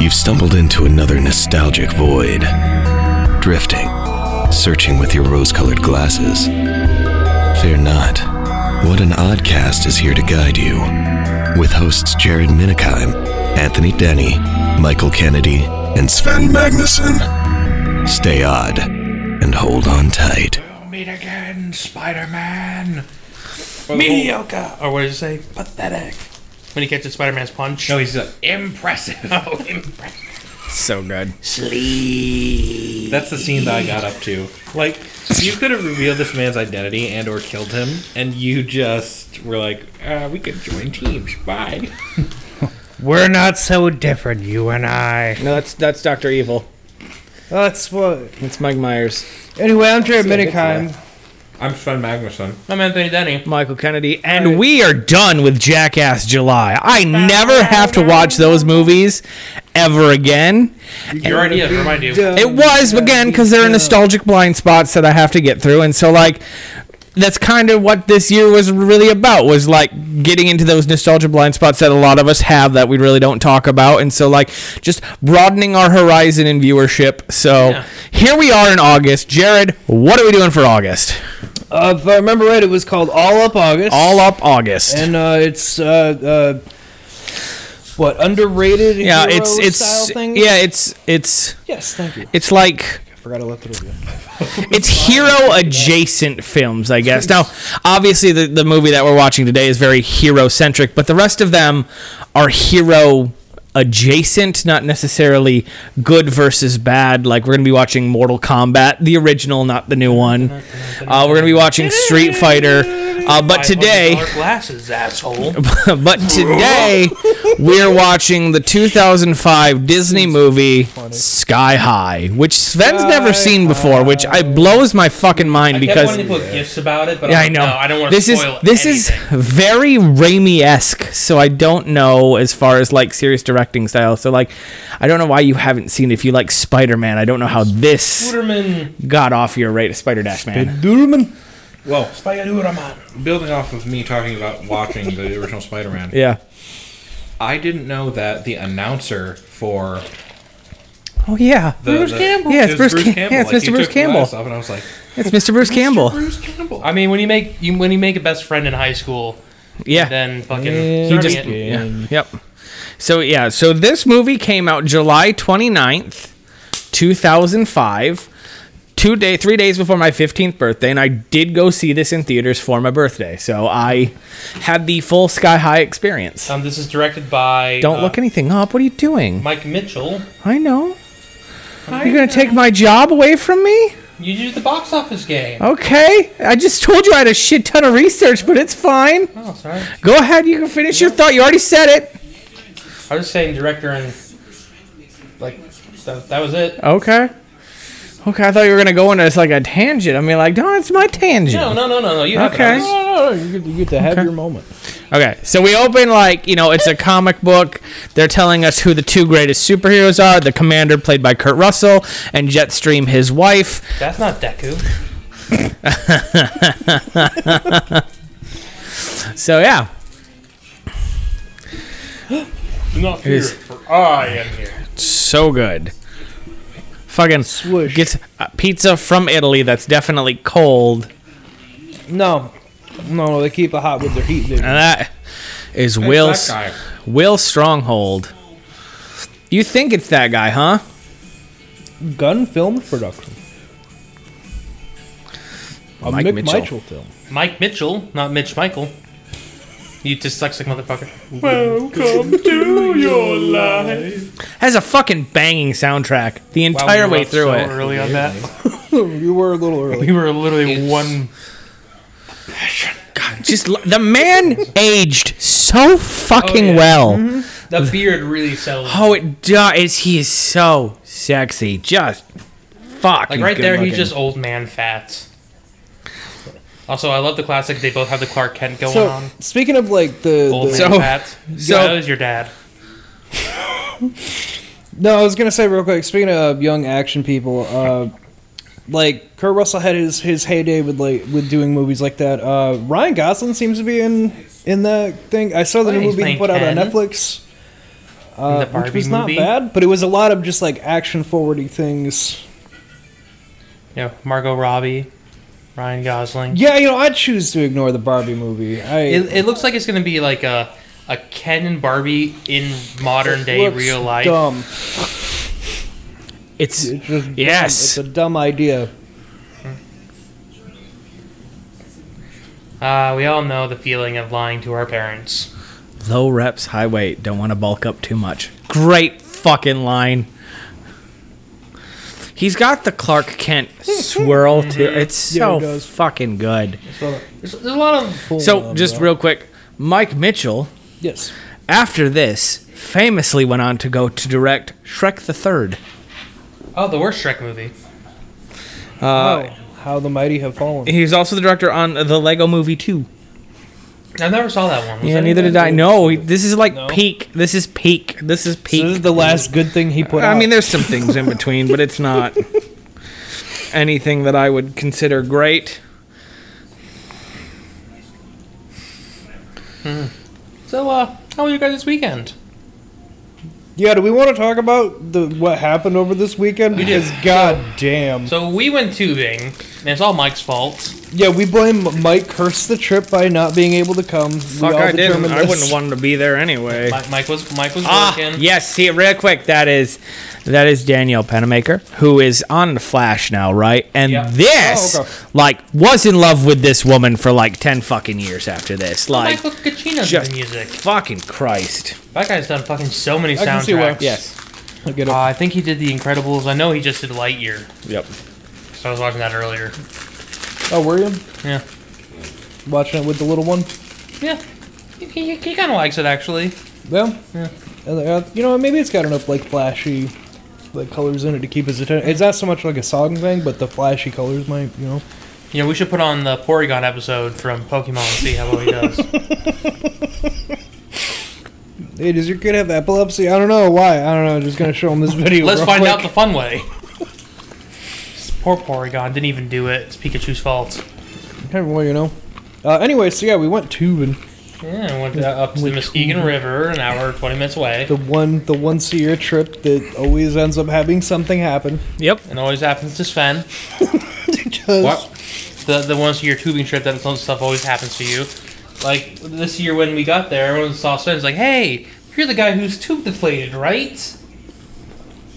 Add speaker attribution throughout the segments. Speaker 1: You've stumbled into another nostalgic void. Drifting, searching with your rose colored glasses. Fear not. What an Oddcast is here to guide you. With hosts Jared Minikheim, Anthony Denny, Michael Kennedy, and Sven Magnuson. Stay odd and hold on tight.
Speaker 2: We'll meet again, Spider Man. Mediocre. Or what did you say? Pathetic. When he catches Spider Man's punch.
Speaker 3: No, he's uh, like,
Speaker 2: Impressive. Oh, impressive.
Speaker 4: So good.
Speaker 2: Sleep.
Speaker 3: that's the scene that I got up to. Like, you could have revealed this man's identity and or killed him, and you just were like, uh, we could join teams. Bye.
Speaker 5: We're not so different, you and I.
Speaker 4: No, that's that's Doctor Evil.
Speaker 5: Well, that's what.
Speaker 4: That's Mike Myers,
Speaker 5: Anyway, I'm Jared
Speaker 4: Let's see, I get to
Speaker 5: Minikheim.
Speaker 3: I'm Sven Magnuson.
Speaker 2: I'm Anthony Denny.
Speaker 4: Michael Kennedy, and we are done with Jackass July. I never have to watch those movies ever again.
Speaker 2: Your idea, remind you.
Speaker 4: It was again because there are nostalgic blind spots that I have to get through, and so like that's kind of what this year was really about was like getting into those nostalgia blind spots that a lot of us have that we really don't talk about, and so like just broadening our horizon in viewership. So
Speaker 2: Yeah.
Speaker 4: here we are in August. Jared, what are we doing for August?
Speaker 5: Uh, if I remember right, it was called All Up August.
Speaker 4: All up August.
Speaker 5: And uh, it's uh, uh, what underrated?
Speaker 4: yeah,
Speaker 5: hero
Speaker 4: it's it's
Speaker 5: style thing?
Speaker 4: yeah, it's it's
Speaker 5: Yes, thank you.
Speaker 4: it's like
Speaker 5: I forgot I left it over. there.
Speaker 4: it's hero adjacent films, I guess. Now, obviously, the, the movie that we're watching today is very hero centric, but the rest of them are hero adjacent, not necessarily good versus bad. Like, we're going to be watching Mortal Kombat, the original, not the new one. Uh, we're going to be watching Street Fighter. Uh, but today,
Speaker 2: $500 Glasses, asshole.
Speaker 4: but today we're watching the 2005 Disney movie Sky High, which Sven's never seen before, which I blows my fucking mind
Speaker 2: I kept
Speaker 4: because
Speaker 2: wanting to put gifts about it, but
Speaker 4: yeah,
Speaker 2: I'm
Speaker 4: I
Speaker 2: like,
Speaker 4: know.
Speaker 2: No, I don't want to
Speaker 4: this
Speaker 2: spoil
Speaker 4: is this
Speaker 2: anything.
Speaker 4: is very Raimi esque, so I don't know as far as like serious directing style. So like, I don't know why you haven't seen it. if you like Spider Man. I don't know how this
Speaker 2: Spiderman.
Speaker 4: got off your rate, Spider Dash Man.
Speaker 3: Well,
Speaker 2: Spiderman.
Speaker 3: building off of me talking about watching the original Spider-Man,
Speaker 4: Yeah.
Speaker 3: I didn't know that the announcer for
Speaker 4: Oh yeah.
Speaker 3: the, Bruce
Speaker 4: Campbell. Yeah, it's Bruce Cam- yeah, it's Mr. Bruce Campbell.
Speaker 3: and I was like,
Speaker 4: It's Mr. Bruce Campbell.
Speaker 3: Bruce Campbell.
Speaker 2: I mean, when you make you when you make a best friend in high school,
Speaker 4: Yeah.
Speaker 2: then fucking
Speaker 4: He
Speaker 2: starting
Speaker 4: just-
Speaker 2: it.
Speaker 4: yeah. Yep. So yeah, so this movie came out July 29th, 2005, 2 day 3 days before my 15th birthday and I did go see this in theaters for my birthday. So I had the full sky high experience.
Speaker 2: Um, this is directed by
Speaker 4: Don't
Speaker 2: uh,
Speaker 4: look anything up. What are you doing?
Speaker 2: Mike Mitchell.
Speaker 4: I know. You're going to take my job away from me?
Speaker 2: You used the box office game.
Speaker 4: Okay. I just told you I had a shit ton of research, but it's fine.
Speaker 2: Oh, sorry.
Speaker 4: Go ahead, you can finish your thought. You already said it.
Speaker 2: I was saying director and like that, that was it.
Speaker 4: Okay. Okay, I thought you were gonna go into it's like a tangent. I mean, like, no, it's my tangent.
Speaker 2: No, no, no, no, no. You have
Speaker 4: Okay.
Speaker 2: those.
Speaker 5: No, no, no, you get, you get to have your moment.
Speaker 4: Okay, so we open like you know, it's a comic book. They're telling us who the two greatest superheroes are: the Commander, played by Kurt Russell, and Jetstream, his wife.
Speaker 2: That's not Deku.
Speaker 4: So yeah,
Speaker 2: Not here.
Speaker 4: is-
Speaker 2: For I am here.
Speaker 4: so good. Fucking
Speaker 5: Swoosh.
Speaker 4: gets a pizza from Italy that's definitely cold,
Speaker 5: No, no, they keep it hot with their heat. Baby.
Speaker 4: and that is
Speaker 3: It's
Speaker 4: Will
Speaker 3: that guy.
Speaker 4: Will Stronghold. You think it's that guy, huh?
Speaker 5: Gun film production. A
Speaker 4: Mike
Speaker 5: Mick
Speaker 4: Mitchell.
Speaker 5: Mitchell film.
Speaker 2: Mike Mitchell, not Mitch Michael. You dyslexic motherfucker.
Speaker 4: has a fucking banging soundtrack the entire
Speaker 2: Wow, we were
Speaker 4: way
Speaker 2: up
Speaker 4: through
Speaker 2: so
Speaker 4: it.
Speaker 2: Early on that.
Speaker 5: You were a little early.
Speaker 2: We were literally one.
Speaker 4: Just l- the man aged so fucking
Speaker 2: Oh, yeah.
Speaker 4: well.
Speaker 2: The beard really settled.
Speaker 4: Oh, it does. He is so sexy. Just
Speaker 2: Like
Speaker 4: fuck. he's
Speaker 2: right
Speaker 4: good
Speaker 2: there, he's
Speaker 4: looking.
Speaker 2: just old man fat. Also, I love the classic. They both have the Clark Kent going
Speaker 5: So
Speaker 2: on.
Speaker 5: speaking of like the,
Speaker 2: Old
Speaker 5: the
Speaker 2: man
Speaker 4: So-
Speaker 2: fat.
Speaker 4: so-
Speaker 2: So that was your dad.
Speaker 5: no, I was gonna say real quick. Speaking of young action people, uh, like Kurt Russell had his his heyday with like with doing movies like that. Uh, Ryan Gosling seems to be in in that thing. I saw the
Speaker 2: Oh,
Speaker 5: new
Speaker 2: he's
Speaker 5: movie he
Speaker 2: playing
Speaker 5: put out on
Speaker 2: Ken.
Speaker 5: Netflix.
Speaker 2: The
Speaker 5: uh, which
Speaker 2: Barbie
Speaker 5: was not
Speaker 2: movie?
Speaker 5: bad, but it was a lot of just like action forwardy things.
Speaker 2: Yeah, Margot Robbie, Ryan Gosling.
Speaker 5: Yeah, you know, I choose to ignore the Barbie movie. I
Speaker 2: It, it looks like it's gonna be like a a Ken and Barbie in modern day
Speaker 5: looks
Speaker 2: real life.
Speaker 5: Dumb.
Speaker 4: It's
Speaker 5: It's just dumb.
Speaker 4: Yes.
Speaker 5: It's a dumb idea.
Speaker 2: Uh, we all know the feeling of lying to our parents.
Speaker 4: low reps, high weight. Don't want to bulk up too much. Great fucking line. He's got the Clark Kent swirl too. It's
Speaker 5: Yeah,
Speaker 4: so
Speaker 5: he does.
Speaker 4: fucking good.
Speaker 2: There's, there's a lot of
Speaker 4: So, just real quick, Mike Mitchell,
Speaker 5: Yes.
Speaker 4: after this, famously went on to go to direct Shrek the Third.
Speaker 2: oh, the worst Shrek movie.
Speaker 4: Oh.
Speaker 5: Uh, how the mighty have fallen.
Speaker 4: He was also the director on the Lego Movie Two.
Speaker 2: I never saw that one. Was
Speaker 4: Yeah,
Speaker 2: that
Speaker 4: neither
Speaker 2: even-
Speaker 4: did I. No, he- this is like peak. This is peak. This is peak.
Speaker 5: So this is the last good thing he put out.
Speaker 4: I mean, there's some things in between, but it's not anything that I would consider great.
Speaker 2: So, uh, how were you guys this weekend?
Speaker 5: yeah, do we want to talk about the what happened over this weekend? Because god damn.
Speaker 2: So we went tubing, and it's all Mike's fault.
Speaker 5: Yeah, we blame Mike cursed the trip by not being able to come. we
Speaker 4: Fuck,
Speaker 5: all
Speaker 4: I didn't.
Speaker 5: determined
Speaker 4: I
Speaker 5: this.
Speaker 4: wouldn't have wanted to be there anyway.
Speaker 2: Mike, Mike was Mike was
Speaker 4: Ah,
Speaker 2: working.
Speaker 4: yes. See, real quick, that is that is Danielle Penamaker, who is on the Flash now, right? And
Speaker 2: Yep.
Speaker 4: this,
Speaker 5: Oh, okay.
Speaker 4: like, was in love with this woman for like ten fucking years after this. Like,
Speaker 2: Michael Caccino's
Speaker 4: just-
Speaker 2: the music.
Speaker 4: fucking Christ.
Speaker 2: That guy's done fucking so many
Speaker 5: I can see why.
Speaker 2: soundtracks.
Speaker 4: Yes.
Speaker 5: I get it.
Speaker 2: Uh, I think he did The Incredibles. I know he just did Lightyear.
Speaker 4: Yep.
Speaker 2: So I was watching that earlier.
Speaker 5: oh, were you
Speaker 2: Yeah.
Speaker 5: watching it with the little one?
Speaker 2: Yeah. He, he, kind of likes it, actually.
Speaker 5: Yeah. And, uh, you know, maybe it's got enough like flashy, like colors in it to keep his attention. It's not so much like a song thing, but the flashy colors might, you know.
Speaker 2: You know, we should put on the Porygon episode from Pokemon and see how well he does.
Speaker 5: Hey, does your kid have epilepsy? I don't know why. I don't know. Just gonna show him this video.
Speaker 2: Let's
Speaker 5: real
Speaker 2: find
Speaker 5: quick.
Speaker 2: out the fun way. Poor Porygon didn't even do it. It's Pikachu's fault.
Speaker 5: Kind of well, you know. Uh, anyway, so yeah, we went tubing.
Speaker 2: Yeah, I went to, up to the Muskegon River, an hour and 20 minutes away.
Speaker 5: The one, the once a year trip that always ends up having something happen.
Speaker 4: Yep.
Speaker 2: And always happens to Sven.
Speaker 5: Because
Speaker 3: What?
Speaker 2: the the once a year tubing trip that some stuff always happens to you. Like this year when we got there, everyone saw Sven was like, "Hey, you're the guy who's tube deflated, right?"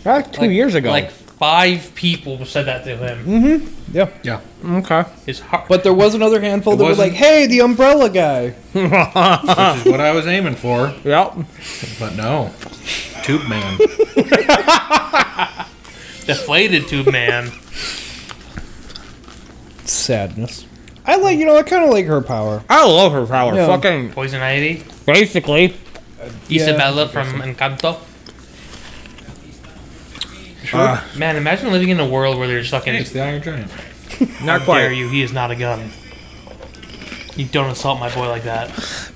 Speaker 4: two
Speaker 2: Like-
Speaker 4: years ago.
Speaker 2: like five people said that to
Speaker 4: Hmm?
Speaker 2: him.
Speaker 5: yeah,
Speaker 3: Yeah.
Speaker 4: okay.
Speaker 2: His heart.
Speaker 5: but there was another handful that were
Speaker 3: wasn't-
Speaker 5: like, "Hey, the umbrella guy."
Speaker 3: Which is what I was aiming for,
Speaker 4: Yep.
Speaker 3: but no. Tube man.
Speaker 2: deflated tube man.
Speaker 5: Sadness. I like, you know, I kind of like her power.
Speaker 4: I love her power.
Speaker 5: Yeah.
Speaker 4: Fucking
Speaker 2: Poison Ivy.
Speaker 4: basically.
Speaker 5: Yeah.
Speaker 2: Isabella from Encanto.
Speaker 3: Ah.
Speaker 2: Man, imagine living in a world where there's fucking.
Speaker 3: Hey, it's the Iron Giant.
Speaker 4: Not
Speaker 2: How dare you? He is not a gun. You don't insult my boy like that.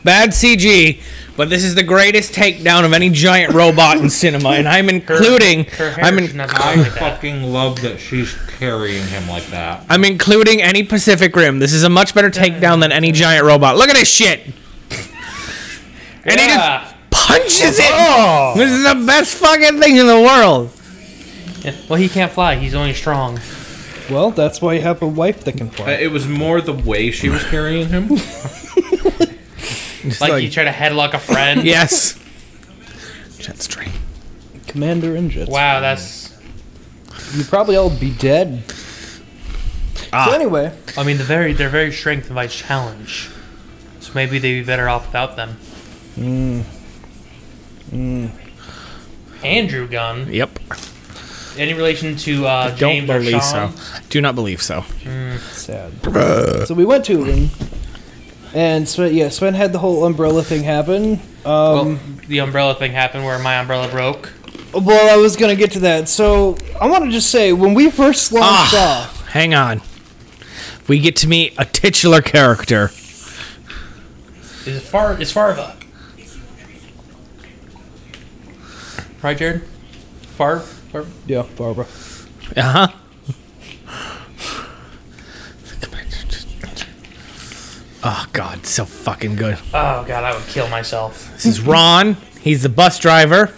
Speaker 4: Bad CG, but this is the greatest takedown of any giant robot in cinema, and I'm including
Speaker 2: Her hair
Speaker 4: I'm
Speaker 2: should
Speaker 4: in,
Speaker 2: not be
Speaker 3: I
Speaker 2: like that.
Speaker 3: fucking love that she's carrying him like that.
Speaker 4: I'm including any Pacific Rim. This is a much better takedown than any giant robot. Look at this shit. And he just
Speaker 2: Yeah.
Speaker 4: punches it. This is the best fucking thing in the world.
Speaker 2: Yeah. Well, he can't fly. He's only strong.
Speaker 5: Well, that's why you have a wife that can
Speaker 3: Uh,
Speaker 5: fly.
Speaker 3: It was more the way she was carrying him.
Speaker 2: Like,
Speaker 4: like-
Speaker 2: you try to headlock a friend.
Speaker 4: Yes. Jet stream.
Speaker 5: Commander and Jets.
Speaker 2: Wow, that's.
Speaker 5: You probably all be dead. So anyway,
Speaker 2: I mean, the very their very strength invites challenge. So maybe they'd be better off without them.
Speaker 4: Mm.
Speaker 2: Andrew Gunn.
Speaker 4: Yep.
Speaker 2: Any relation to uh,
Speaker 4: Don't
Speaker 2: James or
Speaker 4: believe so.
Speaker 2: Sean?
Speaker 4: Do not believe so.
Speaker 5: sad. So we went tubing, and Sven, yeah, Sven had the whole umbrella thing happen. Um,
Speaker 2: Well, the umbrella thing happened where my umbrella broke.
Speaker 5: well, I was gonna get to that. So I want to just say when we first launched off,
Speaker 4: Hang on. We get to meet a titular character.
Speaker 2: Is it far? Is Farva? Right, Jared? Farv? Farv?
Speaker 5: yeah, Barbara.
Speaker 4: Uh huh. Oh God, so fucking good.
Speaker 2: Oh god, I would kill myself.
Speaker 4: This is Ron. He's the bus driver.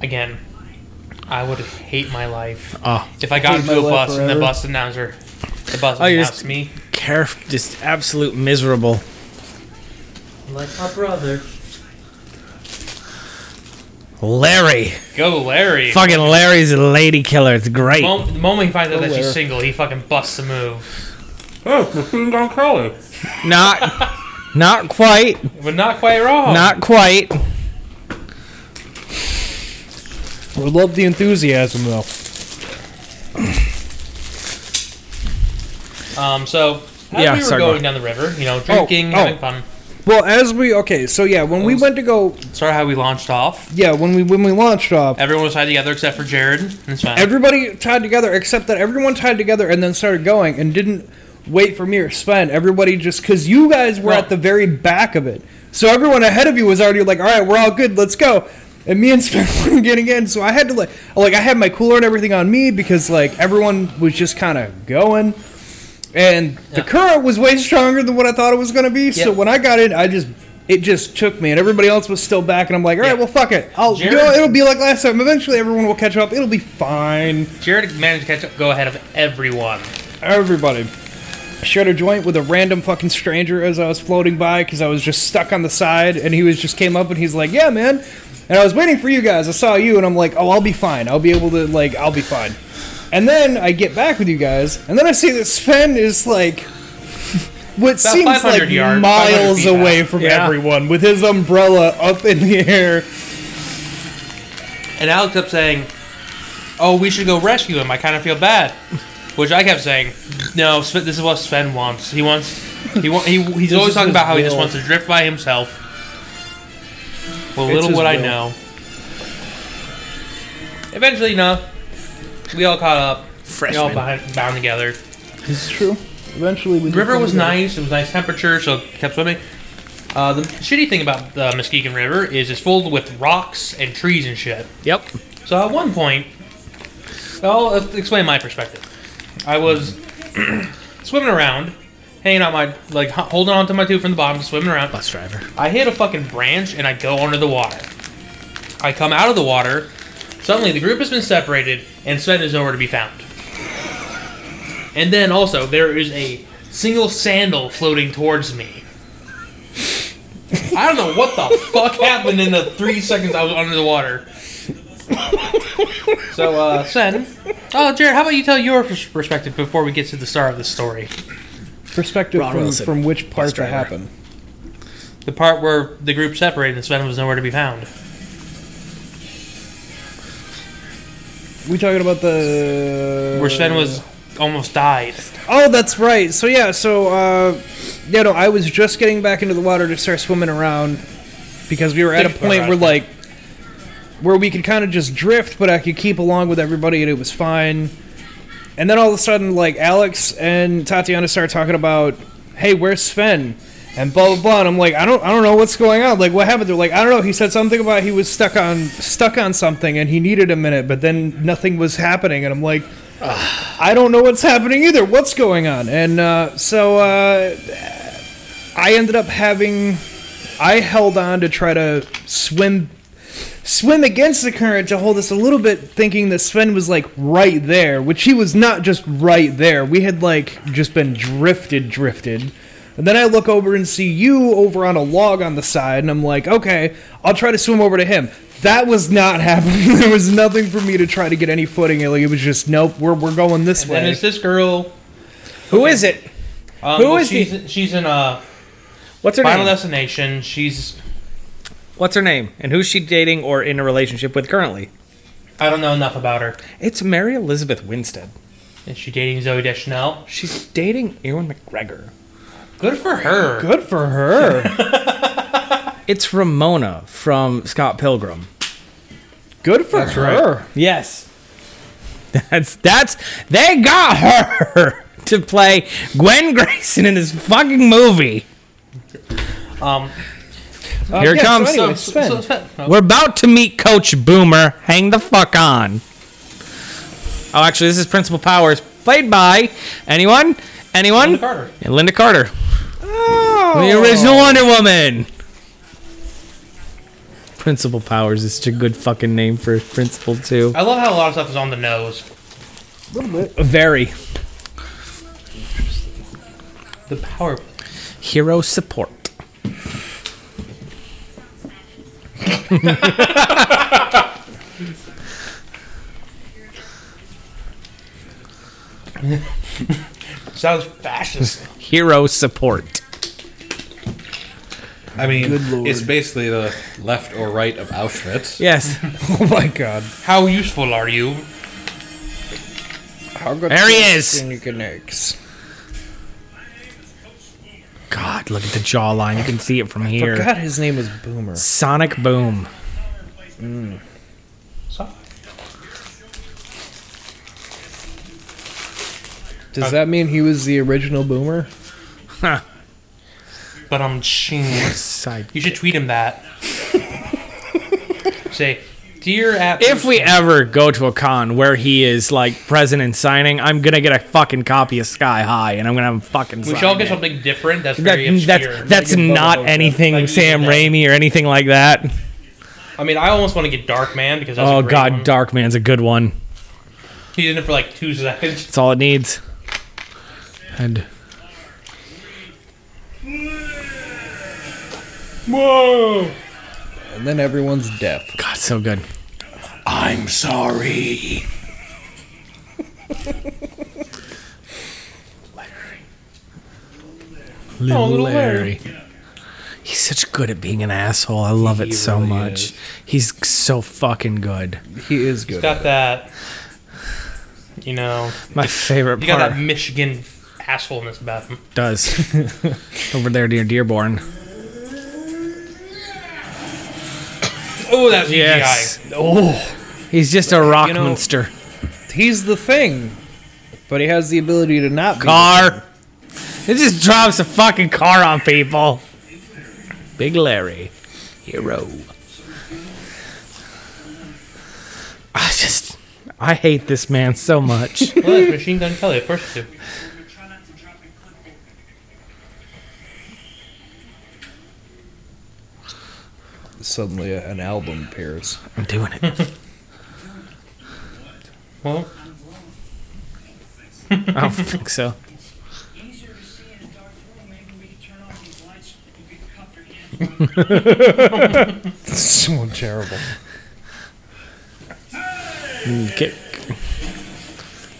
Speaker 2: again, I would hate my life
Speaker 4: Oh,
Speaker 2: if I got
Speaker 5: Hate my
Speaker 2: into a
Speaker 5: life
Speaker 2: bus and the
Speaker 5: forever.
Speaker 2: bus announcer, the bus
Speaker 4: Oh, you're
Speaker 2: announced
Speaker 4: just-
Speaker 2: me.
Speaker 4: care, just absolute miserable.
Speaker 2: Like my brother.
Speaker 4: Larry,
Speaker 2: Go, Larry.
Speaker 4: fucking Larry's a lady killer. It's great.
Speaker 2: Mom- the moment he finds out that she's
Speaker 5: Larry.
Speaker 2: single, he fucking busts a move.
Speaker 3: Oh, machine gun Kelly.
Speaker 4: Not, not quite.
Speaker 2: But not quite
Speaker 5: Oh.
Speaker 2: wrong.
Speaker 4: Not quite.
Speaker 5: Would love the enthusiasm though.
Speaker 2: Um, so, as
Speaker 4: Yeah,
Speaker 2: we were
Speaker 4: sorry, go
Speaker 2: going down the river, you know, drinking,
Speaker 5: oh.
Speaker 2: having fun.
Speaker 5: Well, as we okay, so yeah, when we went to go,
Speaker 2: Sorry how we launched off.
Speaker 5: yeah, when we when we launched off,
Speaker 2: Everyone was tied together except for Jared. That's fine.
Speaker 5: everybody tied together except that everyone tied together and then started going and didn't wait for me or Sven. Everybody just because you guys were
Speaker 2: Right.
Speaker 5: at the very back of it, so everyone ahead of you was already like, all right, we're all good, let's go. And me and Sven were getting in, so I had to like, like I had my cooler and everything on me because like everyone was just kind of going. and the
Speaker 2: Yeah.
Speaker 5: current was way stronger than what I thought it was going to be. So
Speaker 2: Yep.
Speaker 5: when I got in, I just it just took me, and everybody else was still back, and I'm like, all right,
Speaker 2: Yeah.
Speaker 5: well, fuck it, I'll you
Speaker 2: Jared-
Speaker 5: know, it'll be like last time. Eventually, everyone will catch up. It'll be fine.
Speaker 2: Jared managed to catch up, go ahead of everyone.
Speaker 5: Everybody shared a joint with a random fucking stranger as I was floating by because I was just stuck on the side, and he was just came up and he's like, yeah, man. And I was waiting for you guys. I saw you, and I'm like, oh, I'll be fine. I'll be able to like, I'll be fine. And then I get back with you guys, and then I see that Sven is like what seems
Speaker 2: 500
Speaker 5: like
Speaker 2: yard- 500
Speaker 5: miles
Speaker 2: feet back.
Speaker 5: away from
Speaker 4: Yeah.
Speaker 5: everyone with his umbrella up in the air.
Speaker 2: And Alex kept saying, "Oh, we should go rescue him. I kind of feel bad," which I kept saying, "No, Sven, this is what Sven wants. He wants. He wa- he he's always
Speaker 5: is
Speaker 2: talking
Speaker 5: his
Speaker 2: about how he just
Speaker 5: will.
Speaker 2: wants to drift by himself." Well,
Speaker 5: It's
Speaker 2: little
Speaker 5: his
Speaker 2: would I
Speaker 5: will.
Speaker 2: know. Eventually, no, we all caught up. We all bound, bound together.
Speaker 5: It's true. Eventually, we
Speaker 2: The river was nice. It was nice temperature, so kept swimming. Uh, the shitty thing about the Muskegon River is it's filled with rocks and trees and shit.
Speaker 4: Yep.
Speaker 2: So at one point, I'll explain my perspective. I was swimming around, hanging out my like h- holding on to my tube from the bottom, swimming around.
Speaker 4: Bus driver.
Speaker 2: I hit a fucking branch and I go under the water. I come out of the water. Suddenly, the group has been separated and Sven is nowhere to be found. And then also, there is a single sandal floating towards me. I don't know what the fuck happened in the three seconds I was under the water. So, uh, Sven. Oh, Jared, how about you tell your pers- perspective before we get to the star of the story?
Speaker 5: perspective
Speaker 4: Ron
Speaker 5: from,
Speaker 4: Wilson,
Speaker 5: from which part to
Speaker 4: driver.
Speaker 5: happen.
Speaker 2: The part where the group separated and Sven was nowhere to be found.
Speaker 5: We talking about the
Speaker 2: Where Sven was almost died.
Speaker 5: Oh, that's right. So yeah, so uh, yeah, no, I was just getting back into the water to start swimming around because we were at a
Speaker 2: Think
Speaker 5: point
Speaker 2: about
Speaker 5: where
Speaker 2: it.
Speaker 5: like where we could kind of just drift, but I could keep along with everybody and it was fine. And then all of a sudden, like Alex and Tatiana started talking about, "Hey, where's Sven?" And blah blah blah. And I'm like, I don't, I don't know what's going on. Like, what happened? They're like, I don't know. He said something about he was stuck on, stuck on something, and he needed a minute. But then nothing was happening. And I'm like, I don't know what's happening either. What's going on? And uh, so uh, I ended up having I held on to try to swim swim against the current to hold us a little bit, thinking that Sven was like right there, which he was not just right there. We had like just been drifted, drifted. And then I look over and see you over on a log on the side, and I'm like, okay, I'll try to swim over to him. That was not happening. there was nothing for me to try to get any footing. Like, it was just, nope, we're, we're going this
Speaker 2: And
Speaker 5: way.
Speaker 2: it's this girl.
Speaker 4: Who is it?
Speaker 2: Um,
Speaker 4: Who
Speaker 2: well,
Speaker 4: is
Speaker 2: she's, she's in a
Speaker 4: What's her
Speaker 2: Final
Speaker 4: name?
Speaker 2: Destination. She's
Speaker 4: What's her name? And who's she dating or in a relationship with currently?
Speaker 2: I don't know enough about her.
Speaker 4: It's Mary Elizabeth Winstead.
Speaker 2: Is she dating Zoe Deschanel?
Speaker 4: She's dating Ewan McGregor.
Speaker 2: Good for her.
Speaker 5: Good for her.
Speaker 4: It's Ramona from Scott Pilgrim.
Speaker 5: Good for her.
Speaker 4: Yes. That's that's they got her to play Gwen Grayson in this fucking movie.
Speaker 2: Um,
Speaker 5: Uh,
Speaker 4: Here it
Speaker 5: yeah, so
Speaker 4: comes.
Speaker 5: anyway,
Speaker 2: so-
Speaker 5: Sven.
Speaker 2: so Sven- oh,
Speaker 4: We're about to meet Coach Boomer. Hang the fuck on. Oh, actually, this is Principal Powers, played by anyone, anyone,
Speaker 2: Linda Carter.
Speaker 4: And Linda Carter, the
Speaker 5: Oh.
Speaker 4: original Wonder Woman. Principal Powers is such a good fucking name for Principal too.
Speaker 2: I love how a lot of stuff is on the nose.
Speaker 5: Very.
Speaker 2: The power.
Speaker 4: Hero support.
Speaker 2: Sounds fascist.
Speaker 4: Hero support.
Speaker 3: I mean,
Speaker 5: Good lord.
Speaker 3: it's basically the left or right of Auschwitz.
Speaker 4: Yes.
Speaker 5: Oh my god.
Speaker 2: how useful are you?
Speaker 5: How good
Speaker 4: There he is.
Speaker 5: Can you connect?
Speaker 4: God, look at the jawline. You can see it from here.
Speaker 5: Forgot his name was Boomer.
Speaker 4: Sonic Boom.
Speaker 2: So-
Speaker 5: Does that mean he was the original Boomer?
Speaker 4: Huh.
Speaker 2: But I'm ching.
Speaker 4: Side.
Speaker 2: You should tweet him that. Say, dear app.
Speaker 4: If we ever go to a con where he is like present and signing, I'm gonna get a fucking copy of Sky High, and I'm gonna have him fucking.
Speaker 2: we
Speaker 4: sign
Speaker 2: should all get
Speaker 4: it.
Speaker 2: something different. That's
Speaker 4: That, mm,
Speaker 2: very obscure.
Speaker 4: that's that's
Speaker 5: Like a
Speaker 4: not
Speaker 5: bubble,
Speaker 4: anything
Speaker 2: like you
Speaker 4: Sam
Speaker 2: did that.
Speaker 4: Raimi or anything like that.
Speaker 2: I mean, I almost want to get Dark Man because that's a
Speaker 4: Oh
Speaker 2: great
Speaker 4: god,
Speaker 2: one.
Speaker 4: Darkman's a good one.
Speaker 2: he's in it for like two seconds.
Speaker 4: That's all it needs. And
Speaker 2: Whoa!
Speaker 5: And then everyone's deaf.
Speaker 4: God, so good.
Speaker 3: I'm sorry.
Speaker 4: Little,
Speaker 2: little
Speaker 4: Larry. He's such good at being an asshole. I love it
Speaker 3: He
Speaker 4: so
Speaker 3: really
Speaker 4: much.
Speaker 3: is.
Speaker 4: He's so fucking good.
Speaker 5: He is good.
Speaker 2: Got that. You know,
Speaker 4: My favorite
Speaker 2: you got
Speaker 4: part
Speaker 2: that Michigan assholeness about him.
Speaker 4: does over there near Dearborn.
Speaker 2: Oh, that's
Speaker 4: Yes.
Speaker 2: CGI.
Speaker 4: Oh, he's just a rock
Speaker 5: You know-
Speaker 4: monster.
Speaker 5: He's the thing, but he has the ability to not be.
Speaker 4: Car. It just drops a fucking car on people. Big Larry, hero. I just, I hate this man so much.
Speaker 2: Well, that's Machine Gun Kelly, of course you do.
Speaker 5: Suddenly, an album appears.
Speaker 4: I'm doing it.
Speaker 2: Well,
Speaker 4: I don't think so.
Speaker 6: easier to see in a dark room, maybe we could turn off these lights, you could comprehend
Speaker 5: so terrible.
Speaker 4: Kick.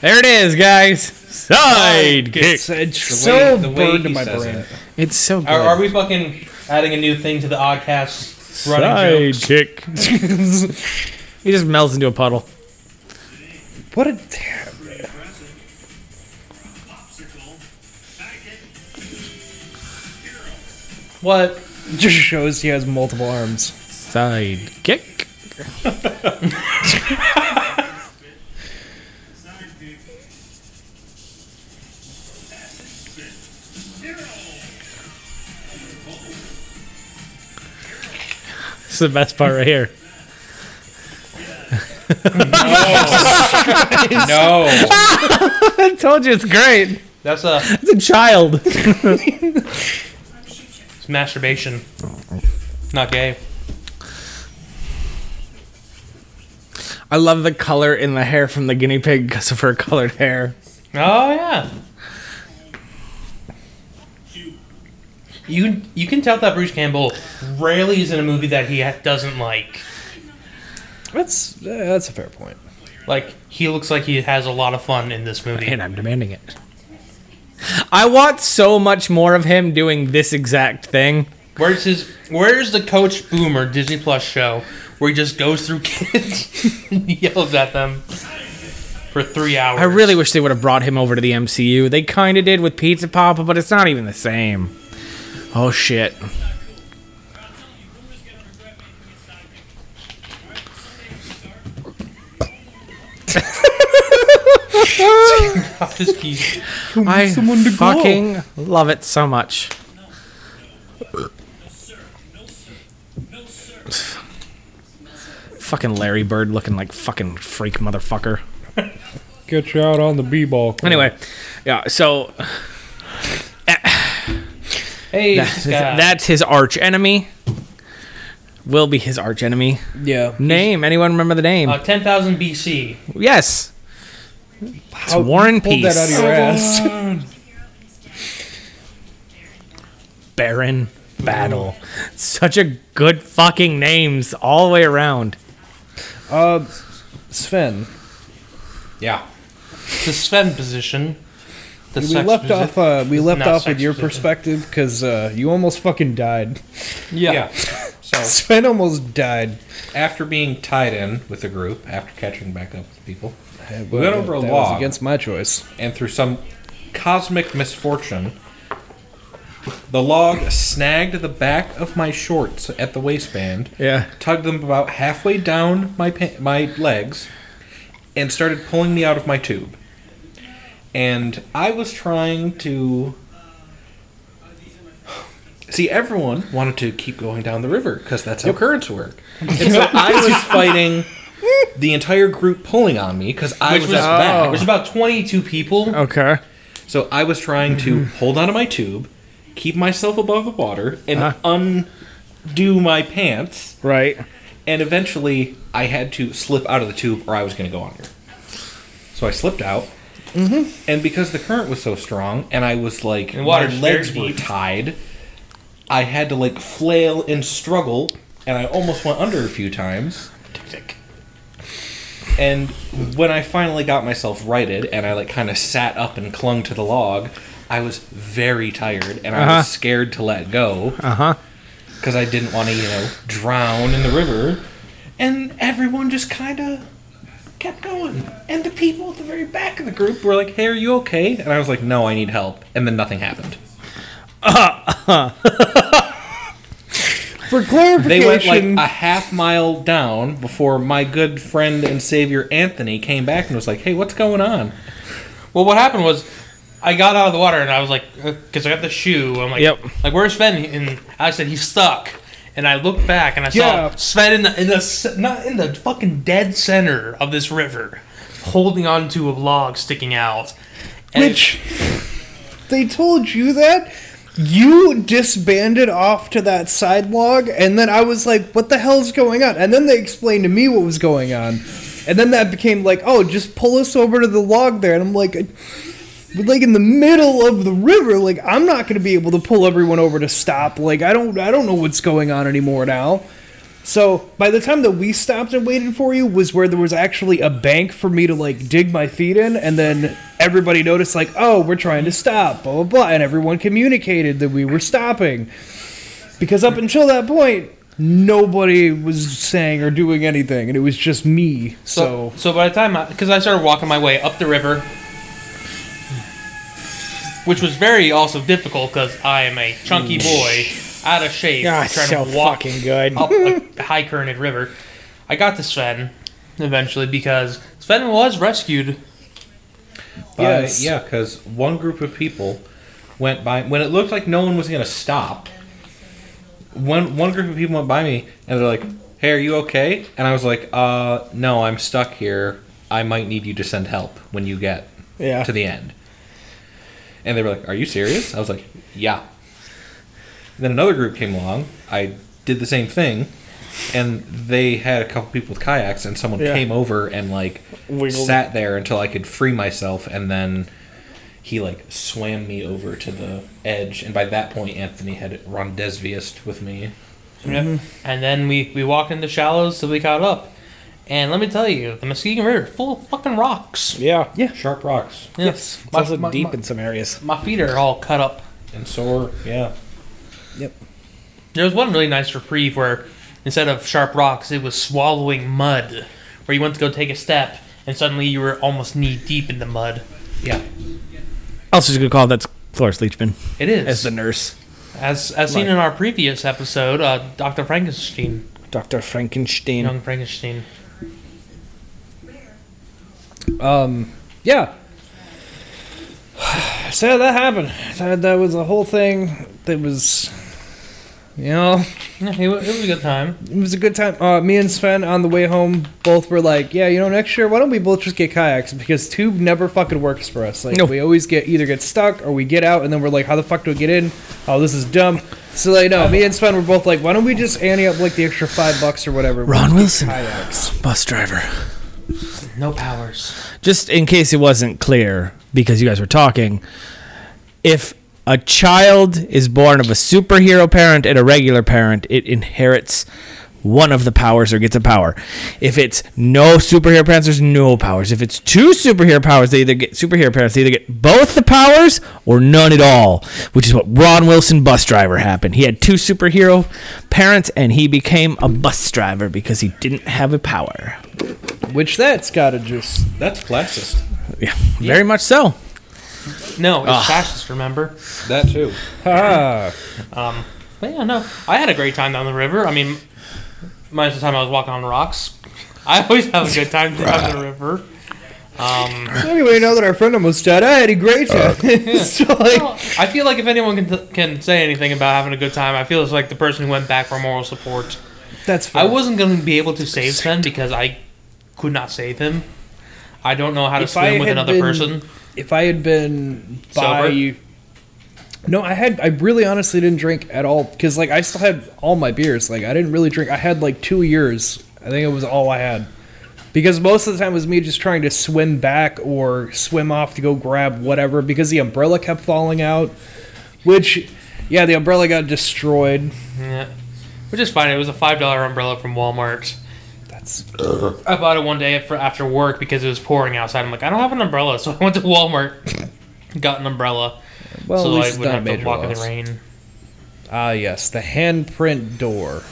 Speaker 4: There it is, guys. Side kick.
Speaker 5: It's, it's
Speaker 2: way-
Speaker 5: so
Speaker 2: the way
Speaker 5: burned
Speaker 2: he
Speaker 5: in my
Speaker 3: says
Speaker 5: brain.
Speaker 3: it.
Speaker 4: It's so good.
Speaker 2: are, are we fucking adding a new thing to the oddcast running
Speaker 4: Side
Speaker 2: jokes?
Speaker 4: kick. he just melts into a puddle.
Speaker 5: What a damn.
Speaker 2: What?
Speaker 5: Just shows he has multiple arms.
Speaker 4: Side kick. This is the best part right here.
Speaker 3: No.
Speaker 4: I told you it's great.
Speaker 2: That's a
Speaker 4: It's a child.
Speaker 2: it's masturbation. Not gay.
Speaker 4: I love the color in the hair from the guinea pig because of her colored hair.
Speaker 2: Oh yeah. You you can tell that Bruce Campbell rarely is in a movie that he ha- doesn't like.
Speaker 5: That's uh, that's a fair point.
Speaker 2: Like he looks like he has a lot of fun in this movie.
Speaker 4: And I'm demanding it. I want so much more of him doing this exact thing.
Speaker 2: Where's his Where's the Coach Boomer Disney Plus show where he just goes through kids and yells at them for three hours?
Speaker 4: I really wish they would have brought him over to the MCU. They kind of did with Pizza Papa, but it's not even the same. Oh shit.
Speaker 2: just keep-
Speaker 4: I fucking love it so much. fucking Larry Bird looking like fucking freak motherfucker.
Speaker 5: Get you out on the b ball.
Speaker 4: Anyway, yeah, so
Speaker 2: hey,
Speaker 4: that's,
Speaker 2: Scott.
Speaker 4: that's his arch enemy. will be his arch enemy.
Speaker 5: Yeah.
Speaker 4: Name? Anyone remember the name?
Speaker 2: Uh, 10,000 BC.
Speaker 4: yes. It's War and
Speaker 5: Pulled
Speaker 4: Peace.
Speaker 5: that out of your ass.
Speaker 4: Baron Battle. Such a good fucking names all the way around.
Speaker 5: Uh, Sven.
Speaker 3: Yeah.
Speaker 2: The Sven position. The
Speaker 5: We left off. Uh, we left
Speaker 2: not
Speaker 5: off
Speaker 2: sex
Speaker 5: with your
Speaker 2: position.
Speaker 5: perspective because uh, you almost fucking died.
Speaker 2: yeah.
Speaker 3: Yeah. So
Speaker 5: Sven almost died.
Speaker 3: after being tied in with the group, after catching back up with people,
Speaker 5: Well,
Speaker 3: went over a
Speaker 5: that was
Speaker 3: log.
Speaker 5: against my choice.
Speaker 3: and through some cosmic misfortune, the log snagged the back of my shorts at the waistband.
Speaker 4: Yeah.
Speaker 3: Tugged them about halfway down my pa- my legs, and started pulling me out of my tube. And I was trying to. See, everyone wanted to keep going down the river because that's how currents work. And so I was fighting the entire group pulling on me because I
Speaker 2: Which
Speaker 3: was,
Speaker 2: was, Oh.
Speaker 3: at the
Speaker 2: which
Speaker 3: back.
Speaker 2: was about 22 people.
Speaker 4: Okay.
Speaker 3: So I was trying to hold onto my tube, keep myself above the water, and undo my pants.
Speaker 4: Right.
Speaker 3: And eventually, I had to slip out of the tube, or I was going to go under. So I slipped out. Mm-hmm. And because the current was so strong, and I was like,
Speaker 2: And
Speaker 3: my
Speaker 2: water's very
Speaker 3: legs were
Speaker 2: deep.
Speaker 3: tied, I had to like flail and struggle, and I almost went under a few times. And when I finally got myself righted and I like kind of sat up and clung to the log, I was very tired and I
Speaker 4: Uh-huh.
Speaker 3: was scared to let go
Speaker 4: Uh huh.
Speaker 3: because I didn't want to, you know, drown in the river. And everyone just kind of kept going. And the people at the very back of the group were like, "Hey, are you okay?" And I was like, "No, I need help." And then nothing happened.
Speaker 5: For clarification,
Speaker 3: They went like a half mile down before my good friend and savior Anthony came back and was like, "Hey, what's going on?"
Speaker 2: Well, what happened was I got out of the water and I was like, because I got the shoe. I'm like,
Speaker 4: Yep.
Speaker 2: like where's Sven? And I said he's stuck. And I looked back and I saw
Speaker 5: Yeah.
Speaker 2: Sven in the in the s- not in the fucking dead center of this river, holding onto a log sticking out. And
Speaker 5: Which they told you that you disbanded off to that side log, and then I was like, "What the hell's going on?" And then they explained to me what was going on, and then that became like, "Oh, just pull us over to the log there," and I'm like. But like in the middle of the river, like I'm not gonna be able to pull everyone over to stop. Like I don't, I don't know what's going on anymore now. So by the time that we stopped and waited for you was where there was actually a bank for me to like dig my feet in, and then everybody noticed like, oh, we're trying to stop, blah blah blah, and everyone communicated that we were stopping. Because up until that point, nobody was saying or doing anything, and it was just me.
Speaker 2: so
Speaker 5: So,
Speaker 2: so by the time I because I started walking my way up the river, which was very also difficult because I am a chunky boy, out of shape,
Speaker 4: good.
Speaker 2: up a high currented river. I got to Sven eventually because Sven was rescued.
Speaker 3: By,
Speaker 5: Yes.
Speaker 3: Yeah, because one group of people went by when it looked like no one was gonna stop. One one group of people went by me and they're like, "Hey, are you okay?" And I was like, "Uh, no, I'm stuck here. I might need you to send help when you get
Speaker 5: Yeah.
Speaker 3: to the end." And they were like, "Are you serious?" I was like, "Yeah." And then another group came along. I did the same thing, and they had a couple people with kayaks, and someone
Speaker 5: Yeah.
Speaker 3: came over and like sat there until I could free myself, and then he like swam me over to the edge. And by that point, Anthony had rendezvoused with me.
Speaker 2: And then we, we walked in the shallows till we caught up. And let me tell you, the Muskegon River full of fucking rocks.
Speaker 4: Yeah.
Speaker 5: yeah,
Speaker 3: Sharp rocks
Speaker 2: Yes.
Speaker 4: It's also
Speaker 5: my-
Speaker 4: deep
Speaker 5: my-
Speaker 4: in some areas.
Speaker 2: My feet are all cut up.
Speaker 3: and sore. Yeah,
Speaker 2: There was one really nice reprieve where instead of sharp rocks, it was swallowing mud. Where you went to go take a step and suddenly you were almost knee deep in the mud.
Speaker 3: yeah.
Speaker 4: Also, just gonna call that's Cloris Leachman
Speaker 2: It is.
Speaker 4: as the nurse.
Speaker 2: as, as seen in our previous episode, uh, Dr. Frankenstein,
Speaker 4: Dr. Frankenstein.
Speaker 2: young Frankenstein.
Speaker 5: yeah. So that happened. That that was a whole thing. That was, you know.
Speaker 2: Yeah, it wa- it was a good time.
Speaker 5: It was a good time. Uh, me and Sven on the way home both were like, "Yeah, you know, next year why don't we both just get kayaks because tube never fucking works for us. Like
Speaker 4: No.
Speaker 5: we always get either get stuck or we get out and then we're like, how the fuck do we get in? Oh, this is dumb. So like, no, me and Sven were both like, why don't we just ante up like the extra five bucks or whatever?
Speaker 4: Ron Wilson,
Speaker 5: Kayaks.
Speaker 4: bus driver.
Speaker 2: No powers.
Speaker 4: Just in case it wasn't clear because you guys were talking, if a child is born of a superhero parent and a regular parent, it inherits one of the powers or gets a power. If it's no superhero parents, there's no powers. If it's two superhero powers, they either get superhero parents, they either get both the powers or none at all, which is what Ron Wilson bus driver happened. He had two superhero parents and he became a bus driver because he didn't have a power.
Speaker 5: Which that's gotta just
Speaker 3: That's classist.
Speaker 4: Yeah, very much so.
Speaker 2: No, it's
Speaker 4: Ah.
Speaker 2: fascist. Remember?
Speaker 3: That too.
Speaker 5: ah.
Speaker 2: But yeah, no, I had a great time down the river. I mean, minus the time I was walking on rocks. I always have a good time down the river. Um,
Speaker 5: So anyway, now that our friend almost died, I had a great time. so like,
Speaker 2: well, I feel like if anyone can can say anything about having a good time, I feel it's like the person who went back for moral support.
Speaker 5: that's fair.
Speaker 2: I wasn't going to be able to save Sven because I could not save him. I don't know how to
Speaker 5: If I
Speaker 2: swim with
Speaker 5: had
Speaker 2: another
Speaker 5: been-
Speaker 2: person.
Speaker 5: if I had been by
Speaker 2: Sober?
Speaker 5: No, I had I really honestly didn't drink at all because like I still had all my beers. Like I didn't really drink. I had like two years. I think it was all I had because most of the time it was me just trying to swim back or swim off to go grab whatever because the umbrella kept falling out. Which, yeah, the umbrella got destroyed.
Speaker 2: Yeah. Which is fine. It was a five dollar umbrella from Walmart.
Speaker 5: That's
Speaker 2: I bought it one day for after work because it was pouring outside. I'm like, I don't have an umbrella, so I went to Walmart, got an umbrella,
Speaker 5: well,
Speaker 2: so
Speaker 5: at least
Speaker 2: I
Speaker 5: it's
Speaker 2: wouldn't
Speaker 5: not a
Speaker 2: have to
Speaker 5: major
Speaker 2: walk in
Speaker 5: loss.
Speaker 2: the rain.
Speaker 5: Ah, yes, the handprint door.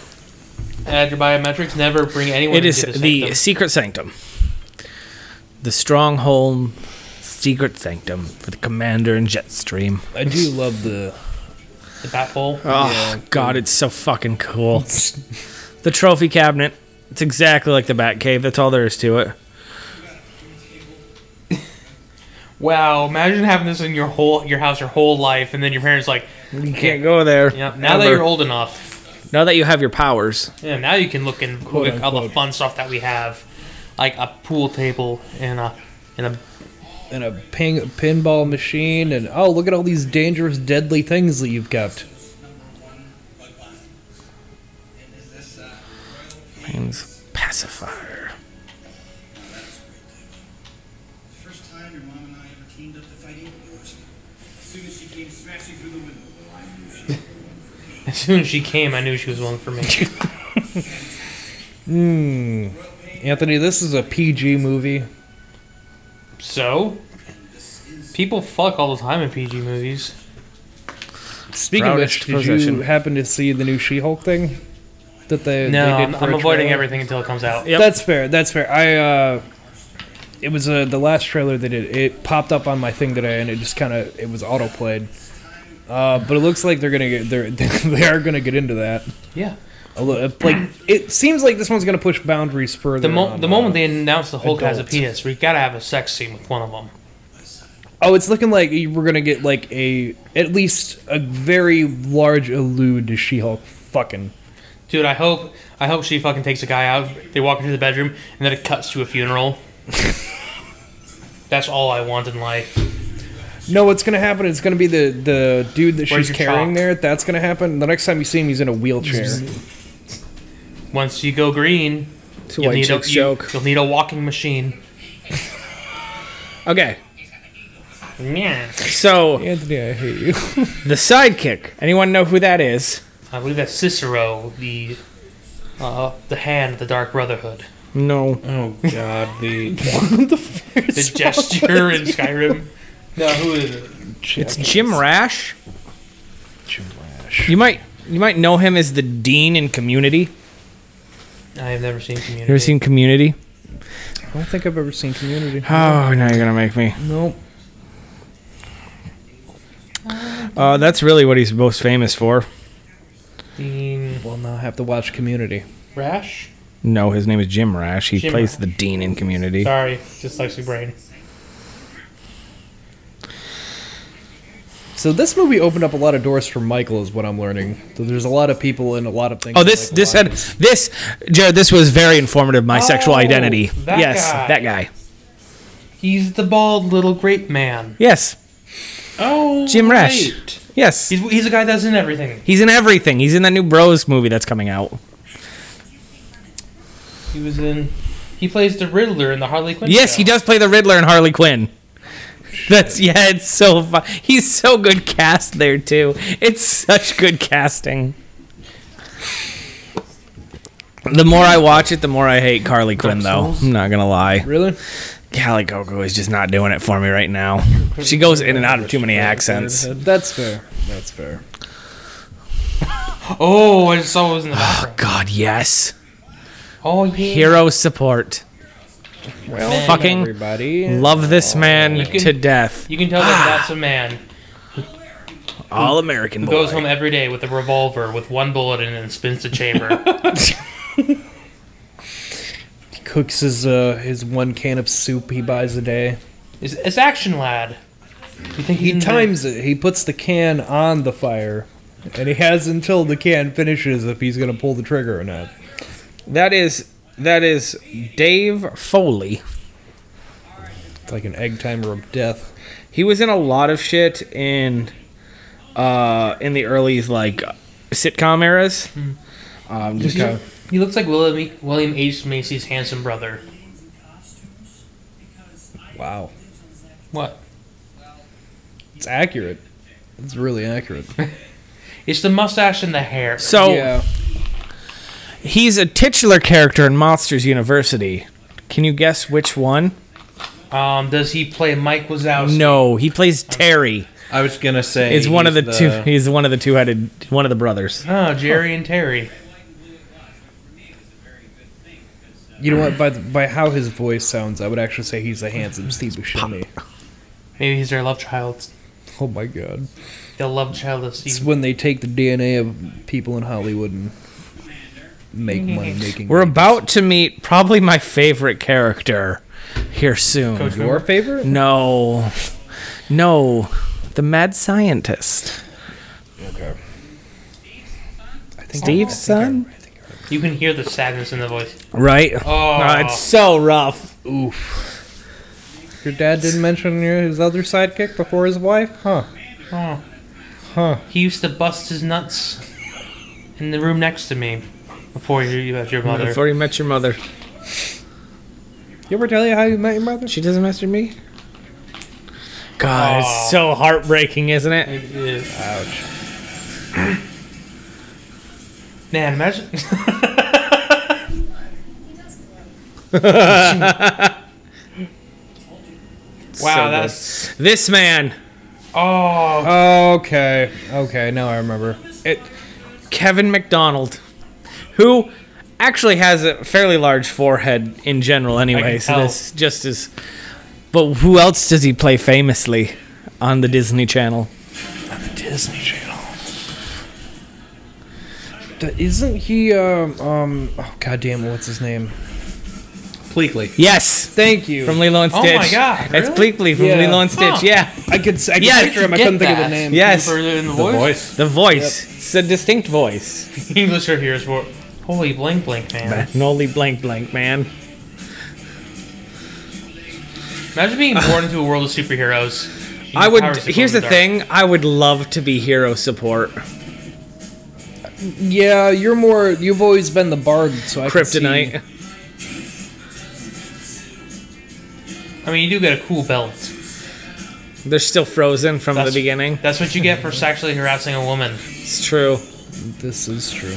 Speaker 2: Add your biometrics. Never bring anyone.
Speaker 4: It is
Speaker 2: into
Speaker 4: the
Speaker 2: sanctum.
Speaker 4: secret sanctum, the stronghold secret sanctum for the commander and Jetstream.
Speaker 5: I do love the
Speaker 2: the bat bowl.
Speaker 4: Oh God, it's so fucking cool. the trophy cabinet. It's exactly like the Batcave. That's all there is to it.
Speaker 2: Wow! Imagine having this in your whole your house your whole life, and then your parents like,
Speaker 4: You can't go there.
Speaker 2: yeah. Now that
Speaker 4: ever.
Speaker 2: you're old enough,
Speaker 4: now that you have your powers,
Speaker 2: yeah. Now you can look and look at all the fun stuff that we have, like a pool table and uh, a and a
Speaker 5: and a ping pinball machine and oh look at all these dangerous deadly things that you've kept
Speaker 6: uh,
Speaker 4: Mine's pacifier.
Speaker 6: First time your mom and I ever teamed up to fight evil wars. As soon as she came smashing through the window, I knew she
Speaker 2: As soon as she came, I knew she was one for me.
Speaker 5: Hmm. anthony this is a pg movie
Speaker 2: so, people fuck all the time in PG movies.
Speaker 5: speaking of which
Speaker 4: Proudest
Speaker 5: did
Speaker 4: possession.
Speaker 5: you happen to see the new she-hulk thing that they
Speaker 2: No,
Speaker 5: they did
Speaker 2: I'm,
Speaker 5: for
Speaker 2: I'm
Speaker 5: a
Speaker 2: avoiding
Speaker 5: trailer?
Speaker 2: everything until it comes out.
Speaker 4: Yep.
Speaker 5: that's fair that's fair i uh it was uh, the last trailer that it, it popped up on my thing today and it just kind of it was autoplayed uh, but it looks like they're gonna get they're, they are gonna get into that
Speaker 2: Yeah.
Speaker 5: a little, like it seems like this one's gonna push boundaries further
Speaker 2: The, mo-
Speaker 5: on,
Speaker 2: the
Speaker 5: uh,
Speaker 2: moment they announce the Hulk has a
Speaker 5: adult.
Speaker 2: penis, we gotta have a sex scene with one of them.
Speaker 5: Oh, it's looking like we're gonna get like a at least a very large allude to She-Hulk fucking.
Speaker 2: Dude, I hope I hope she fucking takes a guy out. They walk into the bedroom, and then it cuts to a funeral. That's all I want in life.
Speaker 5: No, what's gonna happen? It's gonna be the the dude that
Speaker 2: Where's
Speaker 5: she's
Speaker 2: your
Speaker 5: carrying
Speaker 2: chalk?
Speaker 5: there. That's gonna happen. The next time you see him, he's in a wheelchair.
Speaker 2: Once you go green,
Speaker 4: It's a
Speaker 2: you'll
Speaker 4: white
Speaker 2: need a,
Speaker 4: chick's
Speaker 2: you,
Speaker 4: joke.
Speaker 2: you'll need a walking machine.
Speaker 4: Okay,
Speaker 2: Yeah.
Speaker 4: so
Speaker 5: Anthony, I hate you.
Speaker 4: the sidekick. Anyone know who that is?
Speaker 2: I believe that's Cicero, the uh, the hand of the Dark Brotherhood.
Speaker 4: No.
Speaker 3: Oh God, the
Speaker 2: The gesture in Skyrim. No, who is it?
Speaker 4: It's Jim Rash. Jim Rash. You might you might know him as the dean in Community.
Speaker 2: I have never seen Community.
Speaker 4: You ever seen Community?
Speaker 5: I don't think I've ever seen Community.
Speaker 4: Oh, now you're gonna make me.
Speaker 5: Nope.
Speaker 4: Uh, that's really what he's most famous for.
Speaker 2: Dean
Speaker 5: Well, now I have to watch Community.
Speaker 2: Rash?
Speaker 4: No, his name is Jim Rash. He
Speaker 2: Jim
Speaker 4: plays
Speaker 2: Rash.
Speaker 4: the dean in Community.
Speaker 2: Sorry, dyslexic brain.
Speaker 5: So this movie opened up a lot of doors for Michael, is what I'm learning. So there's a lot of people and a lot of things.
Speaker 4: Oh,
Speaker 5: that
Speaker 4: this
Speaker 5: Michael
Speaker 4: this had
Speaker 5: watches.
Speaker 4: this Jared. This was very informative. My sexual
Speaker 2: Oh,
Speaker 4: identity.
Speaker 2: that
Speaker 4: yes,
Speaker 2: guy.
Speaker 4: that guy.
Speaker 2: He's the bald little grape man.
Speaker 4: Yes,
Speaker 3: oh
Speaker 4: Jim Rash.
Speaker 3: right.
Speaker 4: Yes.
Speaker 2: He's he's a guy that's in everything.
Speaker 4: He's in everything. He's in that new Bros movie that's coming out.
Speaker 2: He was in. He plays the Riddler in the Harley Quinn.
Speaker 4: Yes,
Speaker 2: show.
Speaker 4: he does play the Riddler and Harley Quinn. That's yeah, it's so fun. He's so good cast there too. It's such good casting. The more I watch it, the more I hate Carly Quinn though. I'm not gonna lie.
Speaker 5: Really?
Speaker 4: Cali Coco is just not doing it for me right now. She goes in and out of too many accents.
Speaker 5: That's fair. That's fair.
Speaker 2: Oh, I just saw what was in the background.
Speaker 4: God, yes.
Speaker 2: Oh yeah.
Speaker 4: Hero support.
Speaker 5: Well,
Speaker 4: Fucking
Speaker 5: everybody.
Speaker 4: Love this man
Speaker 2: can-
Speaker 4: to death.
Speaker 2: You can tell that that's a man
Speaker 4: All American
Speaker 2: who
Speaker 4: boy.
Speaker 2: goes home every day with a revolver with one bullet in it and spins the chamber.
Speaker 5: cooks his uh his one can of soup he buys a day.
Speaker 2: it's, it's action lad. You think
Speaker 5: He times it. He puts the can on the fire, and he has until the can finishes if he's gonna pull the trigger or not.
Speaker 4: That is that is Dave Foley.
Speaker 5: It's like an egg timer of death.
Speaker 4: He was in a lot of shit in uh in the early like sitcom eras. Um, just
Speaker 2: He,
Speaker 4: kinda-
Speaker 2: he looks like William E, William H Macy's handsome brother.
Speaker 5: Wow,
Speaker 2: What?
Speaker 5: it's accurate. It's really accurate.
Speaker 2: It's the mustache and the hair.
Speaker 4: so he's a titular character in Monsters University. Can you guess which one?
Speaker 2: Um, does he play Mike Wazowski?
Speaker 4: No, he plays Terry.
Speaker 3: I was gonna say
Speaker 4: Is one of the,
Speaker 3: he's
Speaker 4: two. He's one of the two-headed. One of the brothers.
Speaker 2: No, Ah, Jerry and Terry.
Speaker 5: you know what? By the, by, how his voice sounds, I would actually say he's a handsome Steve Buscemi.
Speaker 2: Maybe he's their love child.
Speaker 5: Oh my god!
Speaker 2: The love child of Steve.
Speaker 5: It's when they take the DNA of people in Hollywood and make
Speaker 2: Mm-hmm.
Speaker 5: money making.
Speaker 4: We're about to meet probably my favorite character here soon.
Speaker 5: your favorite?
Speaker 4: No. No. The mad scientist.
Speaker 5: I think
Speaker 4: Steve's son?
Speaker 2: You can hear the sadness in the voice.
Speaker 4: Right?
Speaker 2: Oh,
Speaker 4: Uh, it's so rough.
Speaker 5: Your dad didn't mention your- his other sidekick before his wife, huh?
Speaker 2: oh. He used to bust his nuts in the room next to me before you you met your mother.
Speaker 4: Before you met your mother.
Speaker 5: You ever tell you how you met your mother?
Speaker 4: She doesn't mess with me? God, it's so heartbreaking, isn't it?
Speaker 2: It is. Ouch. Man, imagine. wow, that's
Speaker 4: This man,
Speaker 2: oh
Speaker 5: Okay, okay, now I remember.
Speaker 4: it, Kevin McDonald, who actually has a fairly large forehead in general, anyway. So
Speaker 2: tell.
Speaker 4: this just is. But who else does he play famously on the Disney Channel?
Speaker 5: Disney Channel. Isn't he, um, um, oh goddamn, what's his name?
Speaker 3: completely.
Speaker 4: Yes,
Speaker 5: Thank you.
Speaker 4: from Lilo and
Speaker 2: Oh
Speaker 4: Stitch.
Speaker 2: my God,
Speaker 4: It's
Speaker 2: really?
Speaker 4: Bleakley from
Speaker 5: Yeah.
Speaker 4: Lilo and Stitch.
Speaker 2: Huh.
Speaker 4: Yeah,
Speaker 5: I could, I could
Speaker 4: Yes,
Speaker 5: picture him, I
Speaker 2: get
Speaker 5: couldn't think of
Speaker 2: that.
Speaker 5: the name.
Speaker 4: yes,
Speaker 2: Further in the
Speaker 3: The
Speaker 2: voice.
Speaker 3: voice.
Speaker 4: the voice. It's a distinct voice.
Speaker 2: Englisher here is for holy blank blank man.
Speaker 4: Nolly blank blank man.
Speaker 2: Imagine being born into a world of superheroes. Your
Speaker 4: I would.
Speaker 2: powers that glow
Speaker 4: Here's
Speaker 2: in
Speaker 4: the
Speaker 2: dark.
Speaker 4: thing. I would love to be hero support.
Speaker 5: Yeah, you're more, you've always been the bard, so I could see-
Speaker 4: Kryptonite.
Speaker 2: I mean, you do get a cool belt.
Speaker 4: They're still frozen from the
Speaker 2: That's-
Speaker 4: beginning.
Speaker 2: That's what you get for sexually harassing a woman.
Speaker 4: It's true.
Speaker 5: This is true.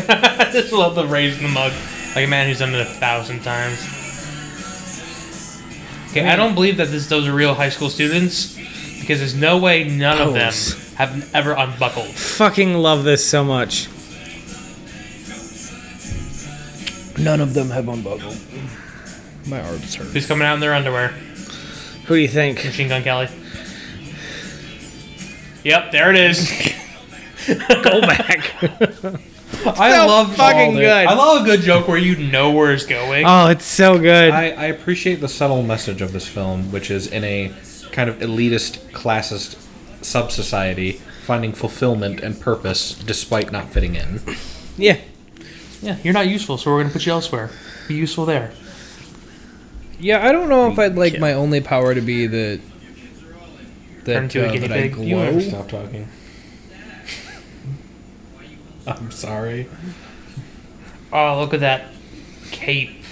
Speaker 2: I just love the raise in the mug, like a man who's done it a thousand times. Okay, I don't believe that this those are real high school students because there's no way none of them
Speaker 4: Pose.
Speaker 2: have ever unbuckled.
Speaker 4: Fucking love this so much.
Speaker 5: None of them have unbuckled. My arms hurt.
Speaker 2: Who's coming out in their underwear?
Speaker 4: Who do you think?
Speaker 2: Machine Gun Kelly. Yep, there it is.
Speaker 4: Go back.
Speaker 2: I
Speaker 4: So
Speaker 2: love
Speaker 4: fucking
Speaker 2: all the-
Speaker 4: good.
Speaker 2: I love a good joke where you know where it's going.
Speaker 4: oh, it's so good.
Speaker 3: I, I appreciate the subtle message of this film, which is in a kind of elitist, classist sub society, finding fulfillment and purpose despite not fitting in.
Speaker 4: yeah.
Speaker 2: yeah, you're not useful, so we're gonna put you elsewhere. Be useful there.
Speaker 5: Yeah, I don't know if I'd like my only power to be that
Speaker 2: Turn
Speaker 5: that,
Speaker 2: into a
Speaker 5: uh,
Speaker 2: guinea
Speaker 5: that I
Speaker 2: pig. You
Speaker 5: glow.
Speaker 3: Stop talking. I'm sorry.
Speaker 2: Oh, look at that cape.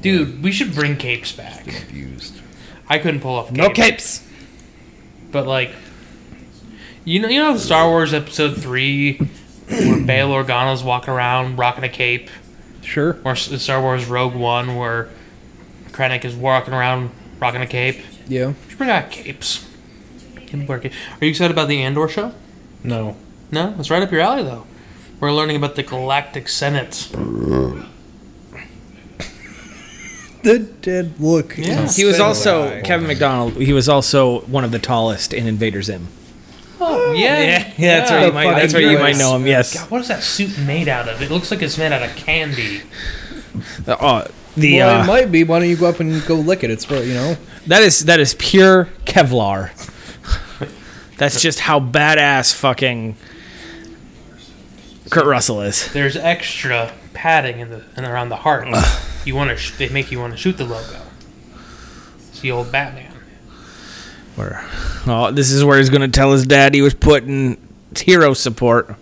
Speaker 2: Dude, we should bring capes back.
Speaker 5: Abused.
Speaker 2: I couldn't pull off a cape.
Speaker 4: No capes.
Speaker 2: But like, you know, you know, Star Wars Episode Three, where Bail Organa's walking around rocking a cape,
Speaker 5: Sure.
Speaker 2: or S- Star Wars Rogue One, where Krennic is walking around rocking a cape.
Speaker 5: Yeah.
Speaker 2: We should bring out capes. Can wear ca- Are you excited about the Andor show?
Speaker 3: No.
Speaker 2: No, it's right up your alley though. We're learning about the Galactic Senate.
Speaker 5: The dead look.
Speaker 2: Yeah.
Speaker 5: is
Speaker 4: He was
Speaker 5: so
Speaker 4: also
Speaker 5: high.
Speaker 4: Kevin McDonald. He was also one of the tallest in Invader Zim.
Speaker 2: Oh yeah, yeah,
Speaker 4: that's where you
Speaker 5: The
Speaker 4: might. That's where
Speaker 5: fucking
Speaker 4: you might
Speaker 5: US.
Speaker 4: know him. Yes.
Speaker 2: God, what is that suit made out of? It looks like it's made out of candy.
Speaker 4: The, uh, the,
Speaker 5: Well,
Speaker 4: uh,
Speaker 5: it might be. Why don't you go up and go lick it? It's what you know.
Speaker 4: that is that is pure Kevlar. that's just how badass fucking Kurt Russell is.
Speaker 2: There's extra padding in the and around the heart. you want to? Sh- they make you want to shoot the logo. It's the old Batman.
Speaker 4: Where, oh, this is where he's going to tell his dad he was putting hero support.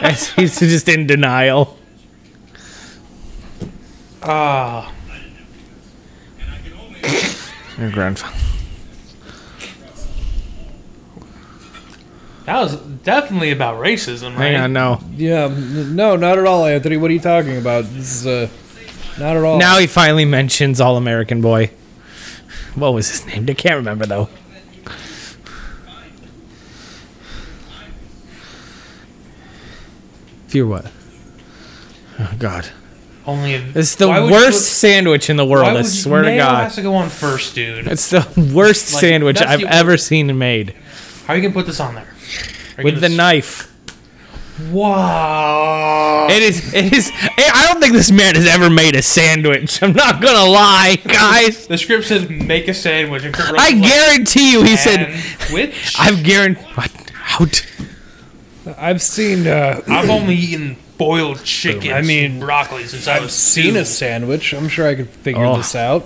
Speaker 4: As he's just in denial.
Speaker 2: Ah,
Speaker 4: Your grandfather.
Speaker 2: that was definitely about racism, right?
Speaker 4: Hang on, no.
Speaker 5: Yeah. n- No, not at all, Anthony. What are you talking about? This is uh, not at all.
Speaker 4: Now he finally mentions All American Boy. What was his name? I can't remember though. If you're what? Oh God!
Speaker 2: Only a,
Speaker 4: It's the
Speaker 2: Why would you
Speaker 4: worst
Speaker 2: put-
Speaker 4: sandwich in the world.
Speaker 2: why
Speaker 4: I
Speaker 2: would
Speaker 4: swear to
Speaker 2: mayo
Speaker 4: God,
Speaker 2: has to go on first, dude.
Speaker 4: it's the worst
Speaker 2: Like,
Speaker 4: sandwich
Speaker 2: that's
Speaker 4: I've
Speaker 2: the-
Speaker 4: ever seen made
Speaker 2: How are you gonna put this on there? Are you
Speaker 4: with the
Speaker 2: gonna
Speaker 4: knife.
Speaker 2: s- Wow.
Speaker 4: It is. It is. I don't think this man has ever made a sandwich. I'm not gonna lie, guys.
Speaker 2: the script says make a sandwich. And Kurt Russell's
Speaker 4: I
Speaker 2: like,
Speaker 4: guarantee you, he said.
Speaker 2: sandwich.
Speaker 4: I've guaranteed. What? Out.
Speaker 5: I've seen uh,
Speaker 2: I've only eaten boiled chicken. I mean broccoli since I was
Speaker 5: seen
Speaker 2: two.
Speaker 5: a sandwich. I'm sure I could figure
Speaker 4: Oh.
Speaker 5: this out.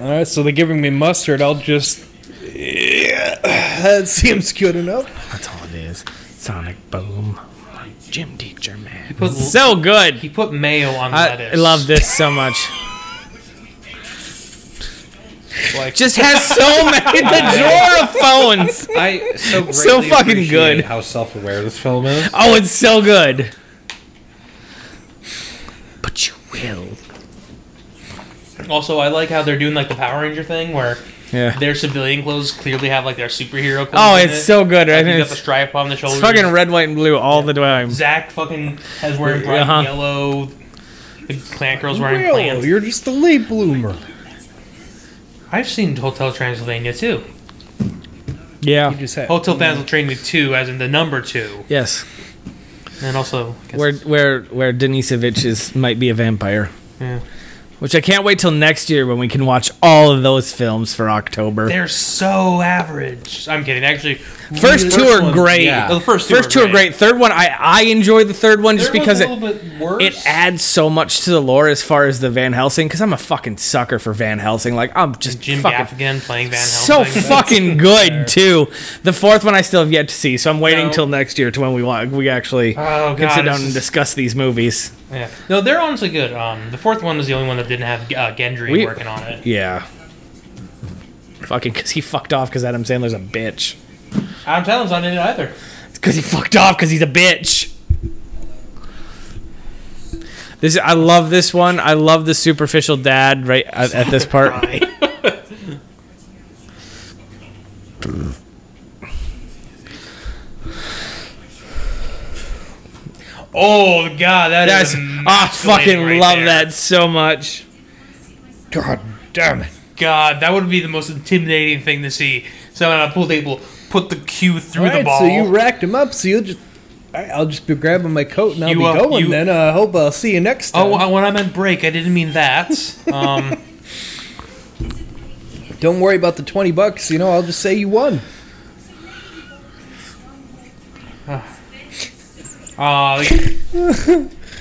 Speaker 5: All right, so they're giving me mustard. I'll just. Yeah, that seems good enough.
Speaker 4: That's all it is. Sonic Boom. Jim Teacher, man.
Speaker 2: put-
Speaker 4: So good.
Speaker 2: He put mayo on
Speaker 4: I,
Speaker 2: lettuce.
Speaker 4: I love this so much. Just has so many. The drawer of phones.
Speaker 3: I so greatly
Speaker 4: So fucking
Speaker 3: appreciate
Speaker 4: good.
Speaker 3: How self-aware this film is.
Speaker 4: Oh, it's so good. But you will.
Speaker 2: Also, I like how they're doing like the Power Ranger thing where
Speaker 4: Yeah.
Speaker 2: their civilian clothes clearly have like their superhero clothes.
Speaker 4: Oh,
Speaker 2: in
Speaker 4: it's
Speaker 2: it.
Speaker 4: so good. I
Speaker 2: Like,
Speaker 4: think
Speaker 2: he's got the
Speaker 4: it's,
Speaker 2: stripe on the shoulder.
Speaker 4: it's fucking red, white, and blue all the time.
Speaker 2: Zach fucking has wearing bright
Speaker 4: Uh-huh.
Speaker 2: yellow. The Clan Girl's wearing
Speaker 5: Real,
Speaker 2: plants.
Speaker 5: you're just a late bloomer.
Speaker 2: I've seen Hotel Transylvania too.
Speaker 5: You
Speaker 4: Yeah.
Speaker 5: just had
Speaker 2: Hotel Transylvania two, as in the number two,
Speaker 4: Yes.
Speaker 2: and also I guess-
Speaker 4: Where where where Denisovich is might be a vampire.
Speaker 2: Yeah.
Speaker 4: Which I can't wait till next year when we can watch all of those films for October.
Speaker 2: they're so average. I'm kidding. Actually,
Speaker 4: First two are great.
Speaker 3: yeah.
Speaker 2: the first two
Speaker 4: First two are great. Third one, I I enjoy the third one just
Speaker 2: Third one's
Speaker 4: because
Speaker 2: a
Speaker 4: it
Speaker 2: little bit worse.
Speaker 4: it adds so much to the lore as far as the Van Helsing. Because I'm a fucking sucker for Van Helsing. Like I'm just
Speaker 2: Jim
Speaker 4: fucking
Speaker 2: Gaffigan playing Van
Speaker 4: so
Speaker 2: Helsing.
Speaker 4: fucking good too. The fourth one I still have yet to see, so I'm waiting
Speaker 2: No.
Speaker 4: till next year to when we wa- we actually
Speaker 2: Oh,
Speaker 4: can
Speaker 2: God,
Speaker 4: sit down
Speaker 2: this
Speaker 4: and
Speaker 2: is-
Speaker 4: discuss these movies.
Speaker 2: Yeah. No, they're honestly good. Um, the fourth one was the only one that didn't have uh, Gendry
Speaker 4: We-
Speaker 2: working on it.
Speaker 4: Yeah. Fucking, because he fucked off because Adam Sandler's a bitch.
Speaker 2: Adam Sandler's not in it either.
Speaker 4: It's because he fucked off because he's a bitch. This I love this one. I love the superficial dad right at, at this part.
Speaker 2: Oh God, that
Speaker 4: That's
Speaker 2: is
Speaker 4: ah, I fucking
Speaker 2: right
Speaker 4: love
Speaker 2: there.
Speaker 4: that so much.
Speaker 5: God damn it.
Speaker 2: God, that would be the most intimidating thing to see. Someone on a pool table put the cue through the
Speaker 5: Alright,
Speaker 2: ball.
Speaker 5: so you racked him up, so you'll just. I- I'll just be grabbing my coat and I'll
Speaker 2: You,
Speaker 5: be
Speaker 2: uh,
Speaker 5: going
Speaker 2: you-
Speaker 5: then. I uh, hope I'll see you next time.
Speaker 2: oh, I- when I meant break, I didn't mean that. Um,
Speaker 5: Don't worry about the 20 bucks, you know, I'll just say you won.
Speaker 2: uh,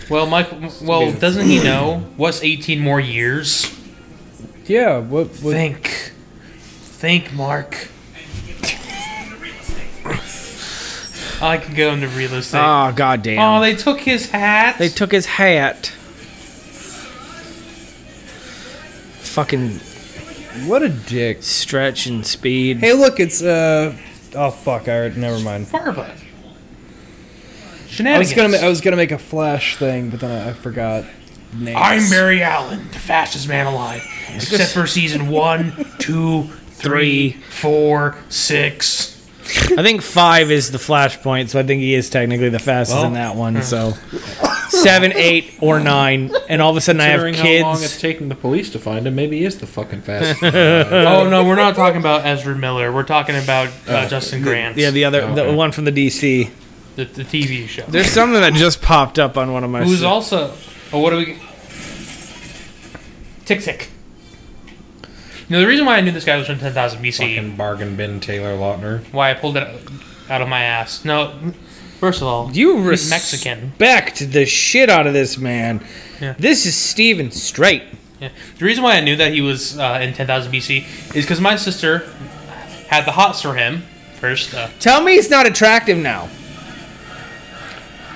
Speaker 2: Well, Michael. Well, doesn't he know? What's 18 more years?
Speaker 5: Yeah, what? what
Speaker 2: Think, think, Mark. I could go into real estate.
Speaker 4: Oh god damn.
Speaker 2: oh, they took his hat.
Speaker 4: They took his hat. Fucking
Speaker 5: what a dick.
Speaker 4: stretch and speed.
Speaker 5: Hey, look, it's uh. Oh fuck! I already- never mind.
Speaker 2: Farva.
Speaker 5: I
Speaker 2: Shenanigans.
Speaker 5: was gonna ma-
Speaker 4: oh,
Speaker 5: I was gonna make a flash thing, but then I, I forgot. Names.
Speaker 2: I'm Barry Allen, the fastest man alive, except for season one, two, three, four, six.
Speaker 4: I think five is the flashpoint, so I think he is technically the fastest in that
Speaker 3: hmm.
Speaker 4: one. So seven, eight, or nine, and all of a sudden I have
Speaker 3: Considering how long it's
Speaker 4: kids.
Speaker 3: taking the police to find him, maybe he is the fucking fastest.
Speaker 4: Uh,
Speaker 2: oh no, we're not talking about Ezra Miller. We're talking about uh, Justin Grant,
Speaker 4: Yeah, the other the
Speaker 3: Okay.
Speaker 4: one from the DC.
Speaker 2: the, the TV show.
Speaker 4: There's something that just popped up on one of my.
Speaker 2: Who's also? Oh, what do we? Tick tick. You know the reason why I knew this guy was from 10,000 BC.
Speaker 3: fucking bargain bin Taylor Lautner.
Speaker 2: Why I pulled it out of my ass. No, first of all,
Speaker 4: You
Speaker 2: he's
Speaker 4: respect
Speaker 2: Mexican.
Speaker 4: the shit out of this man.
Speaker 2: Yeah.
Speaker 4: This is Steven Straight.
Speaker 2: Yeah. The reason why I knew that he was uh, in 10,000 BC is because my sister had the hots for him first. Uh,
Speaker 4: Tell me he's not attractive now,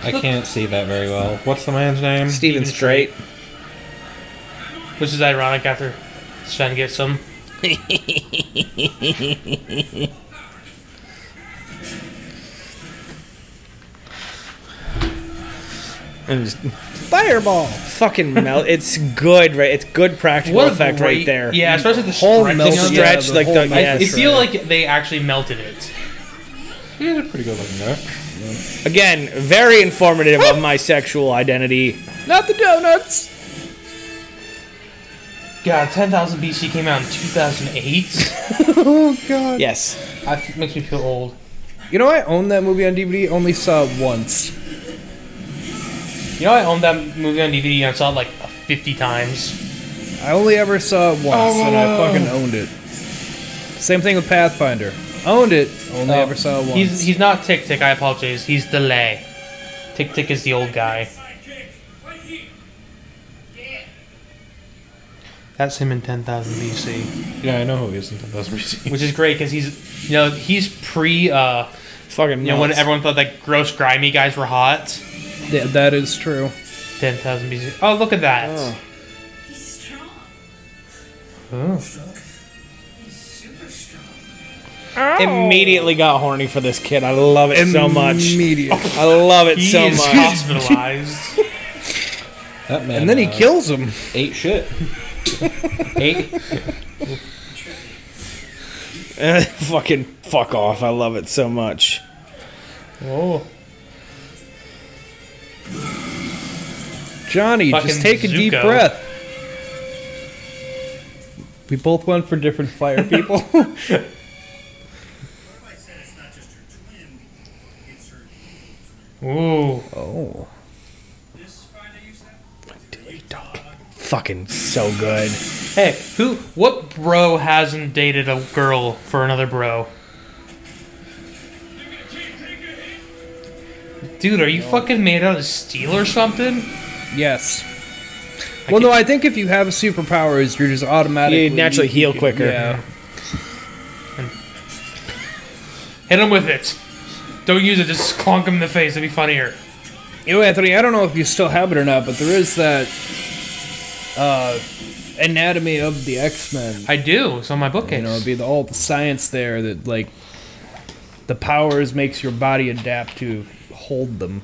Speaker 3: I can't see that very well. What's the man's name?
Speaker 4: Steven Straight.
Speaker 2: which is ironic after Sven gets some.
Speaker 4: And just
Speaker 5: Fireball.
Speaker 4: fucking melt. It's good, right? It's good practical effect right there.
Speaker 2: Yeah, especially the
Speaker 5: Whole
Speaker 2: stretching
Speaker 5: melt-
Speaker 2: of it.
Speaker 5: yeah,
Speaker 4: Stretch
Speaker 5: the
Speaker 4: like
Speaker 5: whole
Speaker 4: the
Speaker 5: mouth
Speaker 2: I
Speaker 4: yes.
Speaker 2: feel like they actually melted it.
Speaker 3: Yeah, they're pretty good looking there.
Speaker 4: Again, very informative of my sexual identity.
Speaker 5: Not the donuts.
Speaker 2: God, 10,000 BC came out in 2008.
Speaker 5: Oh god.
Speaker 4: Yes.
Speaker 2: that makes me feel old.
Speaker 5: You know I own that movie on DVD. Only saw it once.
Speaker 2: You know, I owned that movie on DVD and I saw it like 50 times.
Speaker 5: I only ever saw it once, and I fucking owned it. Same thing with Pathfinder. Owned it. Only
Speaker 4: Oh.
Speaker 5: ever saw it once.
Speaker 2: Oh, He's he's not Tick Tick, I apologize. He's Delay. Tick Tick is the old guy. That's him in 10,000 BC.
Speaker 3: Yeah, I know who he is in 10,000 BC.
Speaker 2: Which is great because he's, you know, he's pre, uh,
Speaker 4: Fucking
Speaker 2: you know, when
Speaker 4: melts.
Speaker 2: everyone thought that gross, grimy guys were hot.
Speaker 5: Yeah, that is true.
Speaker 2: 10,000 BC. Oh, look at that.
Speaker 7: He's strong. He's super strong.
Speaker 4: immediately got horny for this kid. I love it so much.
Speaker 5: Immediate.
Speaker 4: I love it
Speaker 2: He
Speaker 4: so
Speaker 2: is
Speaker 4: much.
Speaker 2: hospitalized.
Speaker 3: That man.
Speaker 5: And then he
Speaker 3: uh,
Speaker 5: kills him.
Speaker 3: ate shit.
Speaker 2: Eight.
Speaker 4: Eh, fucking fuck off. I love it so much.
Speaker 2: Whoa.
Speaker 5: Johnny,
Speaker 2: Fucking
Speaker 5: just take a deep
Speaker 2: Zuko.
Speaker 5: breath. We both went for different fire people.
Speaker 6: If I said it's not just her twin, it's her.
Speaker 2: Ooh.
Speaker 5: oh.
Speaker 6: This Friday, you said?
Speaker 4: Fucking so good.
Speaker 2: Hey, who? What bro hasn't dated a girl for another bro? Dude, are you fucking made out of steel or something?
Speaker 5: Yes. well, no, I think if you have superpowers, you're just automatically.
Speaker 4: You naturally heal quicker.
Speaker 5: Yeah.
Speaker 2: Hit him with it. Don't use it. Just clonk him in the face. It'd be funnier.
Speaker 5: You know, Anthony, I don't know if you still have it or not, but there is that uh, anatomy of the X Men.
Speaker 2: I do. It's on my bookcase.
Speaker 5: You know, it'd be the, all the science there that like the powers makes your body adapt to hold them.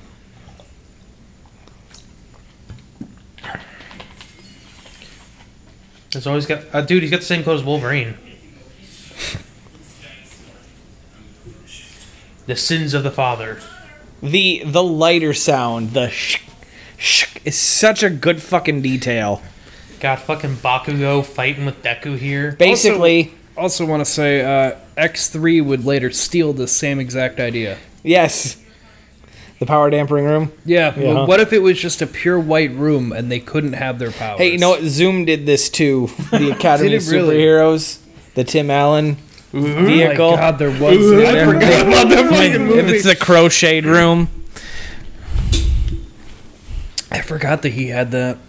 Speaker 2: It's always got. Uh, dude, he's got the same clothes as Wolverine. The sins of the father.
Speaker 4: The the lighter sound, the sh sh is such a good fucking detail.
Speaker 2: God, fucking Bakugo fighting with Deku here.
Speaker 4: Basically,
Speaker 5: Also, want to say uh, X three would later steal the same exact idea.
Speaker 4: yes. The power dampering room.
Speaker 5: Yeah,
Speaker 4: Yeah.
Speaker 2: Uh-huh.
Speaker 5: Well, what if it was just a pure white room and they couldn't have their powers?
Speaker 4: Hey, you know what? Zoom did this too. The Academy of
Speaker 5: Did it really?
Speaker 4: Superheroes, the Tim Allen
Speaker 5: Oh
Speaker 4: vehicle.
Speaker 5: my God, there was. an
Speaker 4: I
Speaker 5: X-
Speaker 4: forgot about that fucking movie. It's the crocheted room.
Speaker 5: I forgot that he had that.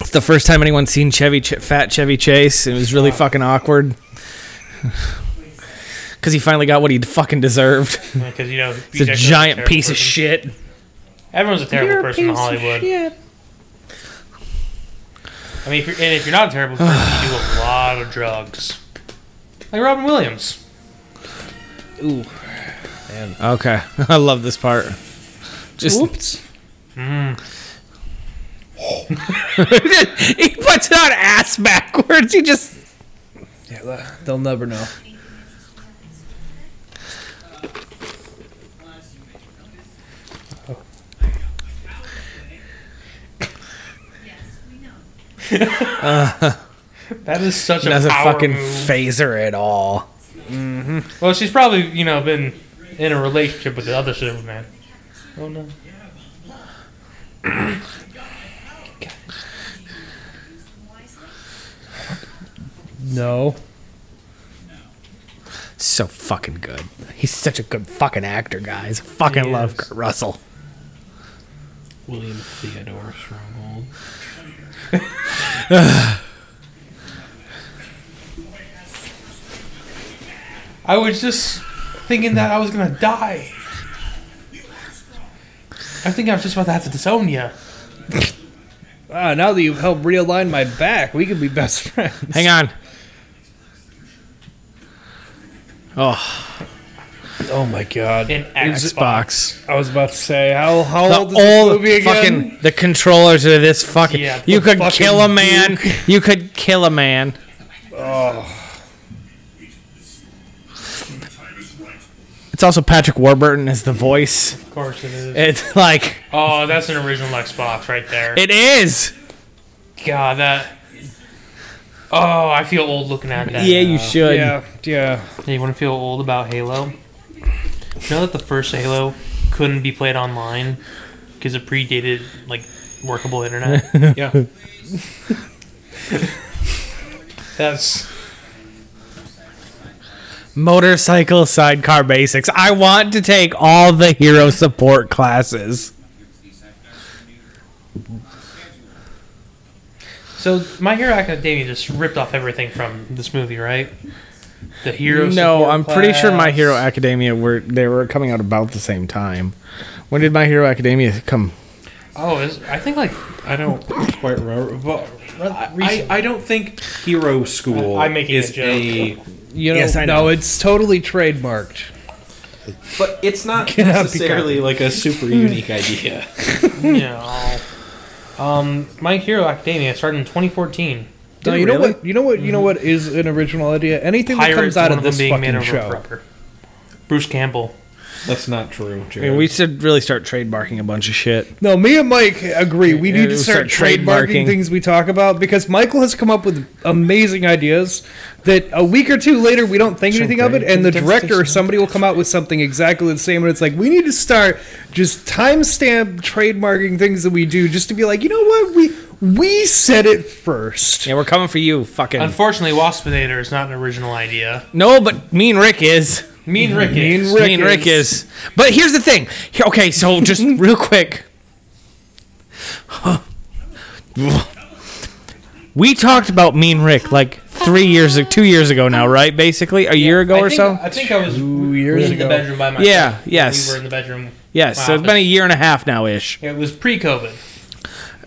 Speaker 4: It's the first time anyone's seen Chevy Ch- Fat Chevy Chase. It was really fucking awkward. Because he finally got what he fucking deserved.
Speaker 2: Because you know
Speaker 4: It's a giant piece of shit.
Speaker 2: Everyone's a terrible person in Hollywood. I mean, if you're, and if you're not a terrible person, you do a lot of drugs, like Robin Williams.
Speaker 4: Okay, I love this part. Just
Speaker 5: Oops.
Speaker 4: he puts it on ass backwards. He just
Speaker 5: Yeah, that- they'll never know.
Speaker 7: Yes, we know.
Speaker 2: That is such a
Speaker 4: doesn't
Speaker 2: power
Speaker 4: fucking
Speaker 2: move.
Speaker 4: phaser at all.
Speaker 2: Well, she's probably you know been in a relationship with the other Superman. Oh no.
Speaker 5: No.
Speaker 4: So fucking good. He's such a good fucking actor, guys. Fucking
Speaker 2: He
Speaker 4: love
Speaker 2: is.
Speaker 4: Kurt Russell.
Speaker 2: William Theodore Stronghold. I was just thinking that I was gonna die. I think I was just about to have to disown you.
Speaker 5: Ah, now that you've helped realign my back, we could be best friends.
Speaker 4: Hang on. Oh,
Speaker 5: Oh my god.
Speaker 2: In Xbox.
Speaker 4: Xbox.
Speaker 5: I was about to say, how, how
Speaker 4: The
Speaker 5: old is this
Speaker 4: old
Speaker 5: movie again?
Speaker 4: fucking the controllers are this fucking.
Speaker 2: Yeah,
Speaker 4: you
Speaker 2: the
Speaker 4: could
Speaker 2: fucking
Speaker 4: kill a man. You could kill a man. It's also Patrick Warburton as the voice.
Speaker 2: Of course it is.
Speaker 4: It's like
Speaker 2: Oh, that's an original Xbox right there.
Speaker 4: it is.
Speaker 2: God, that. Oh, I feel old looking at that.
Speaker 4: Yeah, you should.
Speaker 5: Yeah, yeah.
Speaker 2: Yeah, you want to feel old about Halo? You know that the first Halo couldn't be played online because it predated like workable internet.
Speaker 3: Yeah.
Speaker 2: That's
Speaker 4: Motorcycle sidecar basics. I want to take all the hero support classes.
Speaker 2: so. My Hero Academia just ripped off everything from this movie, right? The hero.
Speaker 4: no,
Speaker 2: support
Speaker 4: I'm pretty sure My
Speaker 2: class.
Speaker 4: Hero Academia were they were coming out about the same time. When did My Hero Academia come?
Speaker 2: Oh, is, I think like
Speaker 3: I don't quite remember. But I,
Speaker 2: recent-
Speaker 3: I don't think Hero School
Speaker 2: I- I'm making a
Speaker 3: is
Speaker 2: joke.
Speaker 3: a,
Speaker 5: You know,
Speaker 4: Yes, I know.
Speaker 5: no, it's totally trademarked.
Speaker 3: But it's not
Speaker 5: Cannot be
Speaker 3: necessarily like a super unique idea.
Speaker 2: you know, um, My Hero Academia started in 2014.
Speaker 5: No,
Speaker 3: Did it
Speaker 5: you know
Speaker 3: really?
Speaker 5: what? You know what? You know what is an original idea? Anything that
Speaker 2: Pirates,
Speaker 5: comes out
Speaker 2: one
Speaker 5: of
Speaker 2: of them
Speaker 5: this
Speaker 2: being made
Speaker 5: fucking
Speaker 2: over
Speaker 5: show.
Speaker 2: prepper. Bruce Campbell.
Speaker 3: That's not true,
Speaker 4: I mean, we should really start trademarking a bunch of shit.
Speaker 5: No, me and Mike agree. We
Speaker 4: Yeah,
Speaker 5: need
Speaker 4: we
Speaker 5: to start,
Speaker 4: start trademarking.
Speaker 5: trademarking things we talk about because Michael has come up with amazing ideas that a week or two later we don't think anything of it, and the director or somebody will come out with something exactly the same, and it's like we need to start just timestamp trademarking things that we do just to be like, you know what? We we said it first.
Speaker 4: Yeah, we're coming for you, fucking.
Speaker 2: Unfortunately, Waspinator is not an original idea.
Speaker 4: no, but me and Rick is.
Speaker 2: Me
Speaker 5: Mm-hmm.
Speaker 2: and Rick.
Speaker 5: Me and
Speaker 2: is.
Speaker 5: Rick
Speaker 4: me and Rick is. But here's the thing. Here- okay, so just real quick. We talked about me and Rick like three years, two years ago now, right? Basically, a year ago
Speaker 2: I
Speaker 4: or
Speaker 2: think,
Speaker 4: so.
Speaker 2: I think I was
Speaker 5: years
Speaker 2: in the
Speaker 5: ago.
Speaker 2: bedroom by myself.
Speaker 4: Yeah, yes.
Speaker 2: We were in the bedroom.
Speaker 4: Yes,
Speaker 2: my
Speaker 4: so it's been a
Speaker 2: office.
Speaker 4: year and a half now ish.
Speaker 2: It was pre-COVID.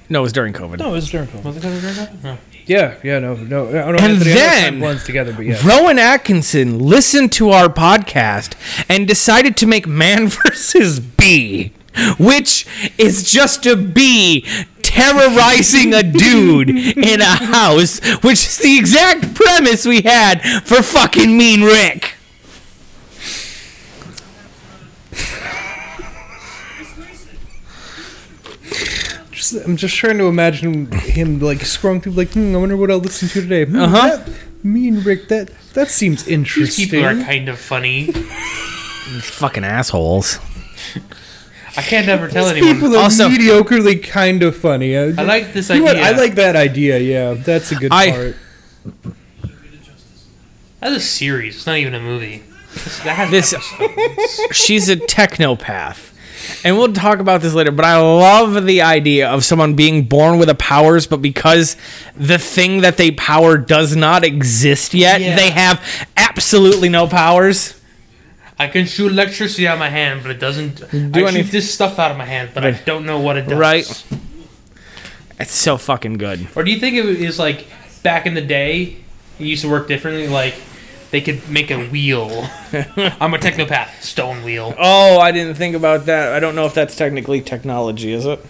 Speaker 4: No, it was during COVID.
Speaker 5: No, it was during
Speaker 2: Was it COVID during COVID? No.
Speaker 5: Yeah, yeah, no, no. I don't know
Speaker 4: And
Speaker 5: Anthony, I know it's
Speaker 4: then-
Speaker 5: not blends together, but yeah.
Speaker 4: Rowan Atkinson listened to our podcast and decided to make Man versus Bee, which is just a bee terrorizing a dude in a house, which is the exact premise we had for fucking Mean Rick.
Speaker 5: Just- I'm just trying to imagine him like scrolling through, like, hmm, I wonder what I'll listen to today. Hmm,
Speaker 4: Uh-huh.
Speaker 5: that- Me and Rick, that that seems
Speaker 2: These people are
Speaker 5: interesting.
Speaker 2: kind of funny.
Speaker 4: Fucking assholes.
Speaker 2: I can't ever tell anyone.
Speaker 5: People are
Speaker 4: Also-
Speaker 5: mediocrely kind of funny. I,
Speaker 2: I like this
Speaker 5: you know
Speaker 2: idea.
Speaker 5: what? I like that idea. Yeah, that's a good
Speaker 4: I-
Speaker 5: part.
Speaker 2: That's a series. It's not even a movie. That has
Speaker 4: This-
Speaker 2: episodes.
Speaker 4: She's a technopath. and we'll talk about this later, but I love the idea of someone being born with a powers, but because the thing that they power does not exist yet,
Speaker 2: Yeah.
Speaker 4: they have absolutely no powers.
Speaker 2: I can shoot electricity out of my hand, but it doesn't. I
Speaker 4: anything.
Speaker 2: shoot this stuff out of my hand, but I
Speaker 4: Right.
Speaker 2: don't know what it does.
Speaker 4: Right. It's so fucking good.
Speaker 2: Or do you think it is like back in the day, it used to work differently? Like they could make a wheel. I'm a technopath. Stone wheel.
Speaker 4: Oh, I didn't think about that. I don't know if that's technically technology, is it?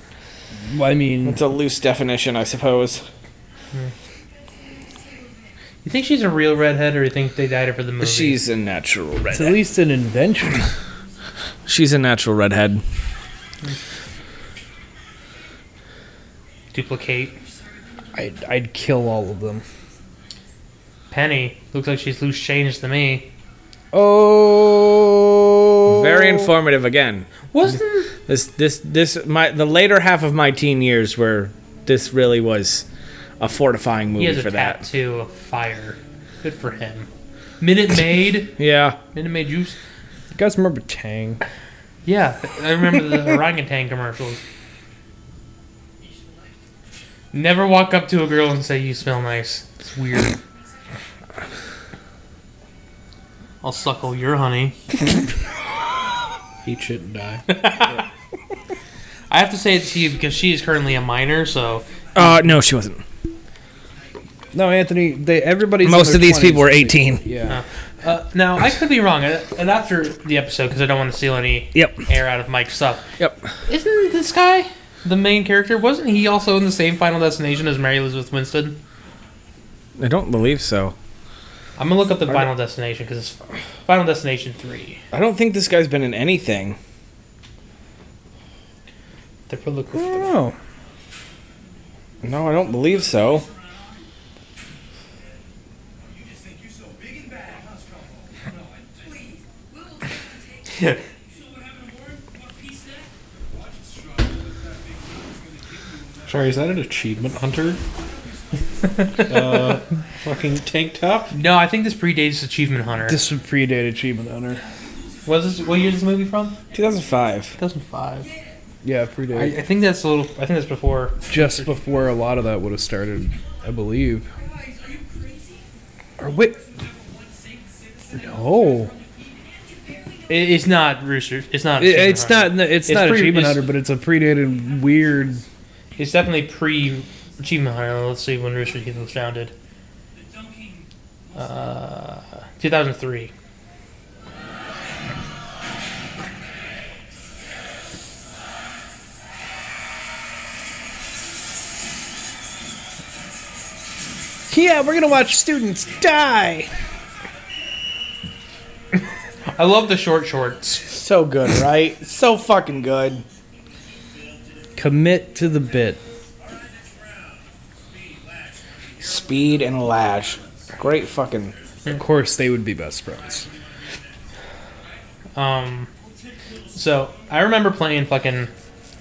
Speaker 5: Well, I mean,
Speaker 4: It's a loose definition, I suppose.
Speaker 2: You think she's a real redhead, or you think they dyed her for the movie?
Speaker 4: She's a natural
Speaker 5: it's
Speaker 4: redhead.
Speaker 5: at least an invention.
Speaker 4: She's a natural redhead.
Speaker 2: duplicate.
Speaker 5: I'd, I'd kill all of them.
Speaker 2: Penny looks like she's loose change to me.
Speaker 5: Oh,
Speaker 4: Very informative again.
Speaker 2: Wasn't
Speaker 4: This this this my the later half of my teen years where this really was a fortifying
Speaker 2: he
Speaker 4: movie
Speaker 2: has
Speaker 4: for
Speaker 2: a
Speaker 4: that.
Speaker 2: tattoo of fire? Good for him. Minute Maid.
Speaker 4: Yeah.
Speaker 2: Minute Maid juice.
Speaker 5: You guys remember Tang?
Speaker 2: Yeah, I remember the orangutan commercials. Never walk up to a girl and say you smell nice. It's weird. I'll suckle your honey.
Speaker 5: Eat shit and die.
Speaker 2: I have to say it to you because she is currently a minor, so
Speaker 4: Uh no, she wasn't.
Speaker 5: No, Anthony. They everybody's in
Speaker 4: Most
Speaker 5: their
Speaker 4: of these people
Speaker 5: 20s.
Speaker 4: were 18.
Speaker 5: Yeah.
Speaker 2: uh, now I could be wrong. uh, And after the episode, because I don't want to steal any
Speaker 4: Yep.
Speaker 2: air out of Mike's stuff,
Speaker 4: Yep.
Speaker 2: isn't this guy the main character? Wasn't he also in the same Final Destination as Mary Elizabeth Winston?
Speaker 4: I don't believe so.
Speaker 2: I'm gonna look up the Final Destination because it's Final Destination Three.
Speaker 4: I don't think this guy's been in anything.
Speaker 2: The prolific.
Speaker 5: Oh,
Speaker 4: No, I don't believe so.
Speaker 6: You just think you're so big and bad. How's trouble? No, and please.
Speaker 7: We'll take
Speaker 6: So what happened to Warren? What piece that? Watch it struggle with that big deal. It's gonna give you enough.
Speaker 3: Sorry, is that an achievement hunter? uh, fucking tank top.
Speaker 2: No, I think this predates Achievement Hunter.
Speaker 5: this would predate Achievement Hunter.
Speaker 2: was this what year is this movie from?
Speaker 4: 2005.
Speaker 2: 2005.
Speaker 5: Yeah,
Speaker 2: I,
Speaker 5: predate.
Speaker 2: I think that's a little. I think that's before.
Speaker 5: Just before a lot of that would have started, I believe.
Speaker 6: Guys, are you crazy?
Speaker 5: Or wait, oh.
Speaker 6: One sane citizen
Speaker 5: no,
Speaker 2: It, it's not Rooster. It's not.
Speaker 5: It-
Speaker 2: Achievement
Speaker 5: it's
Speaker 2: Hunter.
Speaker 5: not. It's,
Speaker 2: It's
Speaker 5: not
Speaker 2: pre-
Speaker 5: Achievement
Speaker 2: it's-
Speaker 5: Hunter, but it's a predated weird.
Speaker 2: It's definitely pre Achievement Hunter. Let's see when Rooster Teeth was founded. Uh, 2003.
Speaker 5: Yeah, we're gonna watch students die.
Speaker 2: I love the short shorts.
Speaker 4: So good, right? so fucking good.
Speaker 5: Commit to the bit.
Speaker 4: Speed and Lash. Great fucking.
Speaker 5: Of course, they would be best friends.
Speaker 2: Um, so I remember playing fucking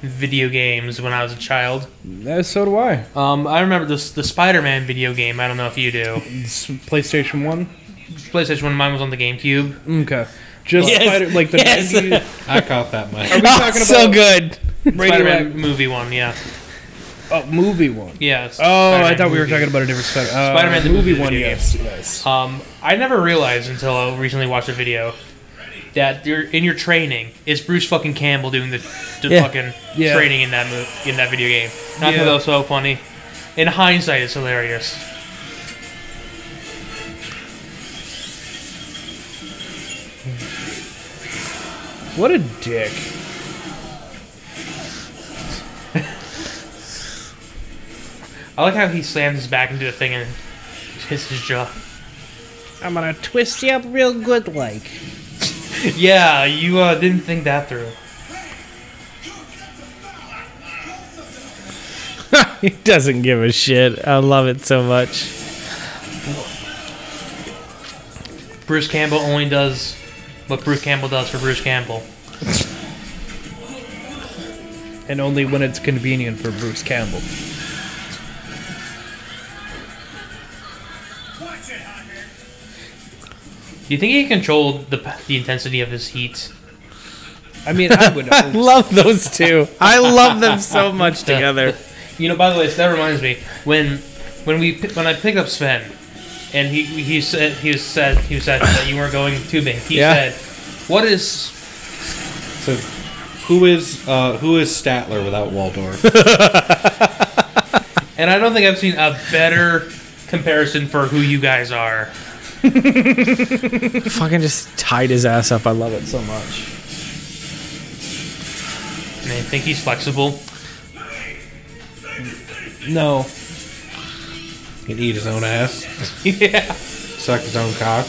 Speaker 2: video games when I was a child.
Speaker 5: Yeah, Eh, so do I.
Speaker 2: Um, I remember this the Spider-Man video game. I don't know if you do.
Speaker 5: It's PlayStation One.
Speaker 2: PlayStation One. Mine was on the GameCube.
Speaker 5: Okay. Just
Speaker 4: Yes.
Speaker 5: Spider, like the
Speaker 4: Yes.
Speaker 5: 90s
Speaker 3: I caught that much.
Speaker 5: talking
Speaker 4: Ah, so
Speaker 5: about-
Speaker 4: good.
Speaker 2: Spider-Man
Speaker 5: radioactive
Speaker 2: movie one. Yeah.
Speaker 5: oh, movie one.
Speaker 2: Yeah.
Speaker 5: Oh, I thought we were talking about a different Spider. Uh,
Speaker 2: Spider-Man the movie
Speaker 5: one.
Speaker 2: video
Speaker 5: Yes, yes.
Speaker 2: Um, I never realized until I recently watched a video that you're, in your training it's Bruce fucking Campbell doing the, the
Speaker 4: Yeah.
Speaker 2: fucking
Speaker 5: Yeah.
Speaker 2: training in that mo- in that video game. And I
Speaker 5: Yeah.
Speaker 2: thought that was so funny. In hindsight, it's hilarious.
Speaker 5: What a dick.
Speaker 2: I like how he slams his back into the thing and hits his jaw.
Speaker 5: I'm gonna twist you up real good, like.
Speaker 2: yeah, you uh, didn't think that through.
Speaker 4: he doesn't give a shit. I love it so much.
Speaker 2: Bruce Campbell only does what Bruce Campbell does for Bruce Campbell.
Speaker 5: And only when it's convenient for Bruce Campbell.
Speaker 6: Watch it, Hunter.
Speaker 2: Do you think he controlled the the intensity of his heat?
Speaker 5: I mean, I would.
Speaker 4: I love those two. I love them so much together.
Speaker 2: You know, by the way, so that reminds me when when we pi- when I picked up Sven, and he he said he was said he was said that you weren't going tubing. He
Speaker 4: Yeah.
Speaker 2: said, "What is?"
Speaker 3: So, who is uh, who is Statler without Waldorf?
Speaker 2: And I don't think I've seen a better comparison for who you guys are.
Speaker 4: Fucking just tied his ass up. I love it so much.
Speaker 2: And I think he's flexible.
Speaker 5: No.
Speaker 3: He'd eat his own ass,
Speaker 2: yeah.
Speaker 3: suck his own cock.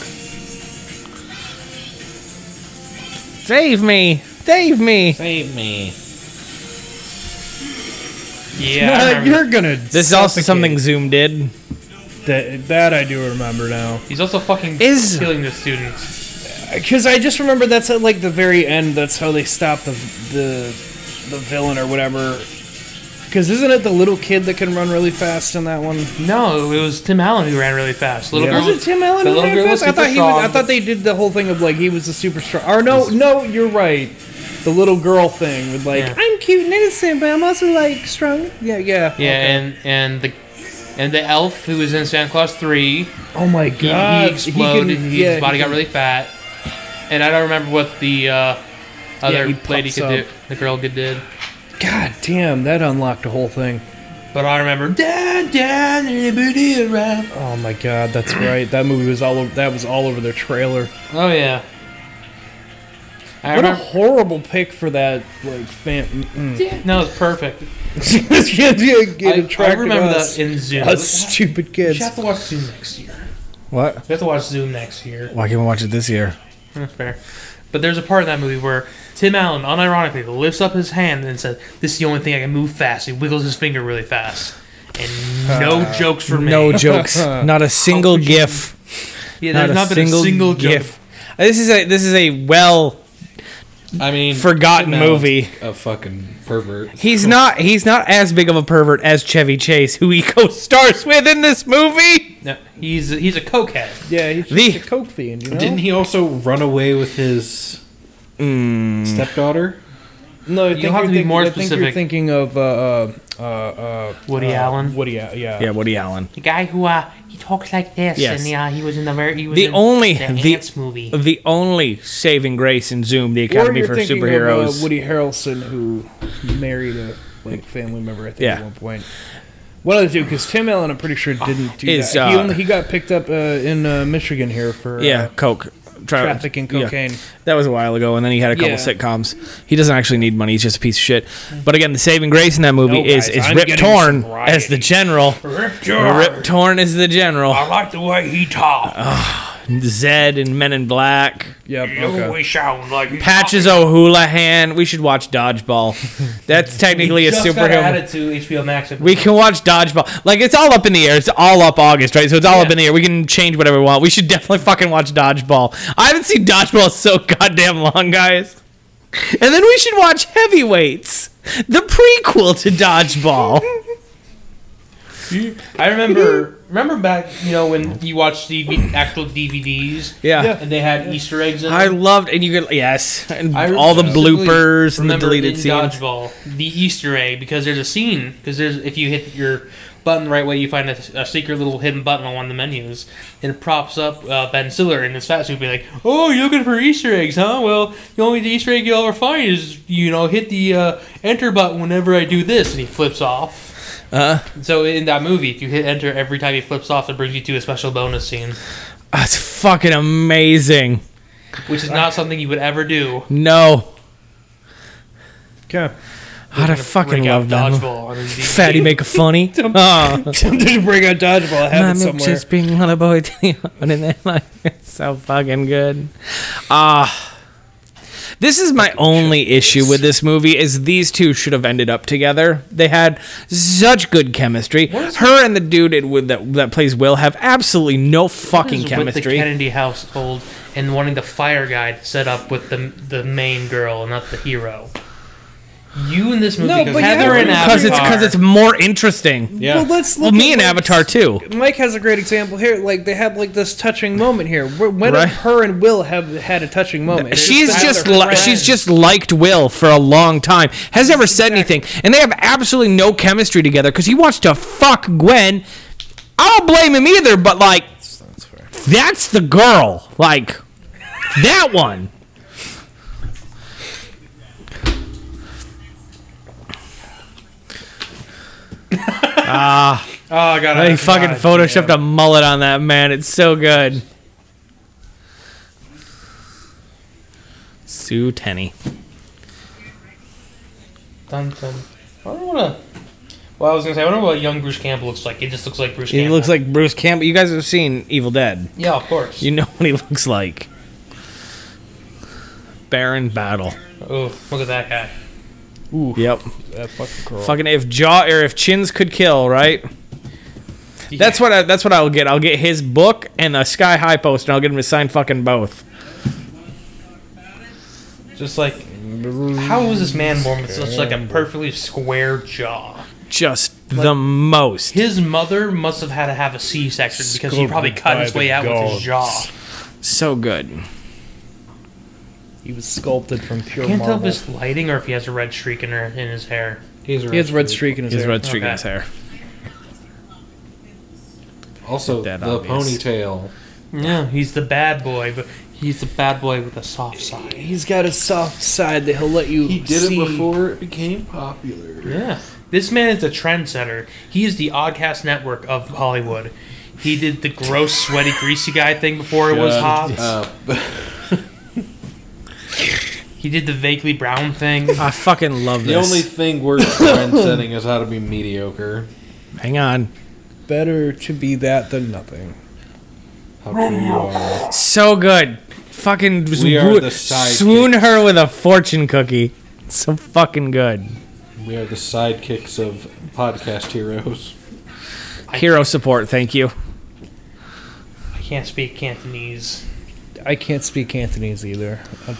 Speaker 4: Save me! Save me!
Speaker 3: Save me.
Speaker 2: Yeah. I remember.
Speaker 5: You're gonna.
Speaker 4: This is also
Speaker 5: suffocate.
Speaker 4: something Zoom did.
Speaker 5: that, that I do remember now.
Speaker 2: He's also fucking
Speaker 4: Is-
Speaker 2: killing the students.
Speaker 5: Because Uh, I just remember that's at like the very end. That's how they stop the the the villain or whatever. Because isn't it the little kid that can run really fast in that one?
Speaker 2: No, it was Tim Allen who ran really fast. Little
Speaker 5: Yeah.
Speaker 2: girl.
Speaker 5: Was it Tim Allen?
Speaker 2: the
Speaker 5: who
Speaker 2: little
Speaker 5: ran
Speaker 2: girl was
Speaker 5: fast?
Speaker 2: super
Speaker 5: I thought he was, I
Speaker 2: strong.
Speaker 5: thought they did the whole thing of like he was a super strong. Or no, no, you're right. The little girl thing with like
Speaker 2: Yeah.
Speaker 5: I'm cute and innocent, but I'm also like strong. Yeah, yeah,
Speaker 2: Yeah,
Speaker 5: okay.
Speaker 2: and and the and the elf who was in Santa Claus three.
Speaker 5: oh my
Speaker 2: He,
Speaker 5: god,
Speaker 2: he exploded.
Speaker 5: can-
Speaker 2: and
Speaker 5: yeah,
Speaker 2: his body
Speaker 5: he
Speaker 2: got really fat. And I don't remember what the uh, other
Speaker 5: he
Speaker 2: lady
Speaker 5: puffs
Speaker 2: could
Speaker 5: up.
Speaker 2: do. The girl could did.
Speaker 5: can- God damn, that unlocked a whole thing.
Speaker 2: But I remember. Dan, Dan, anybody around?
Speaker 5: Oh my god, that's right. That movie was all over. That was all over their trailer.
Speaker 2: Oh yeah. I
Speaker 5: What a
Speaker 2: remember.
Speaker 5: horrible pick for that like fan. mm-mm.
Speaker 2: No, it's perfect.
Speaker 5: Yeah, yeah, get
Speaker 2: I, I
Speaker 5: attracted
Speaker 2: remember
Speaker 5: us.
Speaker 2: that in Zoom.
Speaker 5: Us stupid
Speaker 2: We
Speaker 5: kids.
Speaker 2: should have to watch Zoom next year.
Speaker 4: What?
Speaker 2: We have to watch Zoom next year.
Speaker 4: Why can't we watch it this year?
Speaker 2: That's fair. But there's a part in that movie where Tim Allen, unironically, lifts up his hand and says, "This is the only thing I can move fast." He wiggles his finger really fast, and Uh, no jokes for me.
Speaker 4: No jokes. Not a single gif.
Speaker 2: yeah,
Speaker 4: Not,
Speaker 2: there's
Speaker 4: a,
Speaker 2: not, been
Speaker 4: single
Speaker 2: a single joke.
Speaker 4: gif. This is a this is a well
Speaker 3: I mean,
Speaker 4: forgotten
Speaker 3: Tim Allen's
Speaker 4: movie.
Speaker 3: A fucking pervert.
Speaker 4: He's not he's not as big of a pervert as Chevy Chase, who he co-stars with in this movie.
Speaker 2: No, he's he's a cokehead.
Speaker 5: yeah, he's
Speaker 4: The-
Speaker 5: just a coke fiend. You know?
Speaker 3: Didn't he also run away with his stepdaughter?
Speaker 5: No, I think
Speaker 2: You'll have
Speaker 5: you're
Speaker 2: to be
Speaker 5: think-
Speaker 2: more
Speaker 5: I think you're
Speaker 2: specific.
Speaker 5: thinking of uh, uh, uh,
Speaker 2: Woody
Speaker 5: uh,
Speaker 2: Allen?
Speaker 5: Woody, Al- yeah.
Speaker 4: Yeah, Woody Allen.
Speaker 2: The guy who uh he talks like this,
Speaker 4: Yes.
Speaker 2: and yeah, he was in the very he was
Speaker 4: The
Speaker 2: in
Speaker 4: only-
Speaker 2: the,
Speaker 4: the-
Speaker 2: Ants movie.
Speaker 4: The only saving grace in Zoom, the
Speaker 5: Or
Speaker 4: Academy
Speaker 5: you're
Speaker 4: for
Speaker 5: thinking
Speaker 4: Superheroes.
Speaker 5: of uh, Woody Harrelson, who married a like family member, I think,
Speaker 4: Yeah.
Speaker 5: at one point. One of the two, because Tim Allen, I'm pretty sure didn't do
Speaker 4: Is,
Speaker 5: that. he,
Speaker 4: uh,
Speaker 5: only, he got picked up uh, in uh, Michigan here for
Speaker 4: yeah,
Speaker 5: uh,
Speaker 4: coke. Tra-
Speaker 5: trafficking
Speaker 4: yeah.
Speaker 5: cocaine.
Speaker 4: That was a while ago, and then he had a couple
Speaker 5: Yeah.
Speaker 4: sitcoms. He doesn't actually need money; he's just a piece of shit. But again, the saving grace in that movie
Speaker 5: No,
Speaker 4: is
Speaker 5: guys,
Speaker 4: is
Speaker 5: I'm
Speaker 4: Rip
Speaker 5: getting
Speaker 4: Torn
Speaker 5: some
Speaker 4: as the
Speaker 5: variety.
Speaker 4: general. Uh, Rip Torn is the general.
Speaker 2: I like the way he talks.
Speaker 4: Uh, Zed and Men in Black.
Speaker 5: Yep. Okay.
Speaker 2: we sound like
Speaker 4: Patches O'Houlihan. We should watch Dodgeball. That's technically a
Speaker 2: just got
Speaker 4: superhero.
Speaker 2: added to HBO Max.
Speaker 4: We can watch Dodgeball. Like it's all up in the air. It's all up August, right? So it's all up
Speaker 2: Yeah.
Speaker 4: in the air. We can change whatever we want. We should definitely fucking watch Dodgeball. I haven't seen Dodgeball so goddamn long, guys. And then we should watch Heavyweights, the prequel to Dodgeball.
Speaker 2: I remember remember back, you know, when you watched the actual DVDs.
Speaker 4: Yeah.
Speaker 2: And they had Easter eggs in
Speaker 4: I
Speaker 2: them.
Speaker 4: loved, and you could yes, and
Speaker 2: I
Speaker 4: all the
Speaker 2: specifically
Speaker 4: bloopers and the
Speaker 2: remember
Speaker 4: deleted
Speaker 2: in
Speaker 4: scenes.
Speaker 2: Dodgeball, the Easter egg because there's a scene because there's if you hit your button the right way, you find a, a secret little hidden button on one of the menus, and it props up uh, Ben Stiller in his fat suit, be like, "Oh, you're looking for Easter eggs, huh? Well, the only Easter egg you'll ever find is you know hit the uh, enter button whenever I do this," and he flips off.
Speaker 4: Uh,
Speaker 2: So in that movie, if you hit enter every time he flips off, it brings you to a special bonus scene,
Speaker 4: that's Ah, fucking amazing.
Speaker 2: which is not something you would ever do.
Speaker 4: No,
Speaker 5: Okay.
Speaker 4: God, I
Speaker 2: Gonna
Speaker 4: fucking
Speaker 2: break out
Speaker 4: love that.
Speaker 2: dodgeball. on his DVD.
Speaker 4: Fatty make a funny. oh.
Speaker 5: Just bring out dodgeball. I have it
Speaker 4: Mommy
Speaker 5: somewhere.
Speaker 4: just being little boy to the oven and then like it's so fucking good. Ah. this is my only issue with this movie is these two should have ended up together. They had such good chemistry. Her and the dude it would, that that plays Will have absolutely no
Speaker 2: What is
Speaker 4: fucking
Speaker 2: With the
Speaker 4: chemistry.
Speaker 2: Kennedy household and wanting the fire guy to set up with the the main girl, not the hero. You in this movie,
Speaker 5: No,
Speaker 2: because
Speaker 5: but you
Speaker 2: Heather
Speaker 5: have-
Speaker 2: and Avatar.
Speaker 4: because it's because it's more interesting.
Speaker 3: Yeah.
Speaker 5: Well, let's
Speaker 4: Well,
Speaker 5: look
Speaker 4: me
Speaker 5: at,
Speaker 4: and
Speaker 5: like,
Speaker 4: Avatar too.
Speaker 5: Mike has a great example here. Like they have like this touching moment here. Wh- When
Speaker 4: Right.
Speaker 5: have her and Will have had a touching moment?
Speaker 4: She's
Speaker 5: It's
Speaker 4: just
Speaker 5: either-
Speaker 4: li- she's just liked Will for a long time. Has never said anything, and they have absolutely no chemistry together because he wants to fuck Gwen. I don't blame him either, but like, that's the girl, like that one.
Speaker 2: Oh god,
Speaker 4: They
Speaker 2: I
Speaker 4: fucking
Speaker 2: God,
Speaker 4: photoshopped
Speaker 2: damn.
Speaker 4: a mullet on that man. It's so good. Sue Tenney.
Speaker 2: Dun, dun. I don't wanna. Well, I was gonna say, I wonder what young Bruce Campbell looks like. It just looks like Bruce.
Speaker 4: He
Speaker 2: Campbell.
Speaker 4: looks like Bruce Campbell. You guys have seen Evil Dead.
Speaker 2: Yeah, of course.
Speaker 4: You know what he looks like. Baron Battle.
Speaker 2: oh, look at that guy.
Speaker 4: Yep. Fucking if jaw or if chins could kill, right? That's what I, that's what I'll get. I'll get his book and a sky high post, and I'll get him to sign fucking both.
Speaker 2: Just like, how is this man born with such like a perfectly square jaw?
Speaker 4: Just the most.
Speaker 2: His mother must have had to have a C-section because he probably cut his way out with his jaw.
Speaker 4: So good.
Speaker 5: he was sculpted from pure
Speaker 2: Can't tell if
Speaker 5: marble.
Speaker 2: it's lighting or if he has a red streak in her in his hair.
Speaker 3: He's
Speaker 5: He has red streak in his
Speaker 4: His
Speaker 5: hair.
Speaker 4: red streak in
Speaker 2: Okay.
Speaker 4: his hair.
Speaker 3: Also,
Speaker 4: That
Speaker 3: the
Speaker 4: obvious.
Speaker 3: ponytail.
Speaker 2: Yeah, he's the bad boy, but he's the bad boy with a soft side.
Speaker 5: He's got a soft side that he'll let you.
Speaker 8: He did
Speaker 5: see.
Speaker 8: it before it became popular.
Speaker 2: Yeah, this man is a trendsetter. He is the Oddcast Network of Hollywood. He did the gross, sweaty, greasy guy thing before it was hot.
Speaker 8: Uh,
Speaker 2: He did the vaguely brown thing.
Speaker 4: I fucking love
Speaker 8: the
Speaker 4: this.
Speaker 8: only thing worse than setting is how to be mediocre.
Speaker 4: Hang on.
Speaker 5: Better to be that than nothing.
Speaker 8: How cool you are.
Speaker 4: So good. Fucking
Speaker 8: We are
Speaker 4: swoon-
Speaker 8: the sidekicks.
Speaker 4: swoon her with a fortune cookie. So fucking good.
Speaker 8: We are the sidekicks of podcast heroes.
Speaker 4: Hero support, thank you.
Speaker 2: I can't speak Cantonese.
Speaker 5: I can't speak Cantonese either.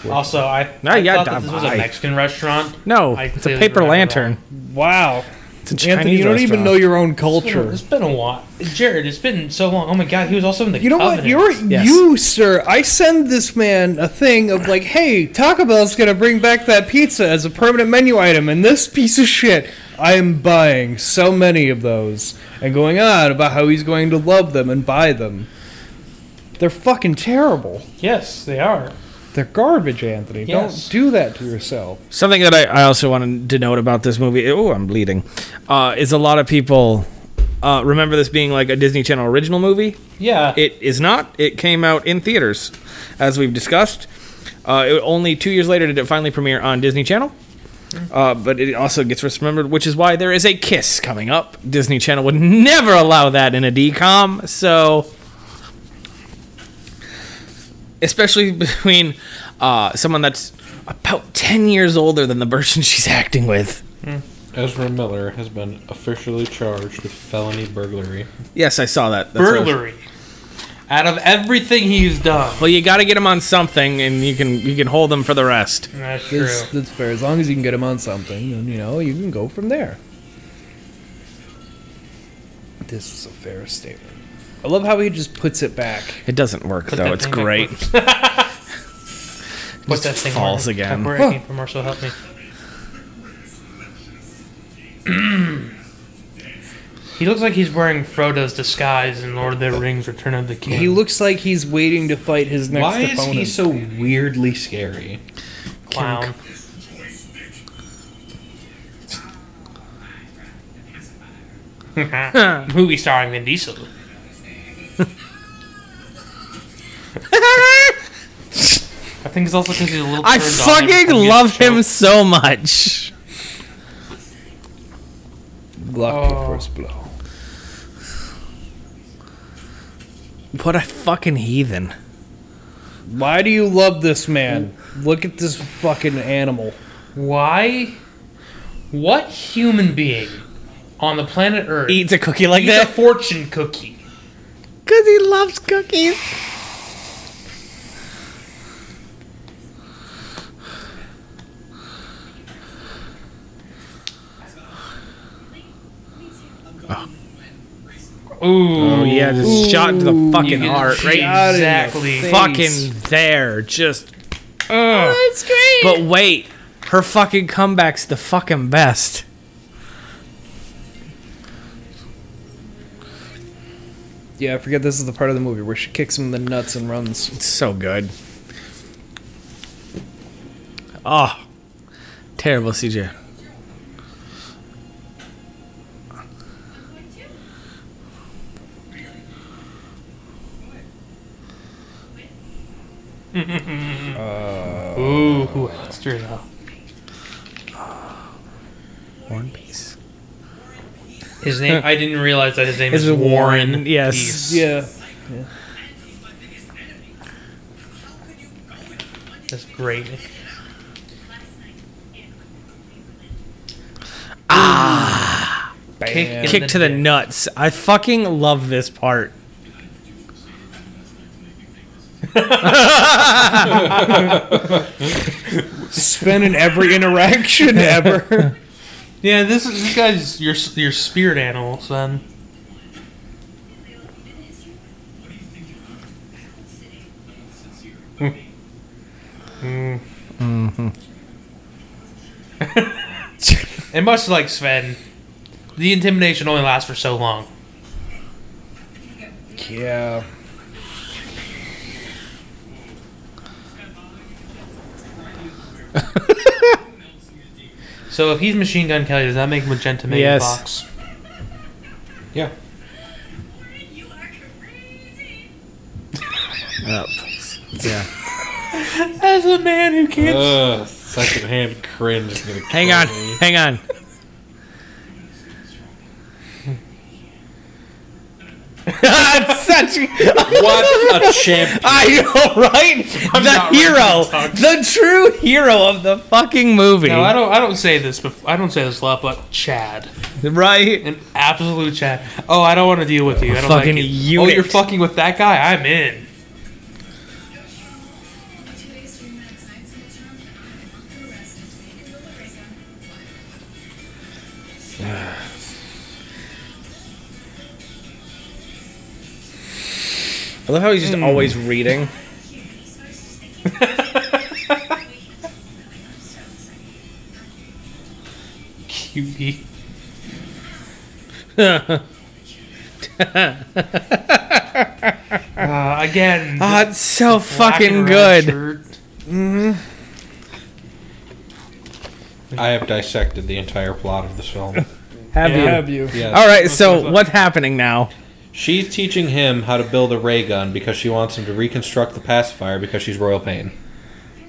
Speaker 2: Also, I,
Speaker 4: No,
Speaker 2: I
Speaker 4: yeah,
Speaker 2: thought that this was a
Speaker 4: I-
Speaker 2: Mexican restaurant.
Speaker 4: No,
Speaker 2: I
Speaker 4: it's a
Speaker 2: clearly
Speaker 4: paper
Speaker 2: remember
Speaker 4: lantern.
Speaker 5: Wow,
Speaker 4: It's a Chinese
Speaker 5: Anthony, you don't even
Speaker 4: restaurant.
Speaker 5: know your own
Speaker 2: Sure.
Speaker 5: culture.
Speaker 2: It's been a while. Jared, it's been so long. Oh my god, he was also in the
Speaker 5: You know
Speaker 2: Covenant.
Speaker 5: what? You're
Speaker 4: Yes.
Speaker 5: you, sir. I send this man a thing of like, hey, Taco Bell's gonna bring back that pizza as a permanent menu item, and this piece of shit, I am buying so many of those, and going on about how he's going to love them and buy them. They're fucking terrible.
Speaker 2: Yes, they are.
Speaker 5: They're garbage, Anthony.
Speaker 2: Yes.
Speaker 5: Don't do that to yourself.
Speaker 4: Something that I, I also wanted to note about this movie, oh, I'm bleeding, uh, is a lot of people uh, remember this being like a Disney Channel original movie.
Speaker 2: Yeah.
Speaker 4: It is not. It came out in theaters, as we've discussed. Uh, it, only two years later did it finally premiere on Disney Channel. Uh, but it also gets misremembered, which is why there is a kiss coming up. Disney Channel would never allow that in a DCOM, so. Especially between uh, someone that's about 10 years older than the person she's acting with.
Speaker 3: Ezra Miller has been officially charged with felony burglary.
Speaker 4: Yes, I saw that. That's what I was-
Speaker 2: Burglary. Out of everything he's done.
Speaker 4: Well, you got to get him on something, and you can you can hold them for the rest.
Speaker 2: That's true.
Speaker 5: That's, that's fair. As long as you can get him on something, then you know you can go from there. This is a fair statement. I love how he just puts it back.
Speaker 4: It doesn't work
Speaker 2: Put
Speaker 4: though.
Speaker 2: that
Speaker 4: It's
Speaker 2: thing back
Speaker 4: great.
Speaker 2: where- Put that thing
Speaker 4: falls
Speaker 2: where-
Speaker 4: again.
Speaker 2: Where it came from, Marshall, help me. he looks like he's wearing Frodo's disguise in Lord of the Rings: Return of the King.
Speaker 5: He looks like he's waiting to fight his next
Speaker 3: Why is
Speaker 5: opponent.
Speaker 3: he so weirdly scary?
Speaker 2: clown. Movie starring Vin Diesel. I think it's also because he's a little.
Speaker 4: I
Speaker 2: turned on
Speaker 4: fucking
Speaker 2: every time he
Speaker 4: love
Speaker 2: gets choked.
Speaker 4: him so much.
Speaker 5: Blocked the
Speaker 2: Oh.
Speaker 5: first blow.
Speaker 4: What a fucking heathen.
Speaker 5: Why do you love this man? Look at this fucking animal.
Speaker 2: Why? What human being on the planet Earth
Speaker 4: Eats a cookie like
Speaker 2: eats a
Speaker 4: that?
Speaker 2: fortune cookie?
Speaker 4: Because he loves cookies. Oh yeah, just shot into the fucking
Speaker 2: You can-
Speaker 4: heart, right?
Speaker 2: Shot in the Exactly. face.
Speaker 4: Fucking there, just. Oh, that's great. But wait, her fucking comeback's the fucking best.
Speaker 5: Yeah, I forget this is the part of the movie where she kicks him in the nuts and runs.
Speaker 4: It's so good. Oh, terrible CJ.
Speaker 2: Ooh, who asked her now?
Speaker 4: Uh, One Piece.
Speaker 2: His name. I didn't realize that his name
Speaker 4: This
Speaker 2: is
Speaker 4: is
Speaker 2: Warren.
Speaker 4: Warren, yes.
Speaker 2: Peace.
Speaker 5: Yeah.
Speaker 2: That's great. Kick, in
Speaker 4: Ah. Kick to the
Speaker 2: dick.
Speaker 4: nuts. I fucking love this part.
Speaker 5: Sven in every interaction ever.
Speaker 2: Yeah, this is this guy's your your spirit animal, son.
Speaker 4: Mm-hmm.
Speaker 2: and much like Sven, the intimidation only lasts for so long.
Speaker 5: yeah.
Speaker 2: So if he's Machine Gun Kelly, does that make Magenta Man
Speaker 4: Yes.
Speaker 2: Fox?
Speaker 3: Yeah.
Speaker 4: Oh, yeah.
Speaker 2: As a man who can't.
Speaker 8: Ugh, secondhand cringe is gonna
Speaker 4: Hang
Speaker 8: kill
Speaker 4: on,
Speaker 8: me.
Speaker 4: hang on. It's such
Speaker 8: What a champ!
Speaker 4: I know, right? the hero, the true hero of the fucking movie,
Speaker 2: no, I don't. I don't say this. Before, I don't say this a lot, but Chad,
Speaker 4: right?
Speaker 2: an absolute Chad. Oh, I don't want to deal with you. I don't
Speaker 4: Fucking
Speaker 2: like you. Oh,
Speaker 4: unit.
Speaker 2: you're fucking with that guy. I'm in.
Speaker 4: I love how he's just always reading.
Speaker 2: Uh, Cutie. uh, again.
Speaker 4: Oh,
Speaker 5: Ah,
Speaker 4: it's so
Speaker 2: the black
Speaker 4: fucking
Speaker 2: and red
Speaker 4: good.
Speaker 2: shirt.
Speaker 3: I have dissected the entire plot of this film.
Speaker 4: Have
Speaker 2: Yeah.
Speaker 4: you?
Speaker 5: Have you?
Speaker 3: Yeah.
Speaker 4: All right, so what's happening now?
Speaker 3: She's teaching him how to build a ray gun because she wants him to reconstruct the pacifier because she's royal pain.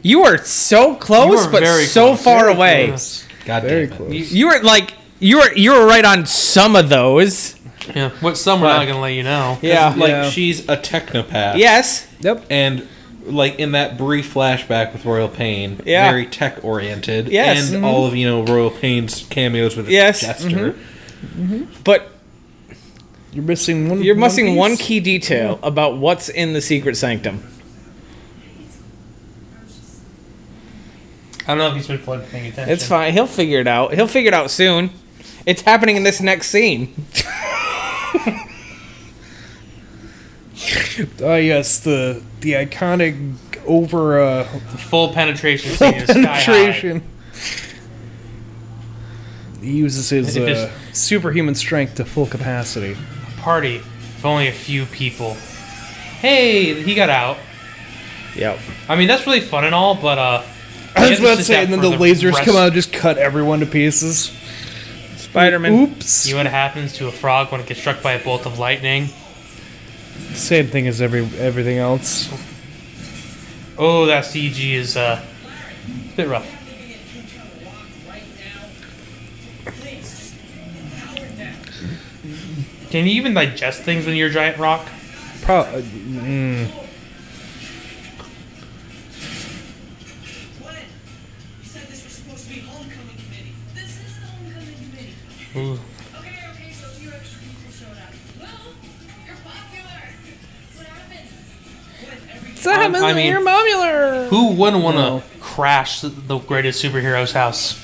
Speaker 4: You are so close,
Speaker 2: were
Speaker 4: but
Speaker 2: very
Speaker 4: so
Speaker 2: close.
Speaker 4: far
Speaker 2: Very
Speaker 4: away.
Speaker 2: close.
Speaker 3: God
Speaker 5: Very
Speaker 3: damn it.
Speaker 5: close.
Speaker 4: You were like, you were you were right on some of those.
Speaker 2: Yeah, what some we're not gonna let you know.
Speaker 3: Yeah, like
Speaker 5: Yeah.
Speaker 3: she's a technopath.
Speaker 4: Yes.
Speaker 5: Yep.
Speaker 3: and like in that brief flashback with Royal Pain,
Speaker 4: Yeah.
Speaker 3: very tech oriented.
Speaker 4: Yes.
Speaker 3: and
Speaker 4: Mhm.
Speaker 3: all of you know Royal Pain's cameos with his
Speaker 4: Yes. Mm-hmm.
Speaker 3: gesture.
Speaker 4: But
Speaker 5: You're missing one.
Speaker 4: you're missing
Speaker 5: piece?
Speaker 4: one key detail about what's in the secret sanctum.
Speaker 2: I don't know if he's been fun paying attention.
Speaker 4: It's fine. He'll figure it out. He'll figure it out soon. It's happening in this next scene.
Speaker 5: Oh yes, the the iconic over uh,
Speaker 2: Full penetration scene is penetration.
Speaker 5: penetration. He uses his
Speaker 2: If
Speaker 5: uh, superhuman strength to full capacity.
Speaker 2: Party with only a few people. Hey, he got out.
Speaker 4: Yep.
Speaker 2: I mean, that's really fun and all, but uh.
Speaker 5: I
Speaker 2: yeah,
Speaker 5: was
Speaker 2: this
Speaker 5: about to
Speaker 2: is
Speaker 5: say,
Speaker 2: that
Speaker 5: and then
Speaker 2: for
Speaker 5: the, lasers
Speaker 2: rest-
Speaker 5: come out and just cut everyone to pieces.
Speaker 4: Spider-Man.
Speaker 5: Oops.
Speaker 2: You know what happens to a frog when it gets struck by a bolt of lightning?
Speaker 5: Same thing as every everything else.
Speaker 2: Oh, that CG is uh, a bit rough. Can you even digest things when you're a giant rock?
Speaker 5: Pro- uh, mm.
Speaker 2: Ooh. Um, I mean, who wouldn't want to crash the- the greatest superhero's house?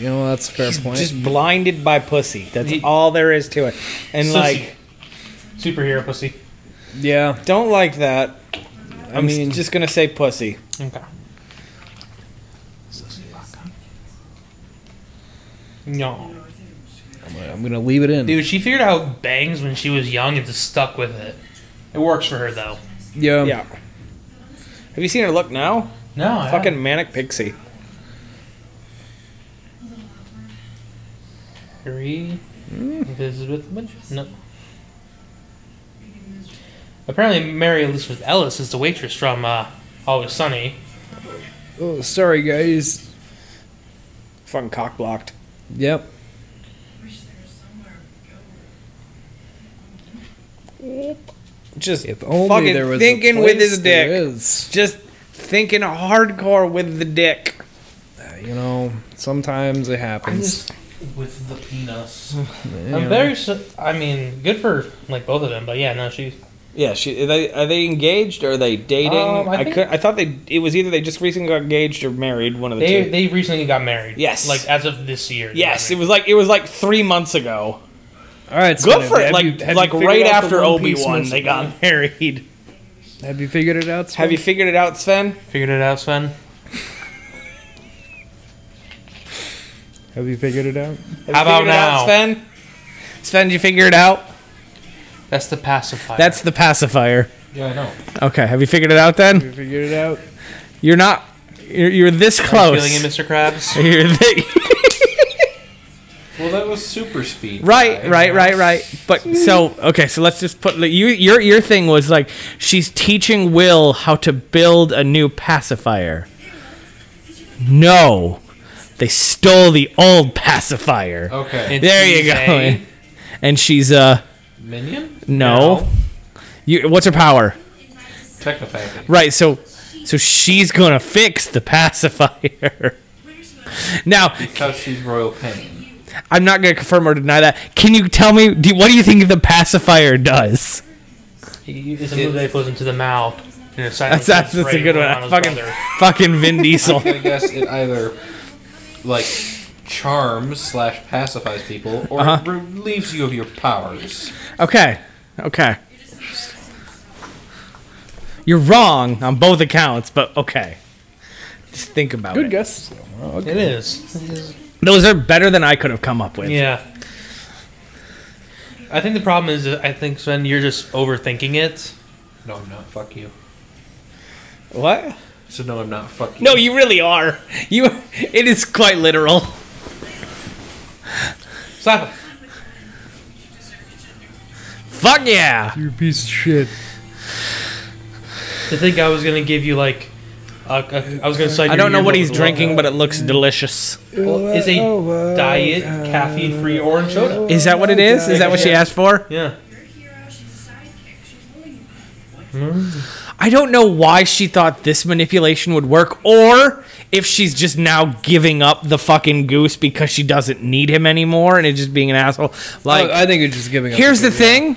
Speaker 5: You know, that's a fair point.
Speaker 4: Just blinded by pussy. That's
Speaker 2: He-
Speaker 4: all there is to it. And
Speaker 2: Sissy.
Speaker 4: like,
Speaker 2: Superhero pussy.
Speaker 5: yeah.
Speaker 4: don't like that.
Speaker 5: I
Speaker 4: I'm s-
Speaker 5: mean,
Speaker 4: just gonna say pussy.
Speaker 2: Okay. No.
Speaker 5: I'm gonna leave it in.
Speaker 2: Dude, she figured out bangs when she was young and just stuck with it. It works for her though.
Speaker 5: Yeah.
Speaker 4: Yeah. Have you seen her look now?
Speaker 2: No, I
Speaker 4: Fucking manic pixie.
Speaker 2: Three.
Speaker 4: Mm.
Speaker 2: Elizabeth Winch- No. Apparently, Mary Elizabeth Ellis is the waitress from uh, Always Sunny.
Speaker 5: Oh, sorry, guys.
Speaker 4: Fucking cock blocked.
Speaker 5: Yep.
Speaker 4: Just
Speaker 5: If only
Speaker 4: fucking
Speaker 5: there was a
Speaker 4: thinking with
Speaker 5: place
Speaker 4: his
Speaker 5: there
Speaker 4: dick.
Speaker 5: is.
Speaker 4: Just thinking hardcore with the dick.
Speaker 5: You know, sometimes it happens.
Speaker 2: With the penis.
Speaker 5: You
Speaker 2: I'm
Speaker 5: know.
Speaker 2: very. Su- I mean, good for like both of them, but yeah, no, she's.
Speaker 4: Yeah, she are they are they engaged or are they dating?
Speaker 2: Um, I
Speaker 4: I,
Speaker 2: think-
Speaker 4: could I thought they it was either they just recently got engaged or married, one of the
Speaker 2: They
Speaker 4: two.
Speaker 2: they recently got married.
Speaker 4: Yes.
Speaker 2: Like as of this year.
Speaker 4: yes, it was like it was like three months ago.
Speaker 5: All right, so
Speaker 4: Good for it.
Speaker 5: have
Speaker 4: Like
Speaker 5: you- have you
Speaker 4: like
Speaker 5: figured
Speaker 4: right
Speaker 5: out the
Speaker 4: after
Speaker 5: One
Speaker 4: Obi
Speaker 5: Piece
Speaker 4: Wan, they
Speaker 5: mystery?
Speaker 4: got married.
Speaker 5: Have you figured it out?
Speaker 4: Have you figured it out, Sven?
Speaker 2: Figured it out, Sven.
Speaker 5: Have you figured it out?
Speaker 4: Have you
Speaker 2: How about
Speaker 4: figured it out,
Speaker 2: now?
Speaker 4: Sven? Sven, did you figure it out?
Speaker 2: That's the pacifier.
Speaker 4: That's the pacifier.
Speaker 8: Yeah, I know.
Speaker 4: Okay, have you figured it out
Speaker 5: Have
Speaker 4: then?
Speaker 5: you figured it out?
Speaker 4: You're not. You're, you're this
Speaker 2: Are you
Speaker 4: close.
Speaker 2: feeling it, Mr. Krabs.
Speaker 4: You're thi-
Speaker 8: Well, that was super speed.
Speaker 4: right, right, right, right. But so okay, so let's just put like, you. Your your thing was like she's teaching Will how to build a new pacifier. No, they stole the old pacifier.
Speaker 8: Okay.
Speaker 2: Oh, And
Speaker 4: There you
Speaker 2: she's
Speaker 4: go.
Speaker 2: a-
Speaker 4: And she's uh
Speaker 8: Minion?
Speaker 4: no. You what's her power?
Speaker 8: Technopathy.
Speaker 4: Right, so so she's gonna fix the pacifier. Now,
Speaker 8: Because she's royal pain.
Speaker 4: I'm not going to confirm or deny that. Can you tell me do, what do you think the pacifier does?
Speaker 2: It's a move that he puts into the mouth. And it's
Speaker 4: That's that's, that's a good one. fucking fucking Vin Diesel.
Speaker 8: I guess it either, like, charms slash pacifies people or
Speaker 4: Uh-huh.
Speaker 8: relieves you of your powers.
Speaker 4: okay, okay. You're wrong on both accounts, but okay. Just think about
Speaker 5: Good
Speaker 4: it.
Speaker 5: guess.
Speaker 2: It is.
Speaker 4: Those are better than I could have come up with.
Speaker 2: Yeah. I think the problem is, that I think Sven, you're just overthinking it.
Speaker 8: No, I'm not. Fuck you.
Speaker 4: What?
Speaker 8: So, no, I'm not. Fuck you.
Speaker 4: No, you really are. You. It is quite literal.
Speaker 2: Slap him.
Speaker 4: Fuck yeah.
Speaker 5: You piece of shit.
Speaker 2: To think I was gonna give you like, a, a, I was gonna cite.
Speaker 4: I
Speaker 2: your
Speaker 4: don't know
Speaker 2: yearbook
Speaker 4: what he's
Speaker 2: as well.
Speaker 4: drinking, but it looks delicious.
Speaker 2: Well, it's a diet caffeine-free orange soda.
Speaker 4: Is that what it is? Is that what she asked for?
Speaker 2: Yeah.
Speaker 7: Oh,
Speaker 4: I don't know why she thought this manipulation would work, or if she's just now giving up the fucking goose because she doesn't need him anymore and it's just being an asshole. Like,
Speaker 5: Oh, I think it's just giving up.
Speaker 4: here's the
Speaker 5: game.
Speaker 4: thing.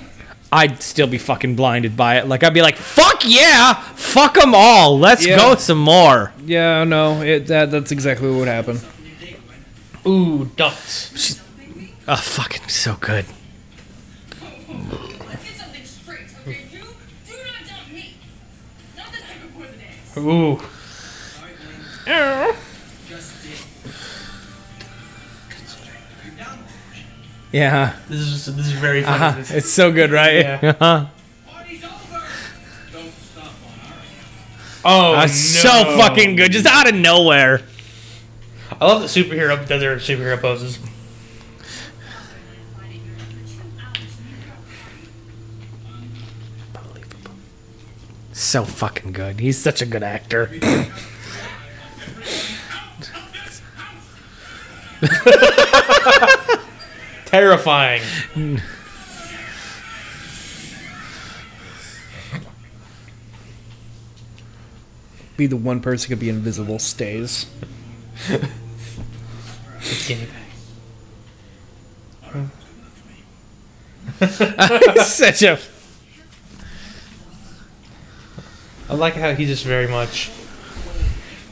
Speaker 4: I'd still be fucking blinded by it. Like I'd be like, "Fuck yeah, fuck them all. Let's
Speaker 5: Yeah.
Speaker 4: go some more."
Speaker 5: Yeah, no, it, that that's exactly what would happen.
Speaker 2: Ooh, ducks.
Speaker 4: Oh, fucking so good.
Speaker 7: oh, Let's get something straight, okay? You do not dump me. Not this time before the dance.
Speaker 2: Ooh.
Speaker 4: Yeah,
Speaker 2: This is this is very funny.
Speaker 4: uh-huh.
Speaker 2: This-
Speaker 4: it's so good, right?
Speaker 2: Yeah.
Speaker 4: Uh-huh.
Speaker 6: Party's over. Don't stop on
Speaker 2: Oh,
Speaker 6: our
Speaker 4: Uh, So
Speaker 2: no.
Speaker 4: fucking good, just out of nowhere.
Speaker 2: I love the superhero that their superhero poses.
Speaker 4: So fucking good. He's such a good actor.
Speaker 2: Terrifying.
Speaker 5: Be the one person who could be invisible stays.
Speaker 2: Guinea
Speaker 4: such a
Speaker 2: I like how he just very
Speaker 4: uh-huh.
Speaker 2: much.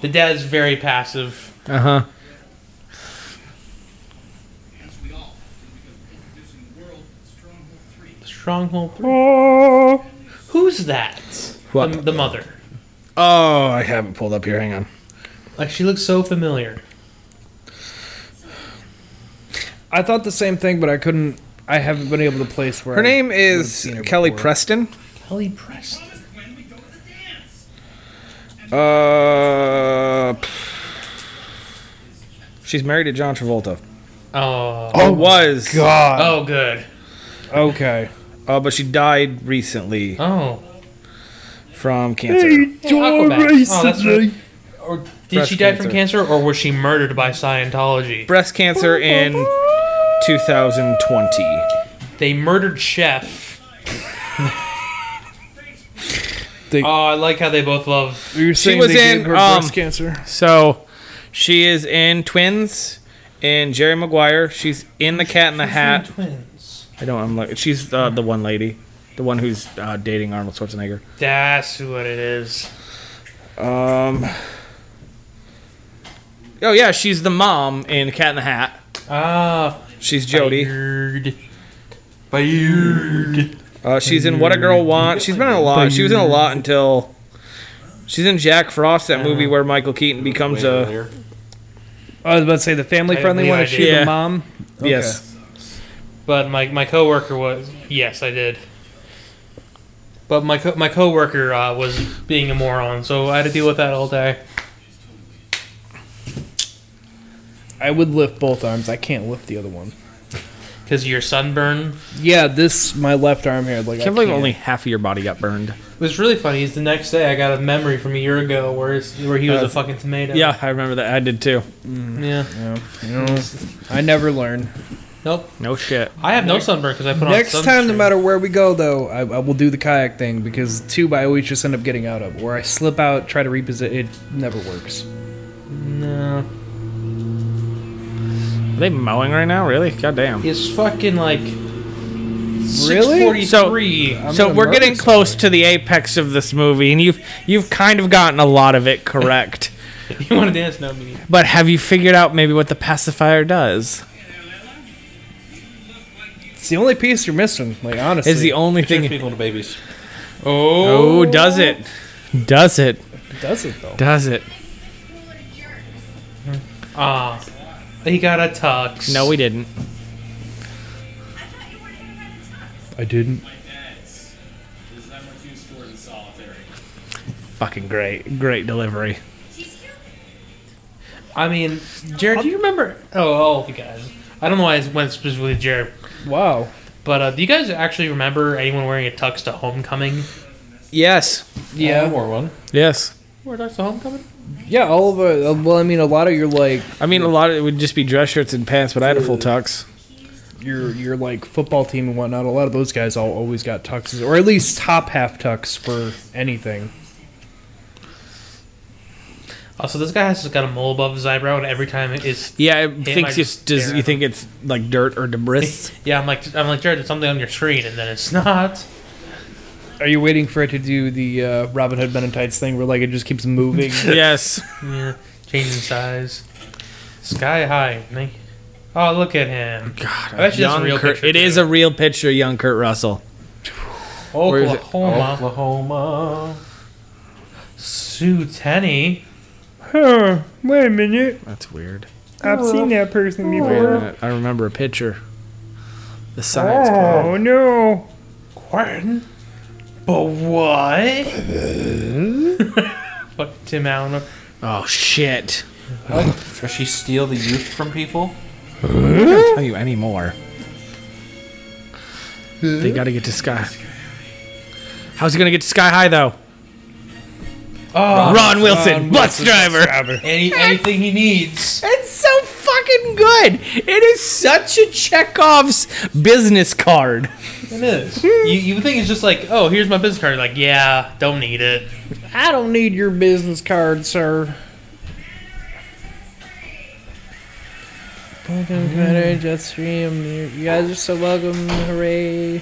Speaker 2: The dad's very passive.
Speaker 4: uh huh.
Speaker 2: Stronghold 3. Who's that?
Speaker 4: What?
Speaker 2: The, the mother.
Speaker 5: Oh, I have it pulled up here. Hang on.
Speaker 2: Like, she looks so familiar.
Speaker 5: I thought the same thing, but I couldn't. I haven't been able to place where
Speaker 4: Her
Speaker 5: I
Speaker 4: name
Speaker 5: would have
Speaker 4: is
Speaker 5: seen her
Speaker 4: Kelly
Speaker 5: before.
Speaker 4: Preston.
Speaker 2: Kelly Preston.
Speaker 6: When we go to the dance.
Speaker 4: Uh, she's married to John Travolta.
Speaker 2: Oh.
Speaker 4: Oh, was.
Speaker 5: God.
Speaker 2: Oh, good.
Speaker 5: Oh, Okay.
Speaker 4: Uh, but she died recently
Speaker 2: Oh.
Speaker 4: from cancer.
Speaker 2: Hey, Aquabat. Oh, that's right. Or did
Speaker 4: Breast
Speaker 2: she die from
Speaker 4: cancer.
Speaker 2: cancer, or was she murdered by Scientology?
Speaker 4: Breast cancer in 2020.
Speaker 2: They murdered Chef.
Speaker 5: They-
Speaker 2: oh, I like how they both love.
Speaker 5: You were saying
Speaker 4: was
Speaker 5: they gave
Speaker 4: in,
Speaker 5: her
Speaker 4: um,
Speaker 5: breast cancer.
Speaker 4: So she is in Twins and Jerry Maguire. She's in The Cat in the Hat.
Speaker 2: Twins.
Speaker 4: I don't. I'm like she's uh, the one lady, the one who's uh, dating Arnold Schwarzenegger.
Speaker 2: That's what it is.
Speaker 4: Um. Oh yeah, she's the mom in Cat in the Hat.
Speaker 2: Ah,
Speaker 4: She's Jodie.
Speaker 2: weird.
Speaker 4: Uh, she's in What a Girl Wants. She's been in a lot. She was in a lot until. She's in Jack Frost, that
Speaker 5: Uh-huh.
Speaker 4: movie where Michael Keaton becomes a
Speaker 8: Earlier.
Speaker 5: I was about to say the family friendly
Speaker 2: believe
Speaker 5: one.
Speaker 2: I
Speaker 5: Is
Speaker 2: did.
Speaker 5: she
Speaker 4: Yeah.
Speaker 5: the mom?
Speaker 4: yes.
Speaker 2: But my my coworker was yes, I did. But my co- my coworker uh, was being a moron, so I had to deal with that all day.
Speaker 5: I would lift both arms. I can't lift the other one.
Speaker 2: Cause your sunburn
Speaker 5: Yeah, this my left arm here. Like
Speaker 4: I can't
Speaker 5: I
Speaker 4: believe only half of your body got burned.
Speaker 2: It was really funny. Is the next day I got a memory from a year ago where it's, where he was
Speaker 4: Uh,
Speaker 2: a fucking tomato.
Speaker 4: Yeah, I remember that. I did too.
Speaker 2: yeah.
Speaker 5: I never learn.
Speaker 2: Nope.
Speaker 4: No shit.
Speaker 2: I have no sunburn because I put on
Speaker 5: Next time, no
Speaker 2: sunscreen.
Speaker 5: matter where we go, though, I, I will do the kayak thing because the tube I always just end up getting out of, or I slip out, try to reposition. It never works.
Speaker 2: No,
Speaker 4: Are they mowing right now? Really? God damn.
Speaker 2: it's fucking like
Speaker 5: Really?
Speaker 2: really forty-three.
Speaker 5: I'm
Speaker 4: so
Speaker 5: gonna
Speaker 4: we're
Speaker 5: murder
Speaker 4: getting close to the apex of this movie, and you've you've kind of gotten a lot of it correct.
Speaker 2: you want to dance? No, me.
Speaker 4: but have you figured out maybe what the pacifier does?
Speaker 5: It's the only piece you're missing. Like honestly,
Speaker 4: Is the only
Speaker 8: Turns
Speaker 4: thing.
Speaker 8: people into babies.
Speaker 2: Oh,
Speaker 4: Oh, does it? Does it?
Speaker 5: it doesn't though.
Speaker 4: Does it?
Speaker 2: ah, he got a tux.
Speaker 4: No, we didn't.
Speaker 5: I didn't.
Speaker 4: Fucking great, great delivery.
Speaker 2: I mean, Jared, do you remember? Oh, all of you guys. I don't know why I went specifically to Jared,
Speaker 5: Wow.
Speaker 2: but uh, do you guys actually remember anyone wearing a tux to homecoming?
Speaker 4: Yes.
Speaker 5: Yeah.
Speaker 8: Or one.
Speaker 4: Yes.
Speaker 2: Wore a tux to homecoming?
Speaker 5: yeah. All of our, uh, well, I mean, a lot of your like
Speaker 4: I mean, a lot of it would just be dress shirts and pants, but I had a full tux.
Speaker 5: your your like football team and whatnot. A lot of those guys all always got tuxes, or at least top half tux for anything.
Speaker 2: Also, Oh, this guy has got a mole above his eyebrow, and every time it's
Speaker 4: Yeah, I think
Speaker 2: I
Speaker 4: it's
Speaker 2: just
Speaker 4: does
Speaker 2: stare
Speaker 4: you
Speaker 2: at
Speaker 4: think it's like dirt or debris?
Speaker 2: yeah, I'm like I'm like Jared, it's something on your screen, and then it's not.
Speaker 5: Are you waiting for it to do the uh, Robin Hood Men in Tights thing, where like it just keeps moving?
Speaker 4: yes.
Speaker 2: Yeah, changing size, sky high. man. Oh, look at him,
Speaker 4: God,
Speaker 2: I bet you that's a
Speaker 4: young
Speaker 2: real
Speaker 4: Kurt,
Speaker 2: picture,
Speaker 4: it is
Speaker 2: too.
Speaker 4: a real picture, of young Kurt Russell. where is it?
Speaker 2: Oklahoma,
Speaker 8: Oklahoma.
Speaker 2: Sue Tenney.
Speaker 5: Huh, wait a minute.
Speaker 4: That's weird.
Speaker 5: I've seen that person
Speaker 4: Wait a minute. I remember a picture. The science.
Speaker 5: Oh no.
Speaker 2: Quentin? But what? Fuck Tim Allen.
Speaker 4: Oh shit!
Speaker 8: Does she steal the youth from people?
Speaker 4: I can't tell you anymore. They gotta get to sky. How's he gonna get to sky high though? Ron, Wilson, bus driver.
Speaker 2: Any, anything he needs.
Speaker 4: It's so fucking good. It is such a Chekhov's business card.
Speaker 2: It is. you, you think it's just like, oh, here's my business card. You're like, yeah, don't need it.
Speaker 5: I don't need your business card, sir. Welcome, Twitter, just stream. You you guys are so welcome. Hooray.